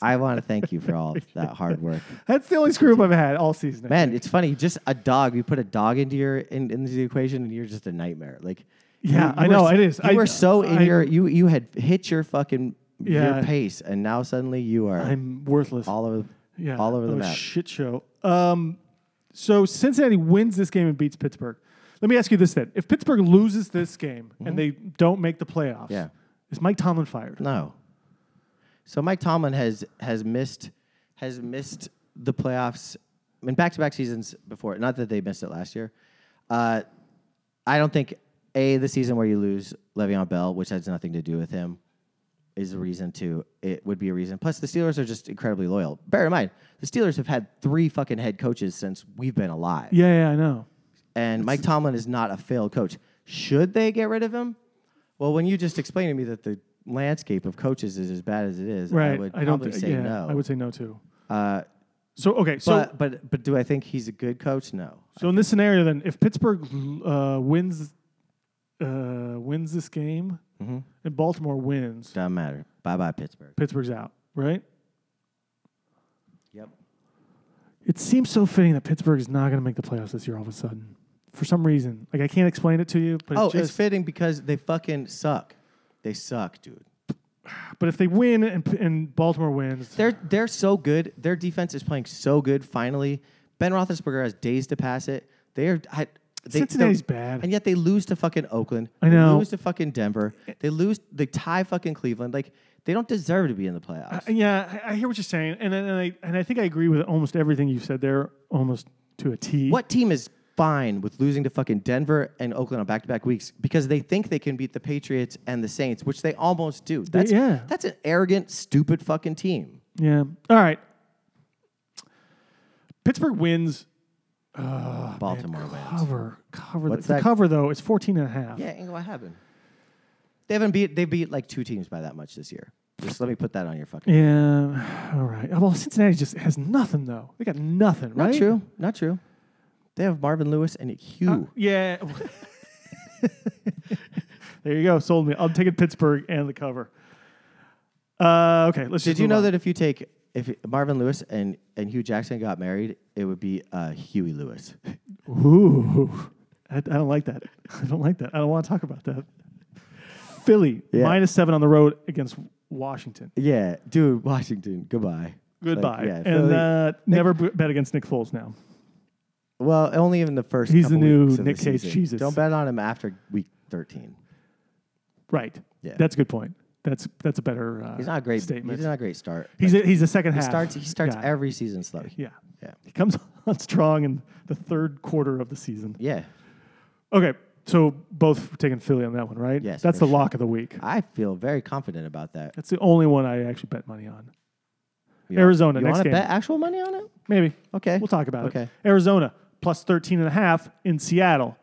[SPEAKER 1] I want to thank you for all of that hard work.
[SPEAKER 2] That's the only screw up I've had all season. I
[SPEAKER 1] Man,
[SPEAKER 2] think.
[SPEAKER 1] it's funny. Just a dog. You put a dog into your in, into the equation, and you're just a nightmare. Like, you-
[SPEAKER 2] Yeah,
[SPEAKER 1] you
[SPEAKER 2] I
[SPEAKER 1] were
[SPEAKER 2] know,
[SPEAKER 1] s-
[SPEAKER 2] it is.
[SPEAKER 1] You
[SPEAKER 2] I-
[SPEAKER 1] were so in
[SPEAKER 2] I-
[SPEAKER 1] your you you had hit your fucking
[SPEAKER 2] Yeah.
[SPEAKER 1] your pace, and now suddenly you are
[SPEAKER 2] I'm worthless.
[SPEAKER 1] all over
[SPEAKER 2] yeah,
[SPEAKER 1] all over the
[SPEAKER 2] I'm a
[SPEAKER 1] map.
[SPEAKER 2] Shit show. Um, so Cincinnati wins this game and beats Pittsburgh. Let me ask you this then: If Pittsburgh loses this game and they don't make the playoffs,
[SPEAKER 1] Mm-hmm. Yeah.
[SPEAKER 2] is Mike Tomlin fired?
[SPEAKER 1] no. So Mike Tomlin has has missed has missed the playoffs in back to back seasons before. Not that they missed it last year. Uh, I don't think a the season where you lose Le'Veon Bell, which has nothing to do with him, is a reason to. It would be a reason. Plus, the Steelers are just incredibly loyal. Bear in mind, the Steelers have had three fucking head coaches since we've been alive,
[SPEAKER 2] Yeah, yeah, I know.
[SPEAKER 1] and Mike Tomlin is not a failed coach. Should they get rid of him? Well, when you just explained to me that the landscape of coaches is as bad as it is,
[SPEAKER 2] Right.
[SPEAKER 1] I would
[SPEAKER 2] don't
[SPEAKER 1] probably
[SPEAKER 2] thi-
[SPEAKER 1] say
[SPEAKER 2] yeah,
[SPEAKER 1] no.
[SPEAKER 2] I would say no too.
[SPEAKER 1] Uh,
[SPEAKER 2] So okay, so
[SPEAKER 1] but but but do I think he's a good coach? No.
[SPEAKER 2] So in this scenario, then, if Pittsburgh uh, wins uh, wins this game and Baltimore wins,
[SPEAKER 1] mm-hmm. Doesn't matter. Bye bye Pittsburgh.
[SPEAKER 2] Pittsburgh's out, right?
[SPEAKER 1] Yep.
[SPEAKER 2] It seems so fitting that Pittsburgh is not going to make the playoffs this year. All of a sudden, for some reason, like I can't explain it to you, but
[SPEAKER 1] Oh,
[SPEAKER 2] it's just,
[SPEAKER 1] it's fitting because they fucking suck. They suck, dude.
[SPEAKER 2] but if they win and, P- and Baltimore wins,
[SPEAKER 1] They're they're so good. Their defense is playing so good. Finally, Ben Roethlisberger has days to pass it. They are. I, they,
[SPEAKER 2] Cincinnati's
[SPEAKER 1] they're-
[SPEAKER 2] bad.
[SPEAKER 1] and yet they lose to fucking Oakland.
[SPEAKER 2] I know.
[SPEAKER 1] They lose to fucking Denver. They lose. They tie fucking Cleveland. Like they don't deserve to be in the playoffs.
[SPEAKER 2] I- yeah, I, I hear what you're saying, and and I and I think I agree with almost everything you said there, almost to a T.
[SPEAKER 1] what team is fine with losing to fucking Denver and Oakland on back-to-back weeks because they think they can beat the Patriots and the Saints, which they almost do. That's
[SPEAKER 2] yeah.
[SPEAKER 1] that's an arrogant, stupid fucking team.
[SPEAKER 2] Yeah. All right. Pittsburgh wins.
[SPEAKER 1] Baltimore wins.
[SPEAKER 2] Cover, cover.
[SPEAKER 1] What's
[SPEAKER 2] the
[SPEAKER 1] that?
[SPEAKER 2] cover though? It's 14 and a half.
[SPEAKER 1] Yeah, and what happened? They haven't beat. They beat like two teams by that much this year. Just let me put that on your fucking.
[SPEAKER 2] Yeah. All right. Well, Cincinnati just has nothing though. They got nothing, right?
[SPEAKER 1] Not true. Not true. They have Marvin Lewis and Hugh.
[SPEAKER 2] Uh, Yeah. there you go. Sold me. I'm taking Pittsburgh and the cover. Uh, okay. Let's.
[SPEAKER 1] Did
[SPEAKER 2] just
[SPEAKER 1] you
[SPEAKER 2] move
[SPEAKER 1] know
[SPEAKER 2] on.
[SPEAKER 1] that if you take if Marvin Lewis and and Hugh Jackson got married, it would be uh, Huey Lewis.
[SPEAKER 2] Ooh. I, I don't like that. I don't like that. I don't want to talk about that. Philly
[SPEAKER 1] Yeah.
[SPEAKER 2] minus seven on the road against Washington.
[SPEAKER 1] yeah, dude, Washington. Goodbye.
[SPEAKER 2] Goodbye.
[SPEAKER 1] Like, yeah,
[SPEAKER 2] and
[SPEAKER 1] Philly-
[SPEAKER 2] uh, never b- bet against Nick Foles now.
[SPEAKER 1] well, only in the first.
[SPEAKER 2] He's the
[SPEAKER 1] couple
[SPEAKER 2] new
[SPEAKER 1] weeks of the
[SPEAKER 2] Nick Cage
[SPEAKER 1] season.
[SPEAKER 2] Jesus.
[SPEAKER 1] Don't bet on him after week thirteen.
[SPEAKER 2] Right.
[SPEAKER 1] Yeah.
[SPEAKER 2] That's a good point. That's that's a better. Uh,
[SPEAKER 1] He's not a great.
[SPEAKER 2] statement.
[SPEAKER 1] He's not a great start.
[SPEAKER 2] He's a, he's a second
[SPEAKER 1] he
[SPEAKER 2] half.
[SPEAKER 1] starts. He starts
[SPEAKER 2] guy.
[SPEAKER 1] every season slow.
[SPEAKER 2] Yeah.
[SPEAKER 1] Yeah.
[SPEAKER 2] He comes on strong in the third quarter of the season.
[SPEAKER 1] Yeah.
[SPEAKER 2] Okay. So both taking Philly on that one, right?
[SPEAKER 1] Yes,
[SPEAKER 2] That's
[SPEAKER 1] for
[SPEAKER 2] the lock of the week.
[SPEAKER 1] I feel very confident about that.
[SPEAKER 2] That's the only one I actually bet money on.
[SPEAKER 1] You
[SPEAKER 2] Arizona,
[SPEAKER 1] You
[SPEAKER 2] next
[SPEAKER 1] wanna
[SPEAKER 2] game.
[SPEAKER 1] bet actual money on it?
[SPEAKER 2] Maybe.
[SPEAKER 1] Okay.
[SPEAKER 2] We'll talk about it.
[SPEAKER 1] Okay.
[SPEAKER 2] Arizona plus 13 and a half in Seattle.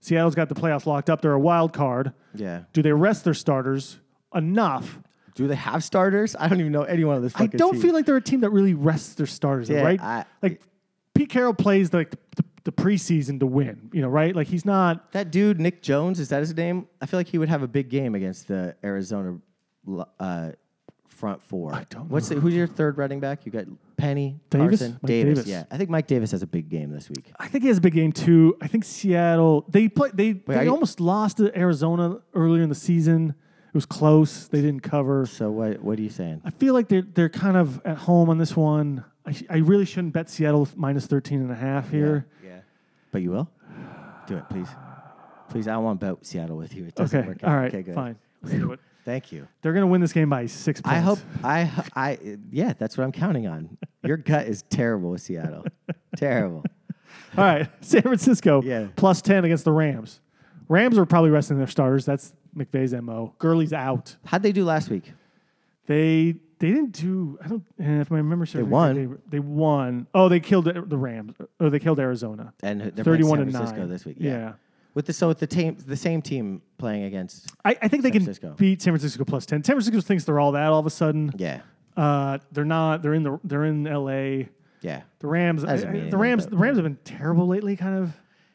[SPEAKER 2] Seattle's got the playoffs locked up. They're a wild card.
[SPEAKER 1] Yeah.
[SPEAKER 2] Do they rest their starters enough?
[SPEAKER 1] Do they have starters? I don't even know anyone on this
[SPEAKER 2] I
[SPEAKER 1] fucking
[SPEAKER 2] don't
[SPEAKER 1] team.
[SPEAKER 2] feel like they're a team that really rests their starters, though,
[SPEAKER 1] Yeah,
[SPEAKER 2] right?
[SPEAKER 1] I-
[SPEAKER 2] like Pete Carroll plays like the, the, the preseason to win, you know, right? Like he's not.
[SPEAKER 1] that dude Nick Jones is that his name? I feel like he would have a big game against the Arizona uh, front four. I
[SPEAKER 2] don't
[SPEAKER 1] What's the, who's your third running back? You got Penny
[SPEAKER 2] Davis?
[SPEAKER 1] Carson,
[SPEAKER 2] Mike
[SPEAKER 1] Davis.
[SPEAKER 2] Davis.
[SPEAKER 1] Yeah, I think Mike Davis has a big game this week.
[SPEAKER 2] I think he has a big game too. I think Seattle. They play. They
[SPEAKER 1] are
[SPEAKER 2] they
[SPEAKER 1] you-
[SPEAKER 2] almost lost to Arizona earlier in the season. It was close. They didn't cover.
[SPEAKER 1] So what what are you saying?
[SPEAKER 2] I feel like they're they're kind of at home on this one. I, sh- I really shouldn't bet Seattle minus 13 and a half here.
[SPEAKER 1] Yeah, but you will do it, please. Please, I don't want to bet Seattle with you. It doesn't
[SPEAKER 2] Okay.
[SPEAKER 1] work out.
[SPEAKER 2] All right.
[SPEAKER 1] Okay, good.
[SPEAKER 2] Fine. Let's do it.
[SPEAKER 1] Thank you.
[SPEAKER 2] They're going to win this game by six points.
[SPEAKER 1] I hope I h- I yeah, that's what I'm counting on. Your gut is terrible with Seattle. terrible.
[SPEAKER 2] All right. San Francisco
[SPEAKER 1] Yeah.
[SPEAKER 2] plus 10 against the Rams. Rams are probably resting their starters. That's McVay's mo. Gurley's out.
[SPEAKER 1] How'd they do last week?
[SPEAKER 2] They they didn't do. I don't. eh, If my memory serves, me,
[SPEAKER 1] won.
[SPEAKER 2] They, they won. Oh, they killed the the Rams. Oh, they killed Arizona.
[SPEAKER 1] And they're playing
[SPEAKER 2] 31
[SPEAKER 1] San
[SPEAKER 2] to
[SPEAKER 1] Francisco
[SPEAKER 2] 9.
[SPEAKER 1] this week.
[SPEAKER 2] Yeah.
[SPEAKER 1] With the so with the team the same team playing against
[SPEAKER 2] I, I think they can
[SPEAKER 1] Francisco.
[SPEAKER 2] beat San Francisco plus ten. San Francisco thinks they're all that all of a sudden.
[SPEAKER 1] yeah
[SPEAKER 2] Uh, they're not. They're in the. They're in L.A.
[SPEAKER 1] yeah
[SPEAKER 2] The Rams. I,
[SPEAKER 1] Doesn't mean
[SPEAKER 2] I- the
[SPEAKER 1] anything,
[SPEAKER 2] Rams.
[SPEAKER 1] but-
[SPEAKER 2] The Rams have been terrible lately. Kind of.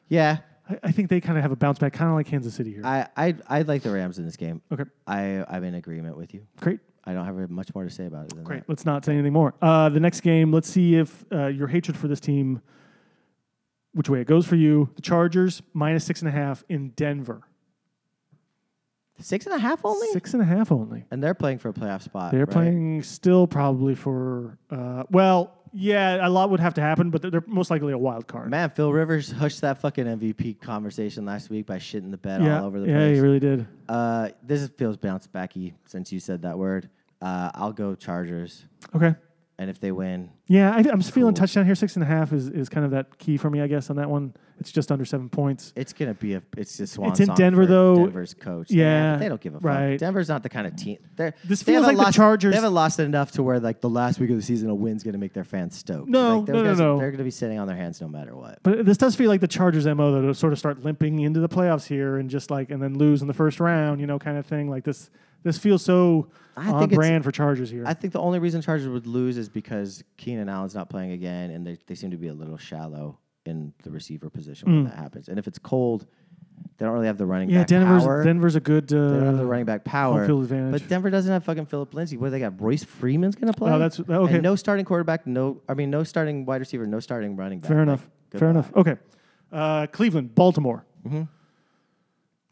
[SPEAKER 1] yeah
[SPEAKER 2] I, I think they kind of have a bounce back, kind of like Kansas City here.
[SPEAKER 1] I I I like the Rams in this game.
[SPEAKER 2] okay.
[SPEAKER 1] I I'm in agreement with you.
[SPEAKER 2] Great.
[SPEAKER 1] I don't have much more to say about it than
[SPEAKER 2] Great. Let's not say anything more. Uh, the next game, let's see if uh, your hatred for this team, which way it goes for you. The Chargers minus six and a half in Denver.
[SPEAKER 1] that. Six and a half only,
[SPEAKER 2] Six and a half only.
[SPEAKER 1] and they're playing for a playoff spot.
[SPEAKER 2] They're
[SPEAKER 1] right?
[SPEAKER 2] playing still probably for, uh, well, yeah, a lot would have to happen, but they're, they're most likely a wild card.
[SPEAKER 1] Man, Phil Rivers hushed that fucking MVP conversation last week by shitting the bed
[SPEAKER 2] yeah,
[SPEAKER 1] all over the
[SPEAKER 2] yeah,
[SPEAKER 1] place.
[SPEAKER 2] he really did.
[SPEAKER 1] Uh, this feels bounce backy since you said that word. Uh, I'll go Chargers,
[SPEAKER 2] Okay.
[SPEAKER 1] and if they win,
[SPEAKER 2] Yeah, I, I'm just feeling
[SPEAKER 1] Cool.
[SPEAKER 2] touchdown here. Six and a half is, is kind of that key for me, I guess, on that one. It's just under seven points.
[SPEAKER 1] it's gonna be a it's just swan
[SPEAKER 2] It's in
[SPEAKER 1] song
[SPEAKER 2] Denver,
[SPEAKER 1] for
[SPEAKER 2] though.
[SPEAKER 1] Denver's coach, Yeah,
[SPEAKER 2] Yeah,
[SPEAKER 1] but they don't give a fuck.
[SPEAKER 2] right.
[SPEAKER 1] Denver's not the kind of team. They're,
[SPEAKER 2] This
[SPEAKER 1] they
[SPEAKER 2] feels
[SPEAKER 1] haven't
[SPEAKER 2] like the
[SPEAKER 1] lost-
[SPEAKER 2] Chargers-
[SPEAKER 1] They haven't lost enough to where like the last week of the season a win's gonna make their fans stoked.
[SPEAKER 2] No,
[SPEAKER 1] like, those
[SPEAKER 2] no, no,
[SPEAKER 1] guys-
[SPEAKER 2] no.
[SPEAKER 1] They're gonna be sitting on their hands no matter what.
[SPEAKER 2] But this does feel like the Chargers' mo though to sort of start limping into the playoffs here and just like and then lose in the first round, you know, kind of thing. Like this, this feels so
[SPEAKER 1] I
[SPEAKER 2] on
[SPEAKER 1] think it's-
[SPEAKER 2] brand for Chargers here.
[SPEAKER 1] I think the only reason Chargers would lose is because Keenan Allen's not playing again, and they, they seem to be a little shallow in the receiver position when that happens. And if it's cold, they don't really have the running
[SPEAKER 2] Mm. yeah,
[SPEAKER 1] back
[SPEAKER 2] Denver's
[SPEAKER 1] power.
[SPEAKER 2] Denver's a good. Uh,
[SPEAKER 1] they don't have the running back power.
[SPEAKER 2] field advantage.
[SPEAKER 1] But Denver doesn't have fucking Philip Lindsay. What do they got? Royce Freeman's gonna play.
[SPEAKER 2] that's- okay.
[SPEAKER 1] And no starting quarterback. No, I mean no starting wide receiver. No starting running back.
[SPEAKER 2] fair
[SPEAKER 1] Like,
[SPEAKER 2] enough.
[SPEAKER 1] goodbye.
[SPEAKER 2] Fair enough. Okay, uh, Cleveland, Baltimore.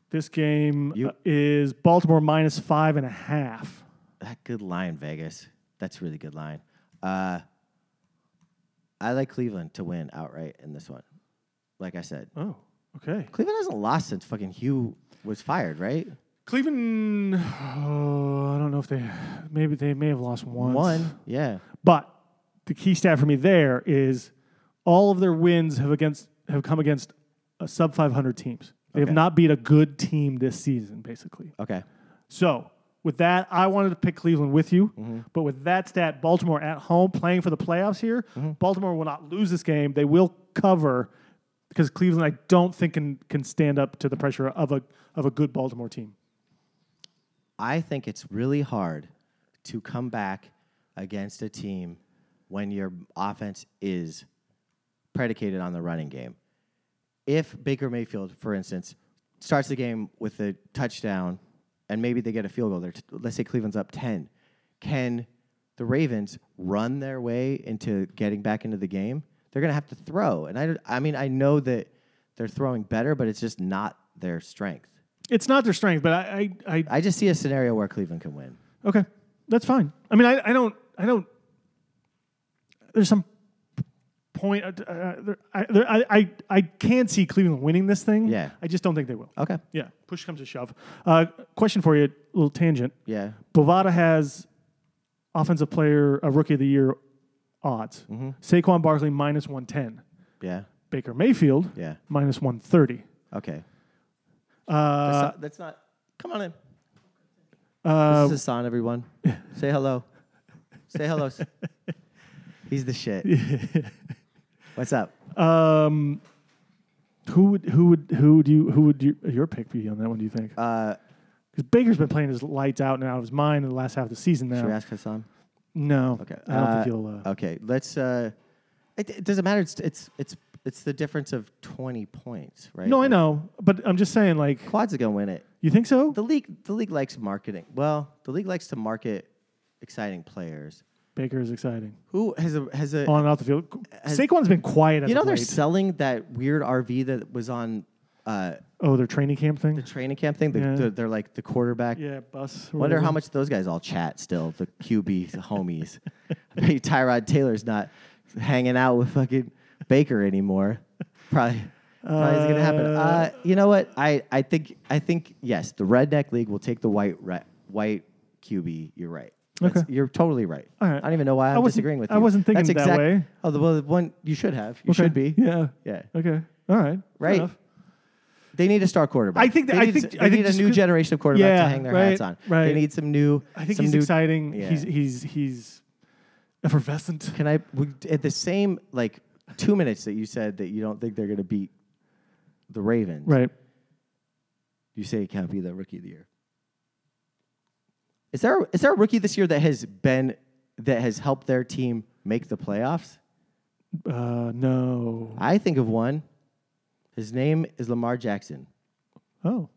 [SPEAKER 2] This game
[SPEAKER 1] Mm-hmm. You-
[SPEAKER 2] uh, is Baltimore minus five and a half.
[SPEAKER 1] That good line, Vegas. That's a really good line. Uh, I like Cleveland to win outright in this one. Like I said,
[SPEAKER 2] Oh, okay.
[SPEAKER 1] Cleveland hasn't lost since fucking Hugh was fired, right?
[SPEAKER 2] Cleveland. Oh, I don't know if they. Maybe they may have lost once.
[SPEAKER 1] One, yeah.
[SPEAKER 2] But the key stat for me there is all of their wins have against have come against uh, sub 500 teams. They
[SPEAKER 1] Okay.
[SPEAKER 2] have not beat a good team this season, basically.
[SPEAKER 1] Okay.
[SPEAKER 2] So with that, I wanted to pick Cleveland with you, but with that stat, Baltimore at home playing for the playoffs here, Baltimore will not lose this game. They will cover because Cleveland, I don't think can can stand up to the pressure of a of a good Baltimore team.
[SPEAKER 1] I think it's really hard to come back against a team when your offense is predicated on the running game. If Baker Mayfield, for instance, starts the game with a touchdown and maybe they get a field goal, they're t- let's say Cleveland's up 10, can the Ravens run their way into getting back into the game? They're going to have to throw. And I, d- I mean, I know that they're throwing better, but it's just not their strength.
[SPEAKER 2] It's not their strength, but I I, I
[SPEAKER 1] I just see a scenario where Cleveland can win.
[SPEAKER 2] Okay, that's fine. I mean, I, I don't, I don't. There's some point. Uh, uh, there, I, there, I, I, I can see Cleveland winning this thing.
[SPEAKER 1] Yeah.
[SPEAKER 2] I just don't think they will.
[SPEAKER 1] Okay.
[SPEAKER 2] Yeah, push comes to shove. Uh, question for you, little tangent.
[SPEAKER 1] Yeah.
[SPEAKER 2] Bovada has offensive player, uh, rookie of the year odds.
[SPEAKER 1] Mm-hmm.
[SPEAKER 2] Saquon Barkley minus one ten.
[SPEAKER 1] Yeah.
[SPEAKER 2] Baker Mayfield
[SPEAKER 1] Yeah.
[SPEAKER 2] minus one thirty.
[SPEAKER 1] Okay.
[SPEAKER 2] Uh,
[SPEAKER 1] that's, not, that's not. Come on in. Uh, this is Hassan, everyone. Say hello. Say hello. He's the shit. What's up?
[SPEAKER 2] um, who would who would who would you who would you, your pick be on that one? Do you think?
[SPEAKER 1] Uh,
[SPEAKER 2] Because Baker's been playing his lights out and out of his mind in the last half of the season
[SPEAKER 1] should we
[SPEAKER 2] now.
[SPEAKER 1] ask Hassan?
[SPEAKER 2] No.
[SPEAKER 1] Okay.
[SPEAKER 2] I don't
[SPEAKER 1] Uh,
[SPEAKER 2] think he'll. Uh,
[SPEAKER 1] Okay. Let's. Uh, it, it doesn't matter. It's it's it's it's the difference of twenty points, right?
[SPEAKER 2] no, I
[SPEAKER 1] Like,
[SPEAKER 2] know. But I'm just saying, like,
[SPEAKER 1] Quads are gonna win it.
[SPEAKER 2] you think so?
[SPEAKER 1] The league the league likes marketing. Well, the league likes to market exciting players.
[SPEAKER 2] Baker is exciting.
[SPEAKER 1] Who has a has a
[SPEAKER 2] On and off the field. Saquon's been quiet as
[SPEAKER 1] Uh, You know
[SPEAKER 2] of
[SPEAKER 1] they're
[SPEAKER 2] late.
[SPEAKER 1] selling that weird RV that was on uh,
[SPEAKER 2] oh, their training camp
[SPEAKER 1] the
[SPEAKER 2] thing?
[SPEAKER 1] training camp thing. The,
[SPEAKER 2] Yeah.
[SPEAKER 1] the- they're like the quarterback.
[SPEAKER 2] Yeah, bus. or
[SPEAKER 1] Wonder how
[SPEAKER 2] whatever.
[SPEAKER 1] much those guys all chat still. The QB homies. I bet you Tyrod Taylor's not hanging out with fucking Baker anymore. Probably. Probably isn't gonna happen. Uh, you know what? I, I think I think yes, the redneck league will take the white re- white QB. You're right. That's-
[SPEAKER 2] Okay.
[SPEAKER 1] You're totally right.
[SPEAKER 2] All right.
[SPEAKER 1] I don't even know why I'm
[SPEAKER 2] wasn't-
[SPEAKER 1] disagreeing with you.
[SPEAKER 2] I wasn't thinking
[SPEAKER 1] That's
[SPEAKER 2] that
[SPEAKER 1] exact-
[SPEAKER 2] way.
[SPEAKER 1] Oh, the, well, the one you should have. You
[SPEAKER 2] Okay.
[SPEAKER 1] should be.
[SPEAKER 2] Yeah.
[SPEAKER 1] Yeah.
[SPEAKER 2] Okay. All right. Fair
[SPEAKER 1] Right.
[SPEAKER 2] enough.
[SPEAKER 1] They need a star quarterback.
[SPEAKER 2] I think-
[SPEAKER 1] they
[SPEAKER 2] I
[SPEAKER 1] need,
[SPEAKER 2] think-
[SPEAKER 1] they
[SPEAKER 2] I think
[SPEAKER 1] need a
[SPEAKER 2] just
[SPEAKER 1] new
[SPEAKER 2] could-
[SPEAKER 1] generation of quarterbacks
[SPEAKER 2] Yeah,
[SPEAKER 1] to hang their
[SPEAKER 2] right,
[SPEAKER 1] hats on. They
[SPEAKER 2] right.
[SPEAKER 1] need some new.
[SPEAKER 2] I think
[SPEAKER 1] some
[SPEAKER 2] he's
[SPEAKER 1] new,
[SPEAKER 2] exciting.
[SPEAKER 1] yeah.
[SPEAKER 2] He's he's he's effervescent.
[SPEAKER 1] Can I we- at the same like two minutes that you said that you don't think they're going to beat the Ravens?
[SPEAKER 2] Right.
[SPEAKER 1] You say it can't be the rookie of the year. Is there is there a rookie this year that has been that has helped their team make the playoffs?
[SPEAKER 2] Uh, no.
[SPEAKER 1] I think of one. His name is Lamar Jackson.
[SPEAKER 2] Oh,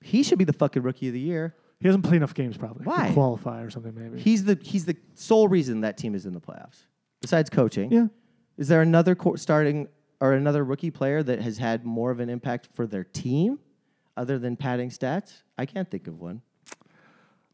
[SPEAKER 1] He should be the fucking rookie of the year.
[SPEAKER 2] he hasn't played enough games probably. to
[SPEAKER 1] Why?
[SPEAKER 2] qualify or something maybe.
[SPEAKER 1] He's the he's the sole reason that team is in the playoffs. Besides coaching,
[SPEAKER 2] yeah.
[SPEAKER 1] is there another co- starting or another rookie player that has had more of an impact for their team other than padding stats? I can't think of one.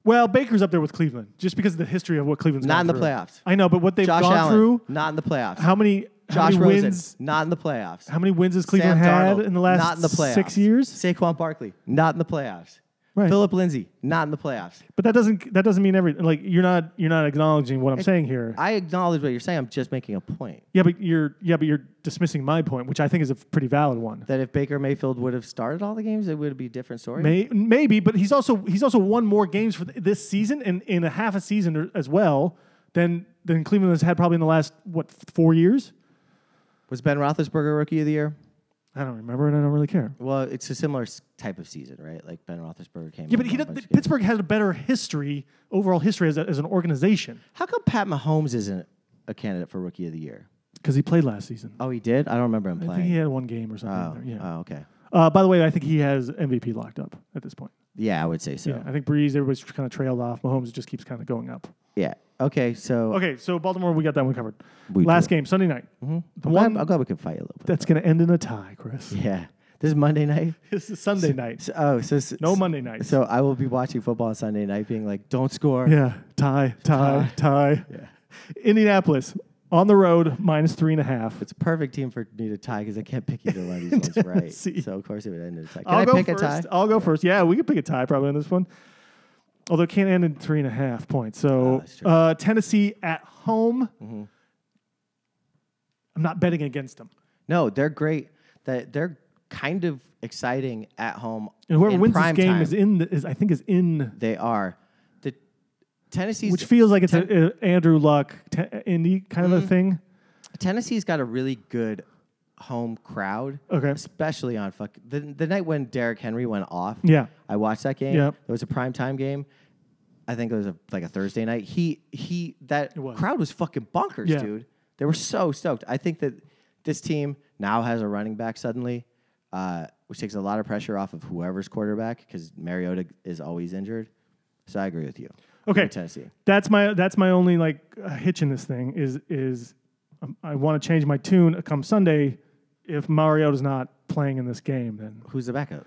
[SPEAKER 2] Well, Baker's up there with Cleveland just because of the history of what Cleveland's
[SPEAKER 1] Not
[SPEAKER 2] gone
[SPEAKER 1] in the
[SPEAKER 2] through.
[SPEAKER 1] playoffs.
[SPEAKER 2] I know, but what they've
[SPEAKER 1] Josh
[SPEAKER 2] gone
[SPEAKER 1] Allen,
[SPEAKER 2] through.
[SPEAKER 1] not in the playoffs.
[SPEAKER 2] How many?
[SPEAKER 1] Josh
[SPEAKER 2] how many
[SPEAKER 1] Rosen,
[SPEAKER 2] wins?
[SPEAKER 1] not in the playoffs.
[SPEAKER 2] How many wins has Cleveland
[SPEAKER 1] Sam
[SPEAKER 2] had
[SPEAKER 1] Darnold,
[SPEAKER 2] in the last
[SPEAKER 1] not in the playoffs.
[SPEAKER 2] six years?
[SPEAKER 1] Saquon Barkley, not in the playoffs.
[SPEAKER 2] Right.
[SPEAKER 1] Philip Lindsay, not in the playoffs.
[SPEAKER 2] But that doesn't that doesn't mean everything. Like you're not you're not acknowledging what I'm saying here.
[SPEAKER 1] I acknowledge what you're saying. I'm just making a point
[SPEAKER 2] yeah, but you're yeah, but you're dismissing my point, which I think is a pretty valid one.
[SPEAKER 1] that if Baker Mayfield would have started all the games, it would be a different story.
[SPEAKER 2] May, maybe, but he's also he's also won more games for th- this season and in a half a season or- as well than than Cleveland has had probably in the last what f- four years.
[SPEAKER 1] Was Ben Roethlisberger rookie of the year?
[SPEAKER 2] I don't remember and I don't really care.
[SPEAKER 1] Well, it's a similar s- type of season, right? Like Ben Roethlisberger came.
[SPEAKER 2] Yeah,
[SPEAKER 1] in
[SPEAKER 2] but he
[SPEAKER 1] and won a
[SPEAKER 2] did,
[SPEAKER 1] bunch of games.
[SPEAKER 2] Pittsburgh has a better history, overall history as, a, as an organization
[SPEAKER 1] How come Pat Mahomes isn't a candidate for rookie of the year?
[SPEAKER 2] because he played last season.
[SPEAKER 1] Oh, he did. I don't remember him
[SPEAKER 2] I think he
[SPEAKER 1] playing.
[SPEAKER 2] had one game or something.
[SPEAKER 1] Oh,
[SPEAKER 2] in there, yeah.
[SPEAKER 1] oh, okay.
[SPEAKER 2] Uh, by the way, I think he has MVP locked up at this point.
[SPEAKER 1] Yeah, I would say so.
[SPEAKER 2] Yeah, I think Breeze, everybody's kind of trailed off. Mahomes just keeps kind of going up.
[SPEAKER 1] Yeah. Okay, so
[SPEAKER 2] Okay, so Baltimore, we got that one covevered.
[SPEAKER 1] We
[SPEAKER 2] Last
[SPEAKER 1] do. Mm-hmm.
[SPEAKER 2] game, Sunday night. The
[SPEAKER 1] I'm, glad-
[SPEAKER 2] one
[SPEAKER 1] I'm glad we could fight a little bit.
[SPEAKER 2] that's going to end in a tie, Chris.
[SPEAKER 1] yeah. This is Monday night.
[SPEAKER 2] this is Sunday night.
[SPEAKER 1] So, oh, so s-
[SPEAKER 2] No
[SPEAKER 1] s-
[SPEAKER 2] Monday nights.
[SPEAKER 1] So I will be watching football on Sunday night, being like, "Don't score."
[SPEAKER 2] yeah, tie, tie, tie. Indianapolis on the road, minus three and a half.
[SPEAKER 1] It's a perfect team for me to tie because I can't pick either one of these ones right.
[SPEAKER 2] Tennessee.
[SPEAKER 1] So of course it would end in a tie. Can
[SPEAKER 2] I'll
[SPEAKER 1] I
[SPEAKER 2] go
[SPEAKER 1] pick
[SPEAKER 2] first.
[SPEAKER 1] a tie?
[SPEAKER 2] I'll go first. Yeah, we can pick a tie probably on this one. Although it can't end in three and a half points. So
[SPEAKER 1] Ah, that's true. Mm-hmm.
[SPEAKER 2] uh, Tennessee at home. I'm not betting against them.
[SPEAKER 1] No, they're great. That they're kind of exciting at home.
[SPEAKER 2] And whoever
[SPEAKER 1] in
[SPEAKER 2] wins this
[SPEAKER 1] prime
[SPEAKER 2] game
[SPEAKER 1] time.
[SPEAKER 2] is in. The, is I think is in.
[SPEAKER 1] They are the Tennessee's.
[SPEAKER 2] Which feels like it's a, a Andrew Luck te- Indy kind
[SPEAKER 1] Mm-hmm.
[SPEAKER 2] of a thing.
[SPEAKER 1] Tennessee's got a really good home crowd.
[SPEAKER 2] Okay.
[SPEAKER 1] Especially on fuck the, the night when Derrick Henry went off.
[SPEAKER 2] Yeah.
[SPEAKER 1] I watched that game.
[SPEAKER 2] Yep.
[SPEAKER 1] It was a prime time game. I think it was a, like a Thursday night. He he that
[SPEAKER 2] was.
[SPEAKER 1] crowd was fucking bonkers,
[SPEAKER 2] Yeah.
[SPEAKER 1] dude. They were so stoked. I think that this team now has a running back suddenly, uh, which takes a lot of pressure off of whoever's quarterback because Mariota is always injured. So I agree with you.
[SPEAKER 2] Okay.
[SPEAKER 1] With Tennessee.
[SPEAKER 2] That's my that's my only like uh, hitch in this thing is is um, I want to change my tune come Sunday. If Mariota's not playing in this game, then
[SPEAKER 1] Who's the backup?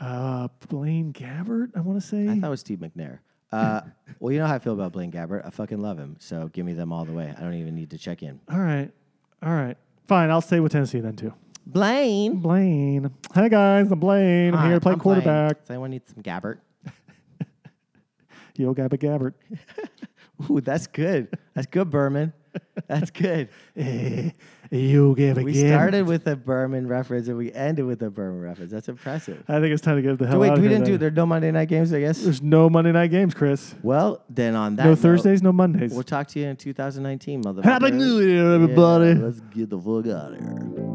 [SPEAKER 2] Uh, Blaine Gabbert, I want to say.
[SPEAKER 1] I thought it was Steve McNair. Uh, well, you know how I feel about Blaine Gabbert. I fucking love him. So give me them all the way. I don't even need to check in.
[SPEAKER 2] all right, all right, fine. I'll stay with Tennessee then too.
[SPEAKER 1] Blaine.
[SPEAKER 2] Blaine, hey guys, I'm Blaine. I'm here to
[SPEAKER 1] Hi,
[SPEAKER 2] play
[SPEAKER 1] I'm Blaine.
[SPEAKER 2] quarterback.
[SPEAKER 1] Does anyone need some Gabbert?
[SPEAKER 2] Yo, Gabba Gabbert.
[SPEAKER 1] Ooh, that's good. That's good, Berman. That's good.
[SPEAKER 2] Yo, Gabba
[SPEAKER 1] We started with a Berman reference and we ended with a Berman reference. That's impressive.
[SPEAKER 2] I think it's time to get the hell
[SPEAKER 1] Wait,
[SPEAKER 2] out
[SPEAKER 1] we
[SPEAKER 2] of here.
[SPEAKER 1] didn't do
[SPEAKER 2] then.
[SPEAKER 1] there's no Monday night games, I guess.
[SPEAKER 2] There's no Monday night games, Chris.
[SPEAKER 1] Well, then on that
[SPEAKER 2] No
[SPEAKER 1] note,
[SPEAKER 2] Thursdays, no Mondays.
[SPEAKER 1] We'll talk to you in 2019, motherfucker.
[SPEAKER 2] Happy New Year,
[SPEAKER 1] Yeah,
[SPEAKER 2] everybody.
[SPEAKER 1] let's get the fuck out of here.